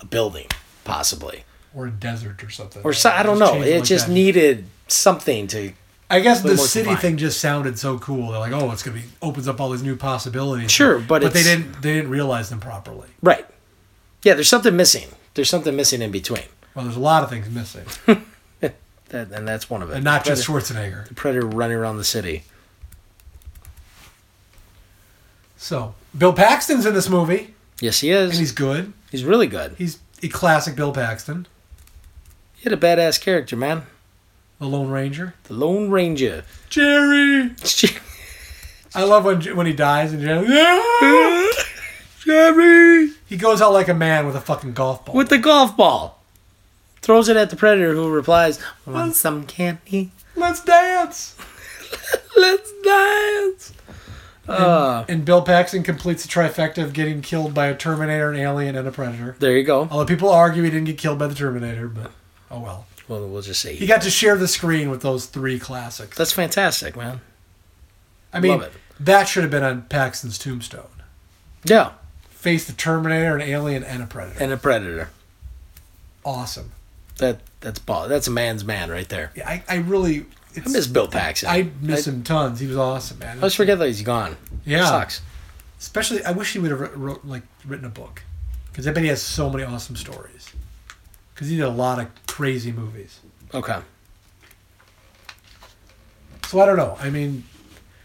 [SPEAKER 2] a building, possibly,
[SPEAKER 1] or a desert or something.
[SPEAKER 2] or so, I don't
[SPEAKER 1] Just
[SPEAKER 2] know.
[SPEAKER 1] change
[SPEAKER 2] It
[SPEAKER 1] like
[SPEAKER 2] just
[SPEAKER 1] that.
[SPEAKER 2] needed something to.
[SPEAKER 1] I guess the
[SPEAKER 2] little more
[SPEAKER 1] city
[SPEAKER 2] combined.
[SPEAKER 1] thing just sounded so cool. They're like, oh, it's gonna be opens up all these new possibilities.
[SPEAKER 2] Sure, but
[SPEAKER 1] but they
[SPEAKER 2] it's-
[SPEAKER 1] didn't they didn't realize them properly.
[SPEAKER 2] Right. Yeah, there's something missing. There's something missing in between,
[SPEAKER 1] Well, there's a lot of things missing,
[SPEAKER 2] that, and that's one of it.
[SPEAKER 1] and not
[SPEAKER 2] Predator-
[SPEAKER 1] just Schwarzenegger.
[SPEAKER 2] predator running around the city.
[SPEAKER 1] So Bill Paxton's in this movie,
[SPEAKER 2] Yes, he
[SPEAKER 1] and
[SPEAKER 2] is. He's,
[SPEAKER 1] he's good.
[SPEAKER 2] really good.
[SPEAKER 1] He's a classic Bill Paxton.
[SPEAKER 2] He had a badass character, man.
[SPEAKER 1] The Lone Ranger.
[SPEAKER 2] The
[SPEAKER 1] [LAUGHS]
[SPEAKER 2] Lone Ranger.
[SPEAKER 1] Jerry. I love when when he dies and Jerry.
[SPEAKER 2] [LAUGHS] Jerry
[SPEAKER 1] He goes out like a man with a fucking golf ball.
[SPEAKER 2] with the golf ball. Throws it at the predator who replies, Want some candy?
[SPEAKER 1] Let's dance.
[SPEAKER 2] Let's dance. Uh,
[SPEAKER 1] And Bill Paxton completes the trifecta of getting killed by a Terminator, an alien, and a Predator.
[SPEAKER 2] there you go.
[SPEAKER 1] Although people argue he didn't get killed by the Terminator, but oh well.
[SPEAKER 2] Well, we'll just say
[SPEAKER 1] He got to share the screen with those three classics.
[SPEAKER 2] that's fantastic, man.
[SPEAKER 1] I mean,
[SPEAKER 2] Love it.
[SPEAKER 1] that should have been on Paxton's tombstone.
[SPEAKER 2] Yeah,
[SPEAKER 1] Face the Terminator, an alien, and a Predator.
[SPEAKER 2] and a predator.
[SPEAKER 1] Awesome.
[SPEAKER 2] That that's ball. That's a man's man right there.
[SPEAKER 1] Yeah, I, I really.
[SPEAKER 2] I
[SPEAKER 1] It's,
[SPEAKER 2] miss Bill Paxton.
[SPEAKER 1] I miss
[SPEAKER 2] I,
[SPEAKER 1] him tons. He was awesome, man.
[SPEAKER 2] I always forget that he's gone.
[SPEAKER 1] Yeah.
[SPEAKER 2] sucks.
[SPEAKER 1] Especially, I wish he would have wrote, wrote, like written a book, because I bet he has so many awesome stories. Because he did a lot of crazy movies.
[SPEAKER 2] Okay.
[SPEAKER 1] So I don't know. I mean,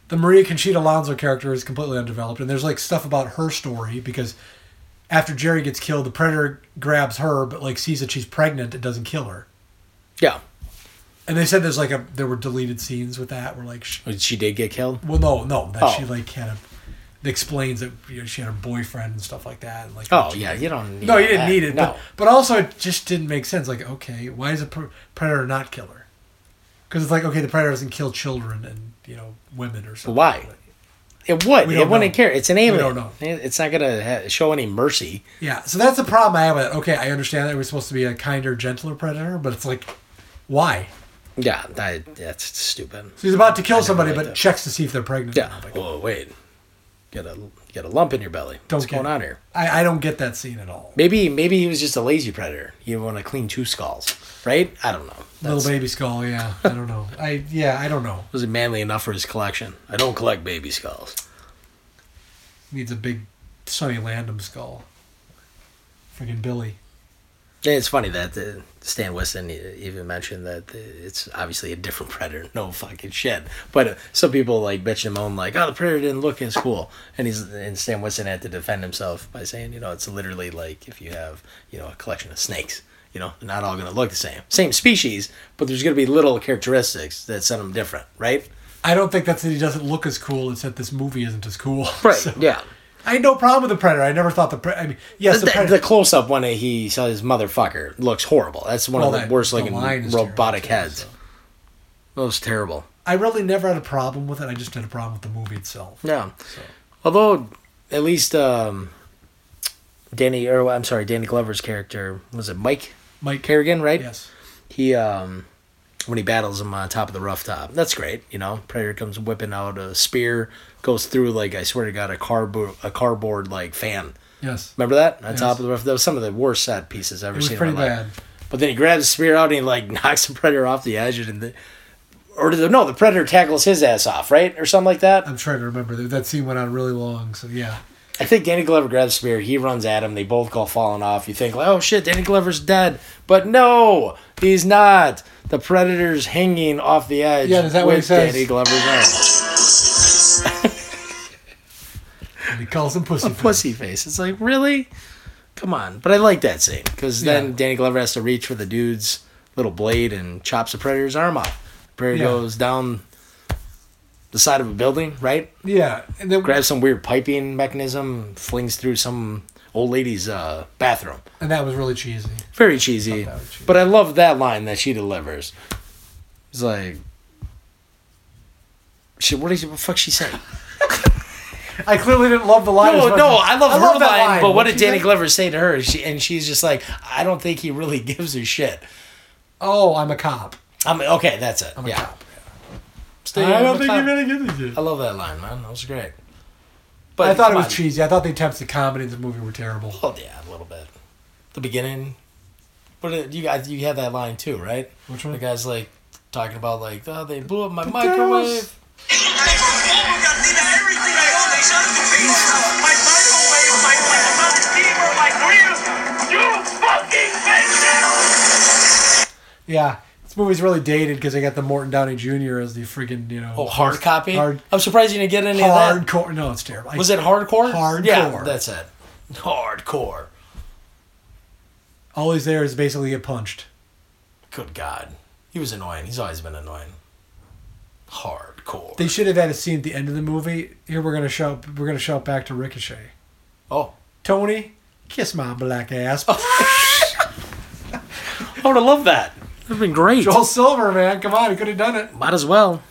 [SPEAKER 1] the Maria Conchita Alonso character is completely undeveloped, and there's like stuff about her story because after Jerry gets killed, the predator grabs her, but like sees that she's pregnant, it doesn't kill her.
[SPEAKER 2] Yeah,
[SPEAKER 1] And they said there's like a there were deleted scenes with that where like she,
[SPEAKER 2] she did get killed.
[SPEAKER 1] well no no that
[SPEAKER 2] Oh.
[SPEAKER 1] she like had a it explains that you know, she had her boyfriend and stuff like that and like
[SPEAKER 2] Oh yeah, you don't. Need
[SPEAKER 1] no you didn't
[SPEAKER 2] that.
[SPEAKER 1] need it
[SPEAKER 2] No.
[SPEAKER 1] but but also it just didn't make sense like okay why is a pr- predator not kill her because it's like okay the predator doesn't kill children and you know women or something
[SPEAKER 2] Why? it would.
[SPEAKER 1] We
[SPEAKER 2] It
[SPEAKER 1] don't
[SPEAKER 2] wouldn't
[SPEAKER 1] know.
[SPEAKER 2] care. It's an alien.
[SPEAKER 1] don't know.
[SPEAKER 2] It's not gonna ha- show any mercy.
[SPEAKER 1] Yeah, so that's the problem I have with it. Okay, I understand that we're supposed to be a kinder, gentler predator, but it's like, why?
[SPEAKER 2] Yeah, that, that's stupid.
[SPEAKER 1] So he's about to kill somebody,
[SPEAKER 2] like
[SPEAKER 1] but
[SPEAKER 2] that.
[SPEAKER 1] checks to see if they're pregnant. or
[SPEAKER 2] Yeah.
[SPEAKER 1] not. Like,
[SPEAKER 2] Oh wait, got a got a lump in your belly.
[SPEAKER 1] Don't
[SPEAKER 2] What's
[SPEAKER 1] get
[SPEAKER 2] going
[SPEAKER 1] it.
[SPEAKER 2] on here?
[SPEAKER 1] I, I don't get that scene at all.
[SPEAKER 2] Maybe maybe he was just a lazy predator. You want to clean two skulls, right? I don't know. That's-
[SPEAKER 1] Little baby skull, yeah. I don't know. I yeah, I don't know.
[SPEAKER 2] Was it manly enough for his collection? I don't collect baby skulls.
[SPEAKER 1] Needs a big Sonny Landham skull. Freaking Billy.
[SPEAKER 2] Yeah, It's funny that uh, Stan Winston even mentioned that uh, it's obviously a different predator. No fucking shit. But uh, some people like bitch and moan like, "Oh, the predator didn't look as cool," and he's and Stan Winston had to defend himself by saying, you know, it's literally like if you have you know a collection of snakes, you know, they're not all gonna look the same, same species, but there's gonna be little characteristics that set them different, right?
[SPEAKER 1] I don't think that's that he doesn't look as cool. It's that this movie isn't as cool. [LAUGHS] So-
[SPEAKER 2] [LAUGHS] yeah.
[SPEAKER 1] I had no problem with the predator. I never thought the predator. I mean, yes, the,
[SPEAKER 2] The,
[SPEAKER 1] predator.
[SPEAKER 2] the close up when uh, he says "motherfucker" looks horrible. That's one
[SPEAKER 1] Well,
[SPEAKER 2] of the
[SPEAKER 1] that-
[SPEAKER 2] worst
[SPEAKER 1] the
[SPEAKER 2] looking
[SPEAKER 1] line is
[SPEAKER 2] robotic
[SPEAKER 1] terrible,
[SPEAKER 2] heads. That was terrible.
[SPEAKER 1] I really never had a problem with it. I just had a problem with the movie itself.
[SPEAKER 2] Yeah. Although, at least um, Danny, or I'm sorry, Danny Glover's character was it Mike
[SPEAKER 1] Mike,
[SPEAKER 2] Kerrigan, right?
[SPEAKER 1] yes.
[SPEAKER 2] He um, when he battles him on top of the rooftop, that's great. You know, Predator comes whipping out a spear, goes through like I swear to God, a cardboard, a cardboard like fan.
[SPEAKER 1] Yes.
[SPEAKER 2] Remember that on
[SPEAKER 1] Yes.
[SPEAKER 2] top of the roof? That was some of the worst set pieces I've ever
[SPEAKER 1] It was
[SPEAKER 2] seen.
[SPEAKER 1] pretty
[SPEAKER 2] in my
[SPEAKER 1] bad.
[SPEAKER 2] Life. But then he grabs the spear out and he like [LAUGHS] knocks the predator off the edge, and the, or the, no, the predator tackles his ass off, right, or something like that.
[SPEAKER 1] I'm trying to remember. That- That scene went on really long, so yeah.
[SPEAKER 2] I think Danny Glover grabs Spear. He runs at him. They both go falling off. You think, like, oh shit, Danny Glover's dead. But no, he's not. The Predator's hanging off the edge.
[SPEAKER 1] Yeah, is that what he
[SPEAKER 2] with
[SPEAKER 1] says?
[SPEAKER 2] Danny Glover's arm. [LAUGHS]
[SPEAKER 1] And he calls him pussy.
[SPEAKER 2] Pussy face. It's like, really? Come on. But I like that scene because then
[SPEAKER 1] Yeah.
[SPEAKER 2] Danny Glover has to reach for the dude's little blade and chops the Predator's arm off. Predator
[SPEAKER 1] Yeah.
[SPEAKER 2] goes down the side of a building, right?
[SPEAKER 1] Yeah, and then
[SPEAKER 2] Grabs some weird piping mechanism, flings through some old lady's uh, bathroom.
[SPEAKER 1] and that was really cheesy.
[SPEAKER 2] very cheesy,
[SPEAKER 1] that was cheesy.
[SPEAKER 2] but I love that line that she delivers. It's like, she, what is what the fuck she
[SPEAKER 1] [LAUGHS]
[SPEAKER 2] saying?
[SPEAKER 1] I clearly didn't love the line. as
[SPEAKER 2] No,
[SPEAKER 1] much
[SPEAKER 2] no,
[SPEAKER 1] as-
[SPEAKER 2] I love her
[SPEAKER 1] that
[SPEAKER 2] line, but what
[SPEAKER 1] What'd
[SPEAKER 2] did
[SPEAKER 1] she
[SPEAKER 2] Danny
[SPEAKER 1] say?
[SPEAKER 2] Glover say to her? She, and she's just like, I don't think he really [LAUGHS] gives a shit.
[SPEAKER 1] Oh, I'm a cop.
[SPEAKER 2] I'm okay. That's it.
[SPEAKER 1] I'm a
[SPEAKER 2] yeah,
[SPEAKER 1] cop.
[SPEAKER 2] Stay
[SPEAKER 1] I
[SPEAKER 2] on
[SPEAKER 1] don't
[SPEAKER 2] the
[SPEAKER 1] think
[SPEAKER 2] top.
[SPEAKER 1] you really get this shit.
[SPEAKER 2] I love that line, man. That was great. But
[SPEAKER 1] I thought it
[SPEAKER 2] come
[SPEAKER 1] was
[SPEAKER 2] on.
[SPEAKER 1] cheesy. I thought the attempts at comedy in the movie were terrible.
[SPEAKER 2] Oh yeah, a little bit. The beginning. What did, you guys? You had that line too, right?
[SPEAKER 1] Which one?
[SPEAKER 2] The guy's like talking about like, oh, they blew up my
[SPEAKER 1] Potatoes.
[SPEAKER 2] microwave.
[SPEAKER 1] Yeah, this movie's really dated because they got the Morton Downey Jr. as the friggin' you know
[SPEAKER 2] Oh, hard copy.
[SPEAKER 1] Hard-
[SPEAKER 2] I'm surprised you didn't get any of
[SPEAKER 1] hardcore. No, it's terrible. I-
[SPEAKER 2] that. Was it hardcore?
[SPEAKER 1] Hardcore.
[SPEAKER 2] Yeah, that's it. Hardcore.
[SPEAKER 1] all he's there is basically get punched.
[SPEAKER 6] good God. He was annoying. He's always been annoying. Hardcore.
[SPEAKER 1] They should have had a scene at the end of the movie. Here we're gonna shout. We're gonna shout back to Ricochet.
[SPEAKER 6] oh.
[SPEAKER 1] Tony, kiss my black ass.
[SPEAKER 2] Oh.
[SPEAKER 1] [LAUGHS]
[SPEAKER 6] I would have loved that.
[SPEAKER 2] That'd been great.
[SPEAKER 1] Joel Silver, man, come on, he could have done it.
[SPEAKER 2] Might as well.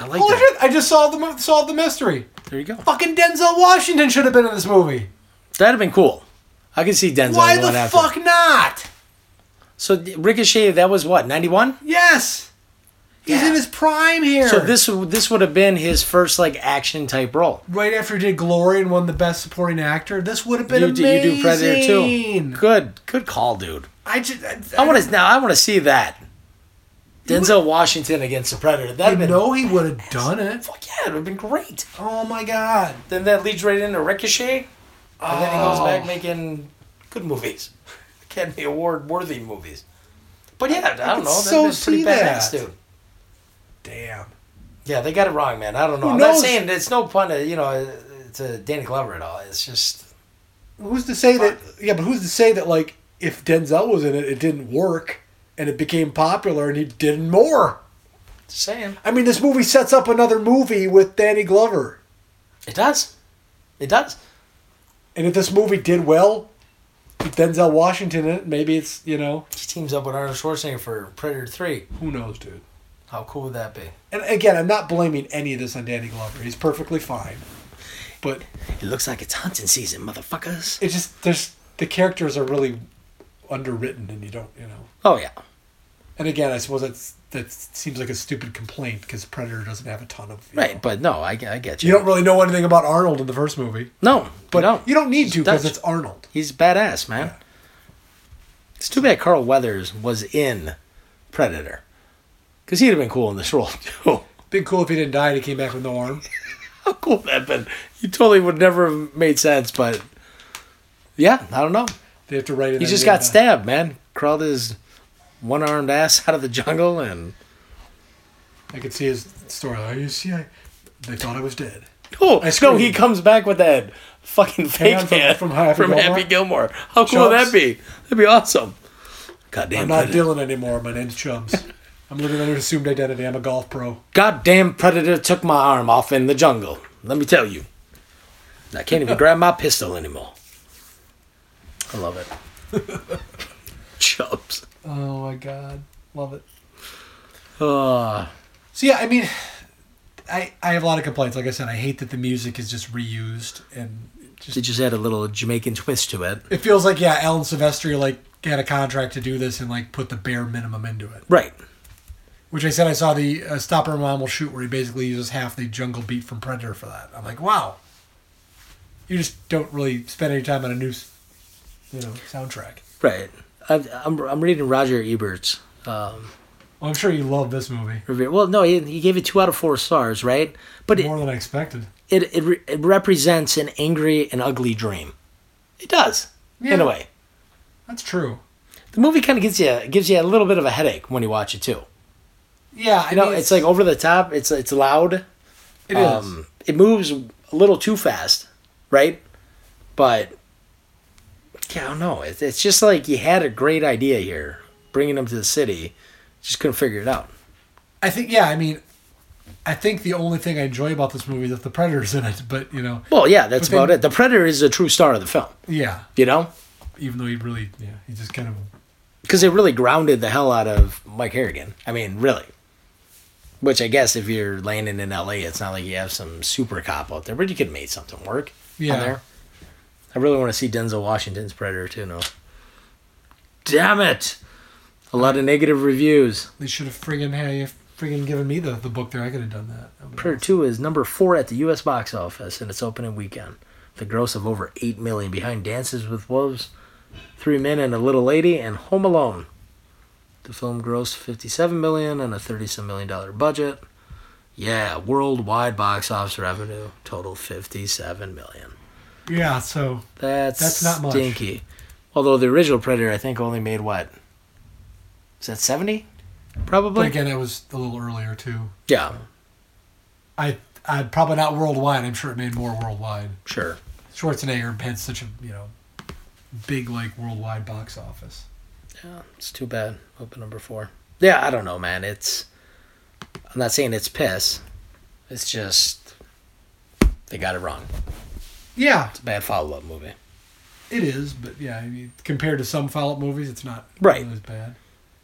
[SPEAKER 2] I like
[SPEAKER 1] Holy
[SPEAKER 2] that.
[SPEAKER 1] shit! I just solved the mo- solved the mystery.
[SPEAKER 2] There you go.
[SPEAKER 1] Fucking Denzel Washington should have been in this movie.
[SPEAKER 2] That'd have been cool. I could see Denzel.
[SPEAKER 1] Why
[SPEAKER 2] in one
[SPEAKER 1] the
[SPEAKER 2] after.
[SPEAKER 1] fuck not?
[SPEAKER 2] So Ricochet, that was what ninety one.
[SPEAKER 1] Yes, he's in his prime here.
[SPEAKER 2] So this this would have been his first like action type role.
[SPEAKER 1] right after he did Glory and won the Best Supporting Actor. This would have been
[SPEAKER 2] You do,
[SPEAKER 1] amazing.
[SPEAKER 2] you do Predator too. Good good call, dude.
[SPEAKER 1] I just I,
[SPEAKER 2] I want to now. I want to see that. Denzel Washington against the Predator. That'd
[SPEAKER 1] You
[SPEAKER 2] been
[SPEAKER 1] know he would have done it.
[SPEAKER 2] fuck yeah. It'd have been great.
[SPEAKER 1] Oh my god.
[SPEAKER 6] Then that leads right into Ricochet. And then he goes back making good movies. [LAUGHS] Academy Award worthy movies. But yeah, I don't know. That'd
[SPEAKER 1] so
[SPEAKER 6] been pretty
[SPEAKER 1] see that.
[SPEAKER 6] badass, dude.
[SPEAKER 1] Damn.
[SPEAKER 6] Yeah, they got it wrong, man. I don't know.
[SPEAKER 1] Who
[SPEAKER 6] I'm not
[SPEAKER 1] knows?
[SPEAKER 6] saying it's no pun to you know uh, to Danny Glover at all. It's just
[SPEAKER 1] Who's to say that? Yeah, but who's to say that like if Denzel was in it, it didn't work, and it became popular, and he did more.
[SPEAKER 6] just saying.
[SPEAKER 1] I mean, this movie sets up another movie with Danny Glover,
[SPEAKER 6] It does. It does.
[SPEAKER 1] and if this movie did well, with Denzel Washington in it, maybe it's you know
[SPEAKER 6] He teams up with Arnold Schwarzenegger for Predator Three.
[SPEAKER 1] who knows, dude.
[SPEAKER 6] How cool would that be?
[SPEAKER 1] And again, I'm not blaming any of this on Danny Glover. He's perfectly fine, but
[SPEAKER 2] It looks like it's hunting season, motherfuckers.
[SPEAKER 1] it's just there's the characters are really underwritten, and you don't you know.
[SPEAKER 2] Oh yeah.
[SPEAKER 1] And again, I suppose that's that seems like a stupid complaint because Predator doesn't have a ton of you
[SPEAKER 2] Right,
[SPEAKER 1] know.
[SPEAKER 2] but no, I, I get you.
[SPEAKER 1] You don't really know anything about Arnold in the first movie,
[SPEAKER 2] no,
[SPEAKER 1] but
[SPEAKER 2] but no.
[SPEAKER 1] you don't need to because
[SPEAKER 2] Dutch.
[SPEAKER 1] it's Arnold.
[SPEAKER 2] He's badass, man. It's too bad Carl Weathers was in Predator, because he'd have been cool in this [LAUGHS] role too.
[SPEAKER 1] Been cool if he didn't die and he came back with no arm.
[SPEAKER 2] How cool would that have been. He totally would never have made sense, but yeah, I don't know.
[SPEAKER 1] They have to write it.
[SPEAKER 2] He
[SPEAKER 1] in
[SPEAKER 2] just
[SPEAKER 1] the, uh,
[SPEAKER 2] got stabbed, man. Crawled his one-armed ass out of the jungle, and
[SPEAKER 1] I could see his story. Like, you see, I, they thought I was dead.
[SPEAKER 2] oh
[SPEAKER 1] I
[SPEAKER 2] no,
[SPEAKER 1] screamed.
[SPEAKER 2] he comes back with that fucking fake
[SPEAKER 1] on, from-
[SPEAKER 2] hand
[SPEAKER 1] from Happy Gilmore?
[SPEAKER 2] Happy Gilmore. How cool would
[SPEAKER 1] Chumps.
[SPEAKER 2] that be? That'd be awesome. Goddamn,
[SPEAKER 1] I'm not
[SPEAKER 2] predator.
[SPEAKER 1] Dylan anymore. My name's Chums. [LAUGHS] I'm living under an assumed identity. I'm a golf pro.
[SPEAKER 2] goddamn predator took my arm off in the jungle. Let me tell you, I can't even grab my pistol anymore. I love it. Chubs.
[SPEAKER 1] Oh my god, love it.
[SPEAKER 2] Uh,
[SPEAKER 1] So yeah, I mean, [SIGHS] I I have a lot of complaints. Like I said, I hate that the music is just reused and it just
[SPEAKER 2] They just add a little Jamaican twist to it.
[SPEAKER 1] it feels like yeah, Alan Silvestri like had a contract to do this and like put the bare minimum into it.
[SPEAKER 2] Right.
[SPEAKER 1] Which I said I saw the uh, Stop or Mom Will Shoot where he basically uses half the jungle beat from Predator for that. I'm like, wow. You just don't really spend any time on a new, s- you know, soundtrack.
[SPEAKER 2] Right. I, I'm, I'm reading Roger Ebert's um,
[SPEAKER 1] Well, I'm sure you love this movie
[SPEAKER 2] review. Well, no, he, he gave it two out of four stars, right? But it,
[SPEAKER 1] more than I expected.
[SPEAKER 2] it, it, re- it represents an angry and ugly dream. It does, in
[SPEAKER 1] Yeah.
[SPEAKER 2] a way.
[SPEAKER 1] That's true.
[SPEAKER 2] The movie kind of gives you gives you a little bit of a headache when you watch it too.
[SPEAKER 1] Yeah, I
[SPEAKER 2] You know,
[SPEAKER 1] mean,
[SPEAKER 2] it's like um, over the top. It's it's loud.
[SPEAKER 1] it is.
[SPEAKER 2] It moves a little too fast, right? But yeah, I don't know. It's, it's just like you had a great idea here, bringing them to the city, just couldn't figure it out.
[SPEAKER 1] I think yeah. I mean, I think the only thing I enjoy about this movie is that the Predator's in it. But you know,
[SPEAKER 2] Well, yeah, that's
[SPEAKER 1] But then-
[SPEAKER 2] about it. The Predator is a true star of the film,
[SPEAKER 1] yeah.
[SPEAKER 2] you know,
[SPEAKER 1] Even though he really, yeah, he just kind of
[SPEAKER 2] because they really grounded the hell out of Mike Harrigan. I mean, really. Which I guess if you're landing in LA, it's not like you have some super cop out there, but you could have made something work.
[SPEAKER 1] Yeah.
[SPEAKER 2] on there. I really want to see Denzel Washington's Predator too. No, damn it! A lot of negative reviews.
[SPEAKER 1] They should have friggin' hey, friggin' given me the, the book there. I could have done that. I mean,
[SPEAKER 2] Predator Two is number four at the U.S. box office in its opening weekend. The gross of over eight million behind Dances with Wolves, Three Men and a Little Lady, and Home Alone. The film grossed fifty-seven million and a thirty-some million dollar budget. Yeah, worldwide box office revenue total fifty-seven million.
[SPEAKER 1] yeah. So
[SPEAKER 2] That's
[SPEAKER 1] That's not much.
[SPEAKER 2] stinky. Although the original Predator, I think, only made what? Is that seventy?
[SPEAKER 1] but
[SPEAKER 2] Probably.
[SPEAKER 1] again, that was a little earlier too.
[SPEAKER 2] yeah,
[SPEAKER 1] I I probably not worldwide. I'm sure it made more worldwide.
[SPEAKER 2] sure.
[SPEAKER 1] Schwarzenegger had such a you know big like worldwide box office.
[SPEAKER 2] Yeah, it's too bad. Open number four. Yeah, I don't know, man. It's. I'm not saying it's piss. It's just they got it wrong.
[SPEAKER 1] Yeah,
[SPEAKER 2] It's a bad follow-up movie.
[SPEAKER 1] it is, but yeah, I mean, compared to some follow-up movies, it's not
[SPEAKER 2] Right.
[SPEAKER 1] really as bad.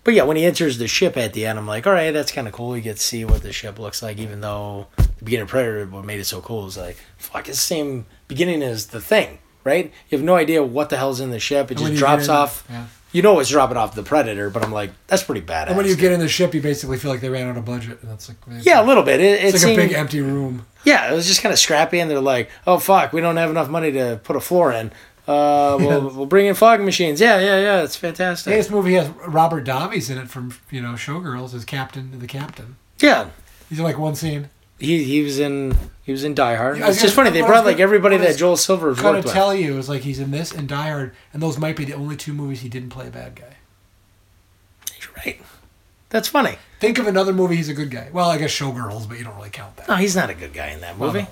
[SPEAKER 2] But yeah, when he enters the ship at the end, I'm like, all right, that's kind of cool. You get to see what the ship looks like, even though the beginning of Predator, what made it so cool is like, fuck, it's the same beginning as the thing, right? You have no idea what the hell's in the ship. It
[SPEAKER 1] when
[SPEAKER 2] just
[SPEAKER 1] you
[SPEAKER 2] drops
[SPEAKER 1] get in-
[SPEAKER 2] off.
[SPEAKER 1] yeah.
[SPEAKER 2] You know it's dropping off the Predator, but I'm like, that's pretty badass.
[SPEAKER 1] And when you get in the ship, you basically feel like they ran out of budget, and that's like
[SPEAKER 2] yeah, a little bit. It, it
[SPEAKER 1] it's like
[SPEAKER 2] seemed,
[SPEAKER 1] a big empty room.
[SPEAKER 2] yeah, it was just kind of scrappy, and they're like, "Oh fuck, we don't have enough money to put a floor in. Uh,
[SPEAKER 1] [LAUGHS]
[SPEAKER 2] we'll, we'll bring in fog machines. Yeah, yeah, yeah. It's fantastic.
[SPEAKER 1] Hey, this movie has Robert Davies in it from you know Showgirls as Captain the Captain.
[SPEAKER 2] yeah,
[SPEAKER 1] He's in like one scene.
[SPEAKER 2] he he was in he was in Die Hard.
[SPEAKER 1] Yeah, I was
[SPEAKER 2] it's just
[SPEAKER 1] gonna-
[SPEAKER 2] funny they
[SPEAKER 1] I was
[SPEAKER 2] brought like
[SPEAKER 1] gonna-
[SPEAKER 2] everybody
[SPEAKER 1] I was
[SPEAKER 2] that Joel Silver has
[SPEAKER 1] Gonna
[SPEAKER 2] worked with.
[SPEAKER 1] tell you is like he's in this and Die Hard, and those might be the only two movies he didn't play a bad guy.
[SPEAKER 2] You're right. That's funny.
[SPEAKER 1] Think of another movie he's a good guy. Well, I guess Showgirls, but you don't really count that.
[SPEAKER 2] No, he's not a good guy in that movie.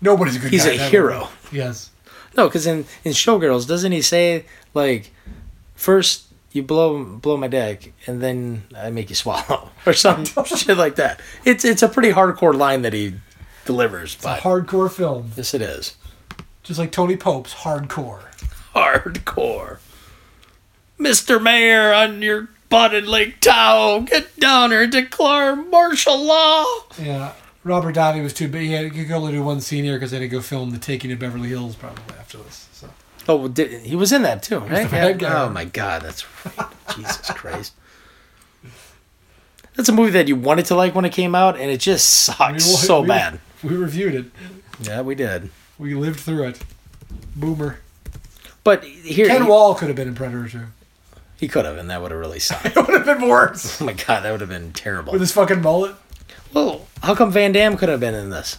[SPEAKER 1] Nobody's a good
[SPEAKER 2] He's
[SPEAKER 1] guy.
[SPEAKER 2] a
[SPEAKER 1] in that
[SPEAKER 2] hero.
[SPEAKER 1] movie. Yes.
[SPEAKER 2] No, because in in Showgirls, doesn't he say like, first you blow blow my dick and then I make you swallow [LAUGHS] or some shit like that. It's it's a pretty hardcore line that he delivers.
[SPEAKER 1] A
[SPEAKER 2] But
[SPEAKER 1] hardcore film.
[SPEAKER 2] yes, it is
[SPEAKER 1] Just like Tony Pope's hardcore.
[SPEAKER 2] hardcore. Mister Mayor, on your butt and Lake Tahoe, get down here, declare martial law.
[SPEAKER 1] Yeah. Robert Davi was too big. He, had, he could only do one scene here because they had to go film the taking of Beverly Hills probably after this. So
[SPEAKER 2] Oh, well, did, he was in that too, right?
[SPEAKER 1] the bad guy.
[SPEAKER 2] Oh my God, that's [LAUGHS] right. Jesus Christ. That's a movie that you wanted to like when it came out, and it just sucked
[SPEAKER 1] We-
[SPEAKER 2] so
[SPEAKER 1] we-
[SPEAKER 2] bad.
[SPEAKER 1] [LAUGHS] We reviewed it.
[SPEAKER 2] Yeah, we did.
[SPEAKER 1] We lived through it. Boomer.
[SPEAKER 2] But here,
[SPEAKER 1] Ken
[SPEAKER 2] he,
[SPEAKER 1] Wall could have been in Predator too.
[SPEAKER 2] he could have, and that would have really
[SPEAKER 1] [LAUGHS]
[SPEAKER 2] sucked.
[SPEAKER 1] It would have been worse
[SPEAKER 2] oh my God, that would have been terrible.
[SPEAKER 1] with his fucking mullet
[SPEAKER 2] Well, how come Van Damme could have been in this?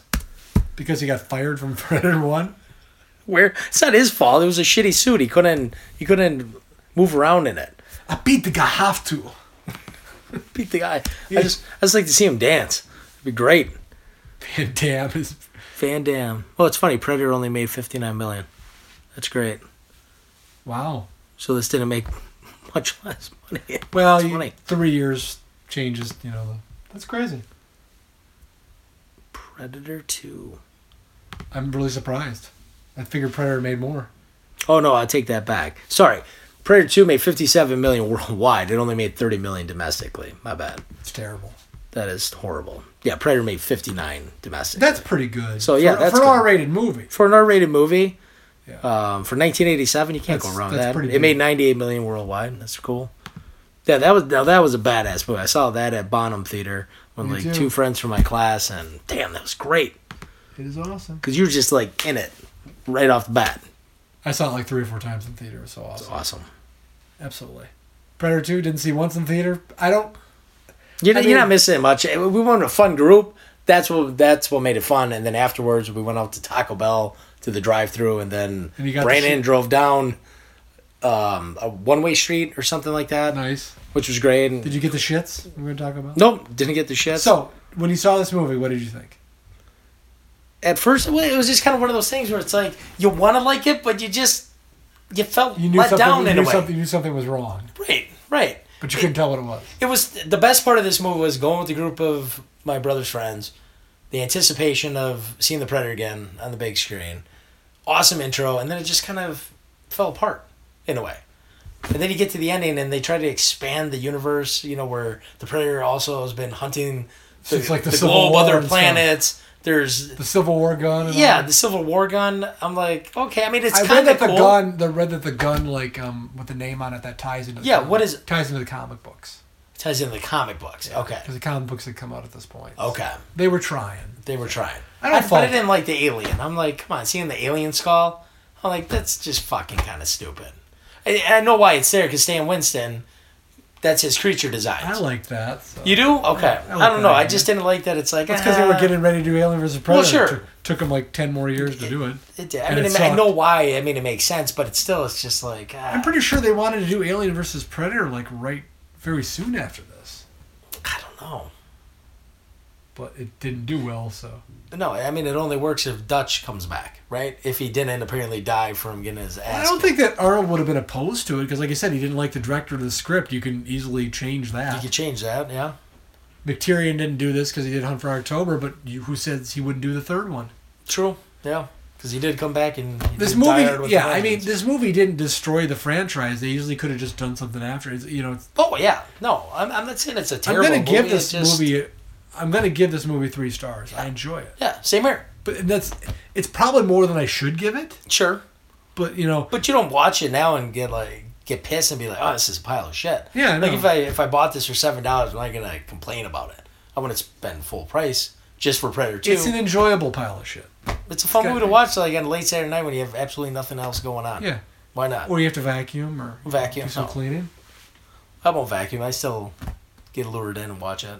[SPEAKER 1] because he got fired from [LAUGHS] Predator One.
[SPEAKER 2] Where it's not his fault. It was a shitty suit. He couldn't. He couldn't move around in it.
[SPEAKER 1] I beat the guy half [LAUGHS] to.
[SPEAKER 2] Beat the guy. I just. I just like to see him dance. It'd be great.
[SPEAKER 1] Van Damme is
[SPEAKER 2] Van Damme. Well, it's funny. Predator only made fifty nine million. That's great.
[SPEAKER 1] wow.
[SPEAKER 2] So this didn't make [LAUGHS] much less money.
[SPEAKER 1] [LAUGHS] Well,
[SPEAKER 2] It's
[SPEAKER 1] you-
[SPEAKER 2] funny.
[SPEAKER 1] three years changes. You know, the, that's crazy.
[SPEAKER 2] Predator Two.
[SPEAKER 1] I'm really surprised. I figured Predator made more.
[SPEAKER 2] Oh no, I take that back. Sorry. Predator Two made fifty seven million [LAUGHS] worldwide. It only made thirty million domestically. My bad.
[SPEAKER 1] It's terrible.
[SPEAKER 2] That is horrible. Yeah, Predator made fifty nine domestically.
[SPEAKER 1] That's pretty good.
[SPEAKER 2] So, yeah,
[SPEAKER 1] for,
[SPEAKER 2] that's
[SPEAKER 1] for an
[SPEAKER 2] good.
[SPEAKER 1] R-rated movie.
[SPEAKER 2] for an R rated movie.
[SPEAKER 1] Yeah.
[SPEAKER 2] Um, for 1987, you can't
[SPEAKER 1] That's-
[SPEAKER 2] go wrong with
[SPEAKER 1] that's
[SPEAKER 2] that.
[SPEAKER 1] pretty
[SPEAKER 2] It made
[SPEAKER 1] good.
[SPEAKER 2] 98 million worldwide. That's cool. Yeah, that was now that was a badass movie. I saw that at Bonham Theater when
[SPEAKER 1] Me
[SPEAKER 2] like
[SPEAKER 1] too.
[SPEAKER 2] two friends from my class, and damn, that was great
[SPEAKER 1] It is awesome.
[SPEAKER 2] because you were just like in it right off the bat.
[SPEAKER 1] I saw it like three or four times in theater. It's so awesome.
[SPEAKER 2] It's awesome.
[SPEAKER 1] Absolutely. Predator Two didn't see once in theater. I don't.
[SPEAKER 2] You're,
[SPEAKER 1] I
[SPEAKER 2] you're not
[SPEAKER 1] mean-
[SPEAKER 2] missing much. Eh, We were in a fun group. That's what that's what made it fun. And then afterwards, we went out to Taco Bell to the drive-through, and then
[SPEAKER 1] And you got the
[SPEAKER 2] Brandon
[SPEAKER 1] shit.
[SPEAKER 2] drove down um, a one-way street or something like that,
[SPEAKER 1] Nice.
[SPEAKER 2] which was great. And
[SPEAKER 1] Did you get the shits? We're gonna talk about.
[SPEAKER 2] Nope, didn't get the shit.
[SPEAKER 1] So when you saw this movie, what did you think?
[SPEAKER 2] at first, well, it was just kind of one of those things where it's like you want to like it, but you just you felt
[SPEAKER 1] You knew
[SPEAKER 2] let
[SPEAKER 1] something.
[SPEAKER 2] down
[SPEAKER 1] you
[SPEAKER 2] in
[SPEAKER 1] knew
[SPEAKER 2] a way.
[SPEAKER 1] something. You knew something was wrong,
[SPEAKER 2] Right, right.
[SPEAKER 1] but you couldn't tell what it was.
[SPEAKER 2] It was the best part of this movie was going with a group of my brother's friends, the anticipation of seeing the Predator again on the big screen, awesome intro, and then it just kind of fell apart in a way. And then you get to the ending, and they try to expand the universe. You know where the Predator also has been hunting the,
[SPEAKER 1] It's like the
[SPEAKER 2] the
[SPEAKER 1] Civil
[SPEAKER 2] globe,
[SPEAKER 1] War
[SPEAKER 2] other
[SPEAKER 1] and stuff.
[SPEAKER 2] planets. There's
[SPEAKER 1] The Civil War gun. And
[SPEAKER 2] Yeah,
[SPEAKER 1] all that.
[SPEAKER 2] Uh, the Civil War gun. I'm like, okay. I mean, it's
[SPEAKER 1] I read
[SPEAKER 2] kind of
[SPEAKER 1] that the
[SPEAKER 2] cool.
[SPEAKER 1] gun. The read that the gun like um with the name on it that ties into. The
[SPEAKER 2] Yeah,
[SPEAKER 1] comic-
[SPEAKER 2] what is-
[SPEAKER 1] ties into the comic books
[SPEAKER 2] ties into the comic books. Okay,
[SPEAKER 1] because the comic books had come out at this point.
[SPEAKER 2] okay.
[SPEAKER 1] They were trying.
[SPEAKER 2] They were trying.
[SPEAKER 1] I don't
[SPEAKER 2] but I
[SPEAKER 1] fault-
[SPEAKER 2] didn't like the alien. I'm like, come on, seeing the alien skull. I'm like, that's just fucking kind of stupid. I, I know why it's there because Stan Winston, that's his creature design.
[SPEAKER 1] I liked that. So.
[SPEAKER 2] you do? Okay. I,
[SPEAKER 1] like
[SPEAKER 2] don't
[SPEAKER 1] that
[SPEAKER 2] know. I
[SPEAKER 1] idea.
[SPEAKER 2] just didn't like that. It's like
[SPEAKER 1] That's because they were
[SPEAKER 2] ah.
[SPEAKER 1] getting ready to do Alien vs. Predator.
[SPEAKER 2] sure.
[SPEAKER 1] It took, took them like ten more years to do it.
[SPEAKER 2] It did. I
[SPEAKER 1] and
[SPEAKER 2] mean,
[SPEAKER 1] it
[SPEAKER 2] it ma- I
[SPEAKER 1] sucked.
[SPEAKER 2] know why. I mean, it makes sense, but it's still, it's just like. ah.
[SPEAKER 1] I'm pretty sure they wanted to do Alien vs. Predator like right very soon after this.
[SPEAKER 2] I don't know.
[SPEAKER 1] but it didn't do well. So
[SPEAKER 2] No, I mean it only works if Dutch comes back, right? If he didn't apparently die from getting his ass.
[SPEAKER 1] I don't
[SPEAKER 2] kicked.
[SPEAKER 1] think that Arnold would have been opposed to it because, like I said, he didn't like the director of the script. You can easily change
[SPEAKER 2] you
[SPEAKER 1] that.
[SPEAKER 2] could change that. Yeah,
[SPEAKER 1] McTiernan didn't do this because he did Hunt for October, but you, who says he wouldn't do the third one?
[SPEAKER 2] true. Yeah, because he did come back and he
[SPEAKER 1] This
[SPEAKER 2] did Die Hard
[SPEAKER 1] movie,
[SPEAKER 2] with
[SPEAKER 1] yeah,
[SPEAKER 2] a
[SPEAKER 1] I mean,
[SPEAKER 2] Vengeance.
[SPEAKER 1] this movie didn't destroy the franchise. They easily could have just done something after. It's, you know, it's,
[SPEAKER 2] Oh yeah, no, I'm, I'm not saying it's a
[SPEAKER 1] I'm
[SPEAKER 2] terrible.
[SPEAKER 1] gonna
[SPEAKER 2] movie.
[SPEAKER 1] give this
[SPEAKER 2] it's just-
[SPEAKER 1] movie. I'm gonna give this movie three stars. I enjoy it,
[SPEAKER 2] Yeah, same here.
[SPEAKER 1] but that's it's probably more than I should give it.
[SPEAKER 2] Sure,
[SPEAKER 1] But you know,
[SPEAKER 2] but you don't watch it now and get like get pissed and be like, oh, this is a pile of shit.
[SPEAKER 1] Yeah, I
[SPEAKER 2] like
[SPEAKER 1] know.
[SPEAKER 2] if I if I bought this for seven dollars, I'm not gonna complain about it. I'm gonna spend full price just for Predator Two.
[SPEAKER 1] it's an enjoyable pile of shit.
[SPEAKER 2] It's a fun
[SPEAKER 1] got-
[SPEAKER 2] movie to watch like on a late Saturday night when you have absolutely nothing else going on.
[SPEAKER 1] Yeah,
[SPEAKER 2] Why not?
[SPEAKER 1] or you have to vacuum or
[SPEAKER 2] Vacuum, oh.
[SPEAKER 1] do some
[SPEAKER 2] no.
[SPEAKER 1] cleaning.
[SPEAKER 2] I won't vacuum. I still get lured in and watch it.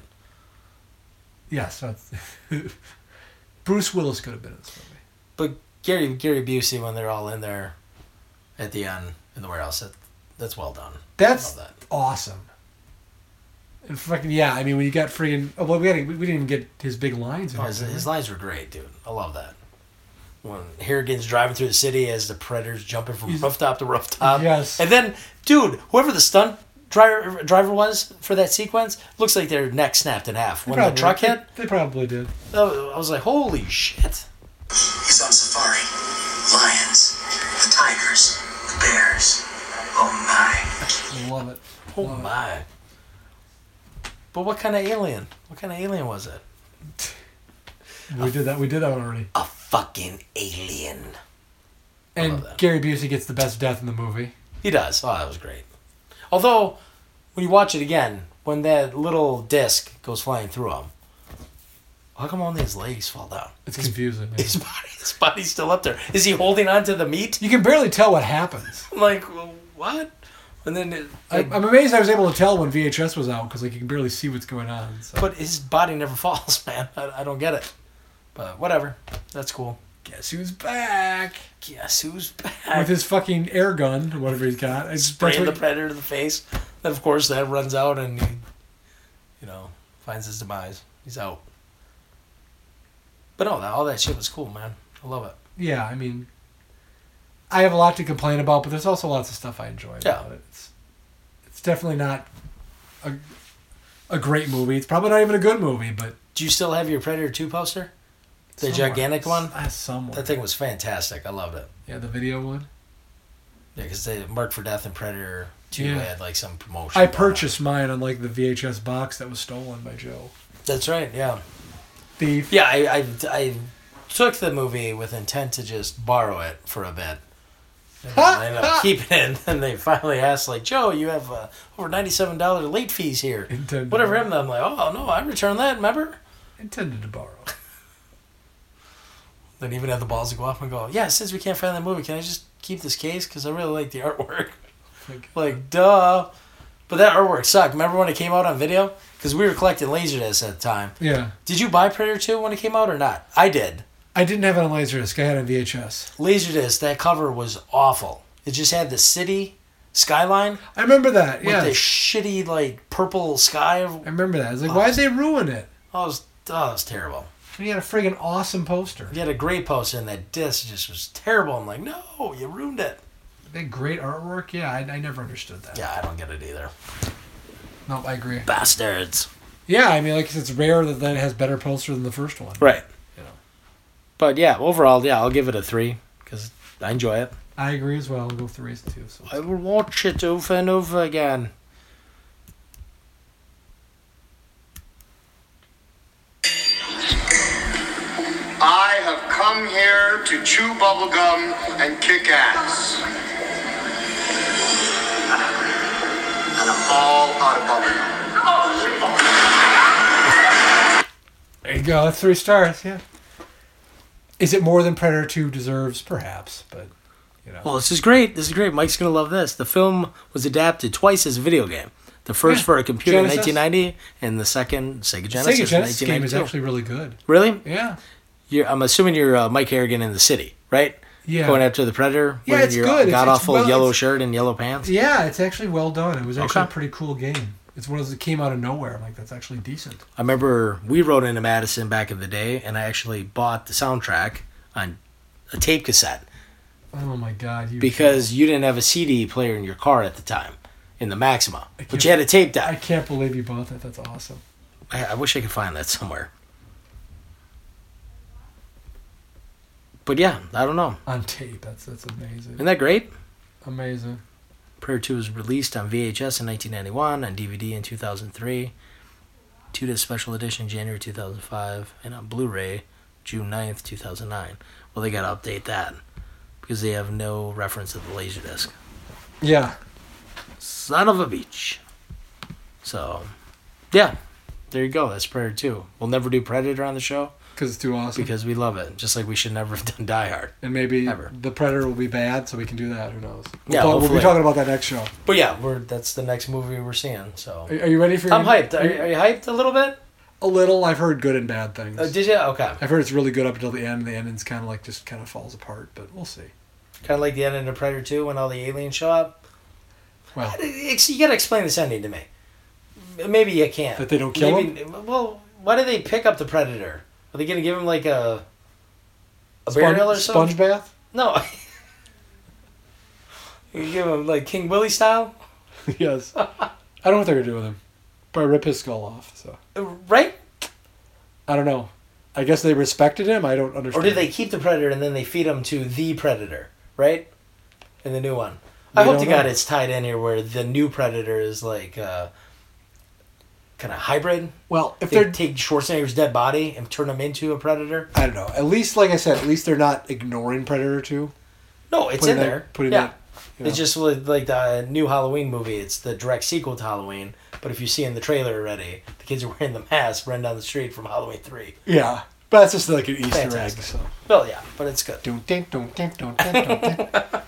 [SPEAKER 1] Yes, that's [LAUGHS] Bruce Willis could have been in this movie.
[SPEAKER 2] But Gary Gary Busey when they're all in there at the end in the warehouse, that, that's well done.
[SPEAKER 1] That's
[SPEAKER 2] Love that.
[SPEAKER 1] awesome. And fucking yeah, I mean when you got freaking oh well we, had, we didn't even get his big lines. In
[SPEAKER 2] Oh,
[SPEAKER 1] here,
[SPEAKER 2] his,
[SPEAKER 1] did we?
[SPEAKER 2] his lines were great, dude. I love that. When Harrigan's driving through the city as the predators jumping from rooftop to rooftop.
[SPEAKER 1] Yes.
[SPEAKER 2] And then, dude, whoever the stunt driver driver was for that sequence looks like their neck snapped in half when the
[SPEAKER 1] Probably.
[SPEAKER 2] truck hit.
[SPEAKER 1] They probably did.
[SPEAKER 2] I was like, holy shit.
[SPEAKER 3] He's on safari. Lions, the tigers, the bears. Oh my.
[SPEAKER 1] Love it.
[SPEAKER 2] Oh my. But what kind of alien? What kind of alien was it? Oh.
[SPEAKER 1] We did that. We did that one already.
[SPEAKER 2] A fucking alien.
[SPEAKER 1] And
[SPEAKER 2] that.
[SPEAKER 1] Gary Busey gets the best death in the movie.
[SPEAKER 2] He does. Oh, that was great. Although, when you watch it again, when that little disc goes flying through him, how come only his legs fall down? [LAUGHS]
[SPEAKER 1] It's confusing. man.
[SPEAKER 2] His body, his body's still up there. Is he holding on to the meat? [LAUGHS]
[SPEAKER 1] You can barely tell what happens.
[SPEAKER 2] I'm like, well, what? And then, it,
[SPEAKER 1] I, I'm amazed I was able to tell when VHS was out because like you can barely see what's going on. So.
[SPEAKER 2] but his body never [LAUGHS] falls, man. I, I don't get it. But whatever. That's cool.
[SPEAKER 1] Guess who's back
[SPEAKER 2] Guess who's back?
[SPEAKER 1] with his fucking air gun or whatever he's got. It's- that's
[SPEAKER 2] spraying the
[SPEAKER 1] what-
[SPEAKER 2] predator in the face. Then of course that runs out and he, you know, finds his demise. He's out. But no, that, all that shit was cool, man. I love it.
[SPEAKER 1] yeah, I mean, I have a lot to complain about, but there's also lots of stuff I enjoy
[SPEAKER 2] Yeah.
[SPEAKER 1] about it. It's, it's definitely not a, a great movie. It's probably not even a good movie, but
[SPEAKER 2] Do you still have your Predator Two poster? The
[SPEAKER 1] somewhere.
[SPEAKER 2] gigantic one.
[SPEAKER 1] Ah, somewhere.
[SPEAKER 2] That thing was fantastic. I loved it.
[SPEAKER 1] yeah, the video one.
[SPEAKER 2] Yeah, because they Mark for Death and Predator Two
[SPEAKER 1] Yeah.
[SPEAKER 2] had like some promotion.
[SPEAKER 1] I
[SPEAKER 2] going on.
[SPEAKER 1] purchased mine on like the VHS box that was stolen by Joe.
[SPEAKER 2] That's right. Yeah.
[SPEAKER 1] Thief.
[SPEAKER 2] Yeah, I, I I took the movie with intent to just borrow it for a bit. And I ended up keeping it, [LAUGHS] and then they finally asked, like, Joe, you have uh, over ninety-seven dollar late fees here.
[SPEAKER 1] Intended.
[SPEAKER 2] Whatever happened? I'm like, oh no, I returned that. Remember?
[SPEAKER 1] Intended to borrow.
[SPEAKER 2] Then even had the balls to go off and go, yeah. Since we can't find that movie, can I just keep this case? Because I really like the artwork. [LAUGHS]
[SPEAKER 1] Like,
[SPEAKER 2] like, duh. But that artwork sucked. Remember when it came out on video? Because we were collecting laserdiscs at the time.
[SPEAKER 1] yeah.
[SPEAKER 2] Did you buy Predator Two when it came out or not? I did.
[SPEAKER 1] I didn't have it on Laserdisc. I had it on VHS.
[SPEAKER 2] Laserdisc, that cover was awful. It just had the city skyline
[SPEAKER 1] I remember that.
[SPEAKER 2] with
[SPEAKER 1] Yeah.
[SPEAKER 2] the shitty like purple sky. Oh,
[SPEAKER 1] I remember that. I was like, why'd they ruin it?
[SPEAKER 2] it was, oh, it was terrible.
[SPEAKER 1] And he had a friggin' awesome poster.
[SPEAKER 2] You had a great poster and that disc just was terrible. I'm like, no, you ruined it.
[SPEAKER 1] That great artwork. Yeah, I, I never understood that.
[SPEAKER 2] Yeah, I don't get it either.
[SPEAKER 1] No, I agree.
[SPEAKER 2] Bastards.
[SPEAKER 1] Yeah, I mean, like it's rare that that has better poster than the first one.
[SPEAKER 2] Right.
[SPEAKER 1] Yeah.
[SPEAKER 2] But yeah, overall, yeah, I'll give it a three because I enjoy it.
[SPEAKER 1] I agree as well. I'll go three as two. So.
[SPEAKER 2] I will watch it over and over again.
[SPEAKER 7] I have come here to chew bubblegum and kick ass. And I'm all out of bubblegum.
[SPEAKER 1] There you go. That's three stars. Yeah. Is it more than Predator Two deserves? Perhaps, but
[SPEAKER 2] Well, this is great. This is great. Mike's gonna love this. The film was adapted twice as a video game. The first
[SPEAKER 1] Yeah.
[SPEAKER 2] for a computer
[SPEAKER 1] Genesis.
[SPEAKER 2] in 1990, and the second Sega Genesis.
[SPEAKER 1] Sega Genesis game is
[SPEAKER 2] 1992.
[SPEAKER 1] actually really good.
[SPEAKER 2] really.
[SPEAKER 1] Yeah.
[SPEAKER 2] You're, I'm assuming you're uh, Mike Harrigan in the city, right?
[SPEAKER 1] Yeah.
[SPEAKER 2] Going after the predator.
[SPEAKER 1] Yeah,
[SPEAKER 2] wearing
[SPEAKER 1] it's
[SPEAKER 2] your
[SPEAKER 1] good. It's-
[SPEAKER 2] God
[SPEAKER 1] it's
[SPEAKER 2] awful
[SPEAKER 1] well-
[SPEAKER 2] yellow
[SPEAKER 1] it's-
[SPEAKER 2] shirt and yellow pants.
[SPEAKER 1] Yeah, it's actually well done. It was actually
[SPEAKER 2] Okay.
[SPEAKER 1] a pretty cool game. It's one of those that came out of nowhere. I'm like, that's actually decent.
[SPEAKER 2] I remember we rode into Madison back in the day, and I actually bought the soundtrack on a tape cassette
[SPEAKER 1] Oh my god! You
[SPEAKER 2] because you didn't have a CD player in your car at the time, in the Maxima, but you had a tape
[SPEAKER 1] I
[SPEAKER 2] deck.
[SPEAKER 1] can't believe you bought that. That's awesome.
[SPEAKER 2] I, I wish I could find that somewhere. But yeah, I don't know.
[SPEAKER 1] On tape. That's that's amazing.
[SPEAKER 2] Isn't that great?
[SPEAKER 1] Amazing.
[SPEAKER 2] Prayer 2 was released on VHS in 1991, on DVD in 2003, 2 disc special edition January 2005, and on Blu ray June 9th, 2009. Well, they gotta update that because they have no reference to the Laserdisc.
[SPEAKER 1] Yeah.
[SPEAKER 2] Son of a beach. So, yeah, there you go. That's Prayer 2. We'll never do Predator on the show
[SPEAKER 1] Because it's too awesome.
[SPEAKER 2] because we love it, just like we should never [LAUGHS] have done Die Hard.
[SPEAKER 1] and maybe
[SPEAKER 2] Ever.
[SPEAKER 1] the predator will be bad, so we can do that. Who knows? We'll
[SPEAKER 2] Yeah,
[SPEAKER 1] talk- we'll
[SPEAKER 2] hopefully.
[SPEAKER 1] be talking about that next show.
[SPEAKER 2] But yeah, we're that's the next movie we're seeing. So,
[SPEAKER 1] Are, are you ready for? your-
[SPEAKER 2] I'm hyped. Are, you- are you hyped a little bit?
[SPEAKER 1] A little. I've heard good and bad things.
[SPEAKER 2] Uh, did you? Okay.
[SPEAKER 1] I've heard it's really good up until the end. and The ending's kind of like just kind of falls apart, but we'll see.
[SPEAKER 2] Kind of like the ending of Predator 2 when all the aliens show up.
[SPEAKER 1] Well.
[SPEAKER 2] Ex- you gotta explain this ending to me. Maybe you can't.
[SPEAKER 1] That they don't kill
[SPEAKER 2] him? Well, why did they pick up the Predator? Are they gonna give him like a, a
[SPEAKER 1] Spon-
[SPEAKER 2] burial or
[SPEAKER 1] sponge
[SPEAKER 2] something?
[SPEAKER 1] bath. [LAUGHS]
[SPEAKER 2] No. [LAUGHS] you give him like King Willie style? [LAUGHS]
[SPEAKER 1] yes. I don't know what they're gonna do with him. Probably rip his skull off. So
[SPEAKER 2] Uh, Right?
[SPEAKER 1] I don't know. I guess they respected him. I don't understand.
[SPEAKER 2] Or do they keep the Predator and then they feed him to the Predator? Right? In the new one. I
[SPEAKER 1] We
[SPEAKER 2] hope to
[SPEAKER 1] don't
[SPEAKER 2] God
[SPEAKER 1] know.
[SPEAKER 2] it's tied in here where the new Predator is like uh, kind of hybrid.
[SPEAKER 1] Well, if
[SPEAKER 2] they
[SPEAKER 1] they're,
[SPEAKER 2] take Schwarzenegger's dead body and turn him into a predator.
[SPEAKER 1] I don't know. At least, like I said, at least they're not ignoring Predator Two.
[SPEAKER 2] No, it's
[SPEAKER 1] Putting
[SPEAKER 2] in
[SPEAKER 1] that-
[SPEAKER 2] there.
[SPEAKER 1] putting
[SPEAKER 2] yeah,
[SPEAKER 1] that, you know.
[SPEAKER 2] it's just like, like the new Halloween movie. It's the direct sequel to Halloween. But if you see in the trailer already, the kids are wearing the mask running down the street from Halloween three.
[SPEAKER 1] Yeah, but that's just like an Easter
[SPEAKER 2] Fantastic.
[SPEAKER 1] egg. So.
[SPEAKER 2] Well, yeah, but it's good.
[SPEAKER 1] Dun, dun, dun, dun, dun, dun, dun, dun.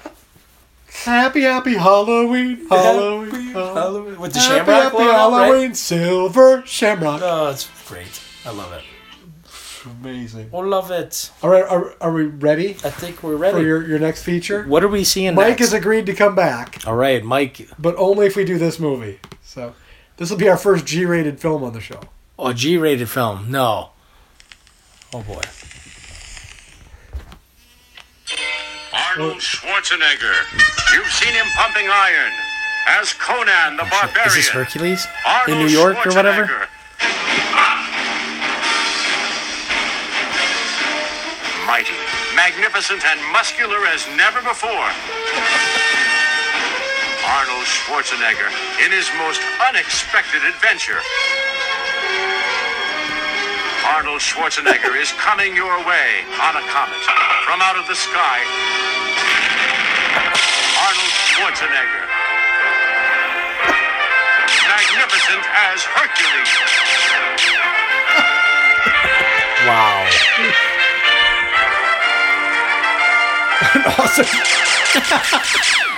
[SPEAKER 1] happy, happy Halloween, Halloween, Halloween.
[SPEAKER 2] Halloween with the
[SPEAKER 1] Happy,
[SPEAKER 2] shamrock
[SPEAKER 1] happy
[SPEAKER 2] going on, right?
[SPEAKER 1] Halloween, silver shamrock.
[SPEAKER 2] Oh, it's great. I love it.
[SPEAKER 1] Amazing.
[SPEAKER 2] I love it.
[SPEAKER 1] All right, are, are we ready
[SPEAKER 2] I think we're
[SPEAKER 1] for
[SPEAKER 2] ready.
[SPEAKER 1] your, your next feature?
[SPEAKER 2] What are we seeing
[SPEAKER 1] Mike
[SPEAKER 2] next?
[SPEAKER 1] has agreed to come back,
[SPEAKER 2] All right, Mike.
[SPEAKER 1] but only if we do this movie. So this will be our first G-rated film on the show.
[SPEAKER 2] Oh, G-rated film. No. Oh boy.
[SPEAKER 8] Arnold Schwarzenegger. You've seen him pumping iron as Conan the Barbarian.
[SPEAKER 2] Is this Hercules in
[SPEAKER 8] Arnold
[SPEAKER 2] New York or whatever?
[SPEAKER 8] Schwarzenegger. Mighty, magnificent, and muscular as never before. Arnold Schwarzenegger in his most unexpected adventure. Arnold Schwarzenegger is coming your way on a comet from out of the sky. Arnold Schwarzenegger magnificent as Hercules.
[SPEAKER 2] Wow.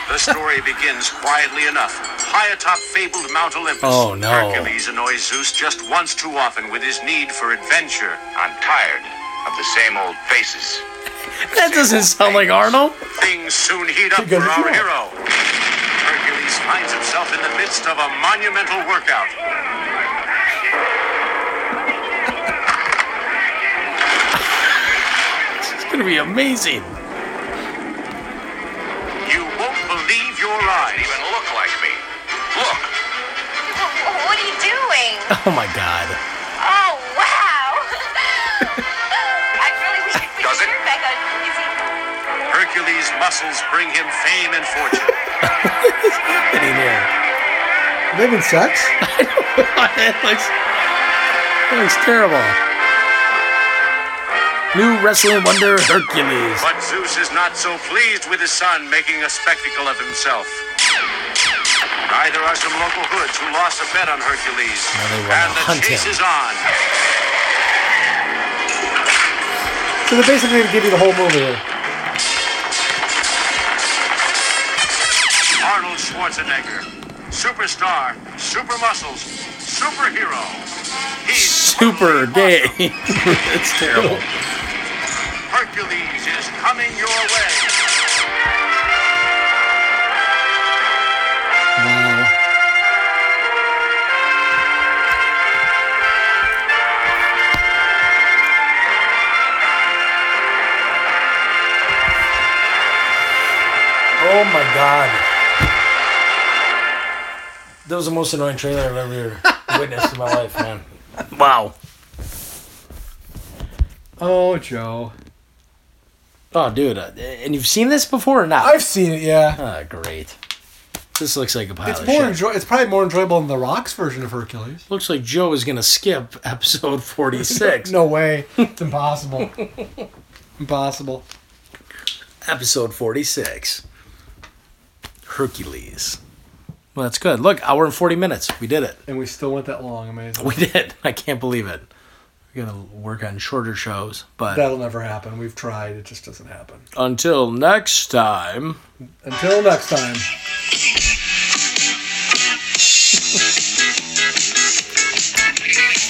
[SPEAKER 8] The story begins quietly enough, high atop fabled Mount Olympus.
[SPEAKER 2] Oh, no.
[SPEAKER 8] Hercules annoys Zeus just once too often with his need for adventure. I'm tired of the same old faces.
[SPEAKER 2] That doesn't sound like Arnold.
[SPEAKER 8] Things soon heat
[SPEAKER 1] He
[SPEAKER 8] up
[SPEAKER 1] goes,
[SPEAKER 8] for our
[SPEAKER 1] "Yeah."
[SPEAKER 8] hero. Hercules finds himself in the midst of a monumental workout.
[SPEAKER 2] It's gonna be amazing.
[SPEAKER 8] You won't believe your eyes. Even look like me. Look.
[SPEAKER 9] What are you
[SPEAKER 8] [LAUGHS]
[SPEAKER 9] doing?
[SPEAKER 2] Oh my god.
[SPEAKER 9] Oh, wow! [LAUGHS] I really wish we could
[SPEAKER 8] Does it?
[SPEAKER 9] get back on easy.
[SPEAKER 8] Hercules' muscles bring him fame and fortune.
[SPEAKER 2] Get in [LAUGHS] here.
[SPEAKER 1] Are they having sex?
[SPEAKER 2] it looks, it looks terrible. New wrestling wonder Hercules.
[SPEAKER 8] But Zeus is not so pleased with his son making a spectacle of himself. Neither are some local hoods who lost a bet on Hercules.
[SPEAKER 2] Now they wanna
[SPEAKER 8] And the
[SPEAKER 2] hunt
[SPEAKER 8] chase
[SPEAKER 2] him.
[SPEAKER 8] is on.
[SPEAKER 1] So they're basically going to give you the whole movie. here.
[SPEAKER 8] Arnold Schwarzenegger, superstar, super muscles, superhero. He's
[SPEAKER 2] Super gay. [LAUGHS]
[SPEAKER 8] totally
[SPEAKER 2] it's terrible.
[SPEAKER 8] awesome. Hercules is coming your way.
[SPEAKER 1] Wow.
[SPEAKER 10] Oh my god. That was the most annoying trailer I've ever
[SPEAKER 2] [LAUGHS]
[SPEAKER 10] witnessed in my life, man.
[SPEAKER 2] Wow.
[SPEAKER 1] Oh, Joe.
[SPEAKER 2] Oh, dude. Uh, and you've seen this before or not?
[SPEAKER 1] I've seen it, yeah.
[SPEAKER 2] Ah, great. This looks like a pile
[SPEAKER 1] It's
[SPEAKER 2] of
[SPEAKER 1] more
[SPEAKER 2] shit.
[SPEAKER 1] enjoy- It's probably more enjoyable than The Rock's version of Hercules.
[SPEAKER 2] looks like Joe is going to skip [LAUGHS] episode
[SPEAKER 1] [LAUGHS]
[SPEAKER 2] 46.
[SPEAKER 1] No way. It's
[SPEAKER 2] [LAUGHS]
[SPEAKER 1] impossible. impossible.
[SPEAKER 2] Episode 46. Hercules. Well, that's good. Look, hour and 40 minutes. We did it. [LAUGHS]
[SPEAKER 1] And we still went that long. Amazing.
[SPEAKER 2] We did. I can't believe it. We're going to work on shorter shows. But
[SPEAKER 1] That'll never happen. We've tried. It just doesn't happen.
[SPEAKER 2] until next time.
[SPEAKER 1] Until next time.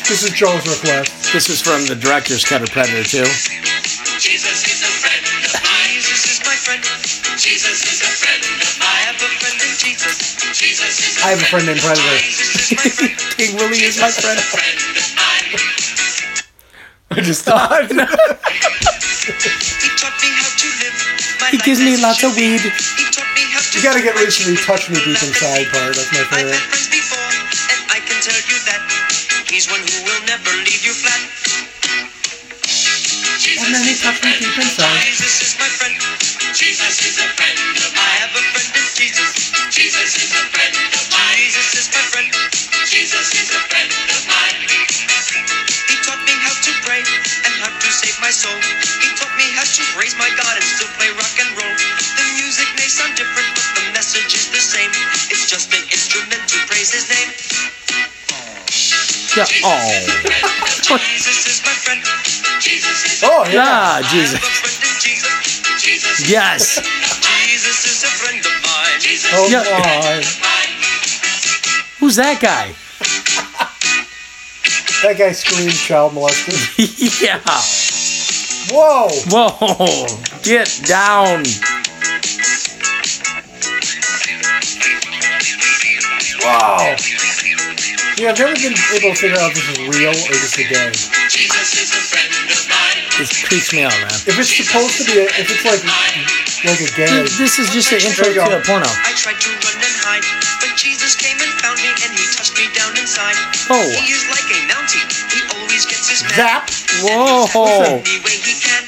[SPEAKER 1] this is Joe's request.
[SPEAKER 2] This is from the director's cut of Predator 2.
[SPEAKER 11] Jesus is a friend of mine. Jesus is my friend. Jesus is a friend of mine. I have a friend in Jesus. Jesus is a
[SPEAKER 1] I have a friend named Predator.
[SPEAKER 11] Jesus is my friend.
[SPEAKER 2] King Willie is my [LAUGHS] friend.
[SPEAKER 11] friend of mine.
[SPEAKER 1] I just [LAUGHS]
[SPEAKER 2] [LAUGHS]
[SPEAKER 1] thought.
[SPEAKER 11] He taught me how to live. My
[SPEAKER 2] He gives me lots of weed.
[SPEAKER 11] He taught me how to.
[SPEAKER 1] You gotta get rid of the touch me deep inside part. That's my
[SPEAKER 11] I've had
[SPEAKER 1] favorite.
[SPEAKER 11] friends before, and I can tell you that he's one who will never leave you flat. Jesus
[SPEAKER 1] And then he
[SPEAKER 11] is a
[SPEAKER 1] touched me
[SPEAKER 11] friend
[SPEAKER 1] deep
[SPEAKER 11] of
[SPEAKER 1] inside.
[SPEAKER 11] mine. Jesus is my friend. Jesus is a friend of mine. I have a friend in Jesus. Jesus is a friend of mine. Jesus is my friend. Jesus is a friend of mine. He taught me how to pray and how to save my soul. He taught me how to praise my God and still play rock and roll. The music may sound different, but the message is the same. It's just an instrument to praise his name.
[SPEAKER 2] Yeah.
[SPEAKER 11] Jesus is
[SPEAKER 2] Oh.
[SPEAKER 11] a friend of mine. Jesus is my friend. Jesus is a
[SPEAKER 1] Oh, yeah.
[SPEAKER 2] Yeah, Jesus. Yes.
[SPEAKER 11] Jesus is a friend of mine. Jesus
[SPEAKER 1] Oh,
[SPEAKER 2] Yeah.
[SPEAKER 1] God.
[SPEAKER 11] is mine.
[SPEAKER 2] Who's that guy?
[SPEAKER 1] That guy screamed child molested.
[SPEAKER 2] [LAUGHS] yeah.
[SPEAKER 1] Whoa!
[SPEAKER 2] Whoa. Get down.
[SPEAKER 1] Wow! Yeah, I've never been able to figure out if this is real or just a game.
[SPEAKER 11] Jesus is a friend of mine.
[SPEAKER 2] It creeps me out, man.
[SPEAKER 1] If it's supposed to be, a, if it's like like a game,
[SPEAKER 2] Dude, this is just an intro
[SPEAKER 1] There you go.
[SPEAKER 2] to a porno.
[SPEAKER 11] I tried to run and hide, but Jesus came and found me and he touched me down inside.
[SPEAKER 2] Oh.
[SPEAKER 11] He is like a mountie. He always gets his man.
[SPEAKER 1] Zap.
[SPEAKER 2] Whoa.
[SPEAKER 11] Any way he can.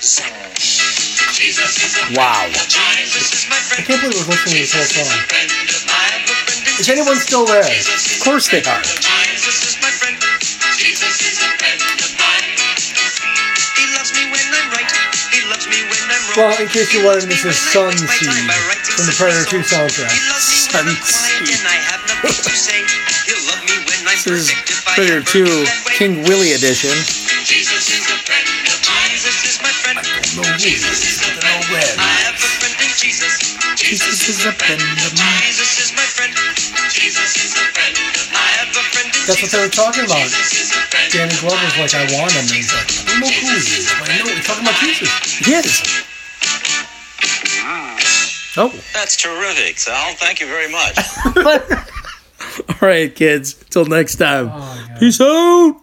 [SPEAKER 11] Zap. Jesus is a
[SPEAKER 2] Wow.
[SPEAKER 11] friend of mine. Jesus is my
[SPEAKER 1] I
[SPEAKER 11] friend.
[SPEAKER 1] can't believe we're listening to this whole
[SPEAKER 11] Jesus is a
[SPEAKER 1] song.
[SPEAKER 11] friend of mine. I have a friend in
[SPEAKER 1] Is anyone still there?
[SPEAKER 2] Of course they are.
[SPEAKER 11] Jesus is my friend. Jesus is a friend of mine. He loves me when I'm right. He loves me when I'm wrong.
[SPEAKER 1] Well, in case you're wondering, this is Sun Seed from the Predator 2 soundtrack.
[SPEAKER 2] Sun Seed.
[SPEAKER 1] [LAUGHS]
[SPEAKER 11] This
[SPEAKER 2] This is Predator 2 King Willie edition.
[SPEAKER 11] Jesus is a friend of mine. Jesus is my friend. I don't know Jesus is a friend. I have a friend in Jesus. Jesus is a friend of mine. Jesus is my friend. Jesus is a friend. I have a friend in
[SPEAKER 1] That's what they were
[SPEAKER 11] Jesus.
[SPEAKER 1] talking about.
[SPEAKER 11] Jesus is a friend.
[SPEAKER 1] Danny Glover's like, I want him. And he's like, I don't know who he is, but I know he's talking about Jesus.
[SPEAKER 2] Yes.
[SPEAKER 1] Ah.
[SPEAKER 2] Oh. [LAUGHS]
[SPEAKER 11] That's terrific, Sal. Thank you very much.
[SPEAKER 1] Oh,
[SPEAKER 2] All right, kids. Till next time. Peace out.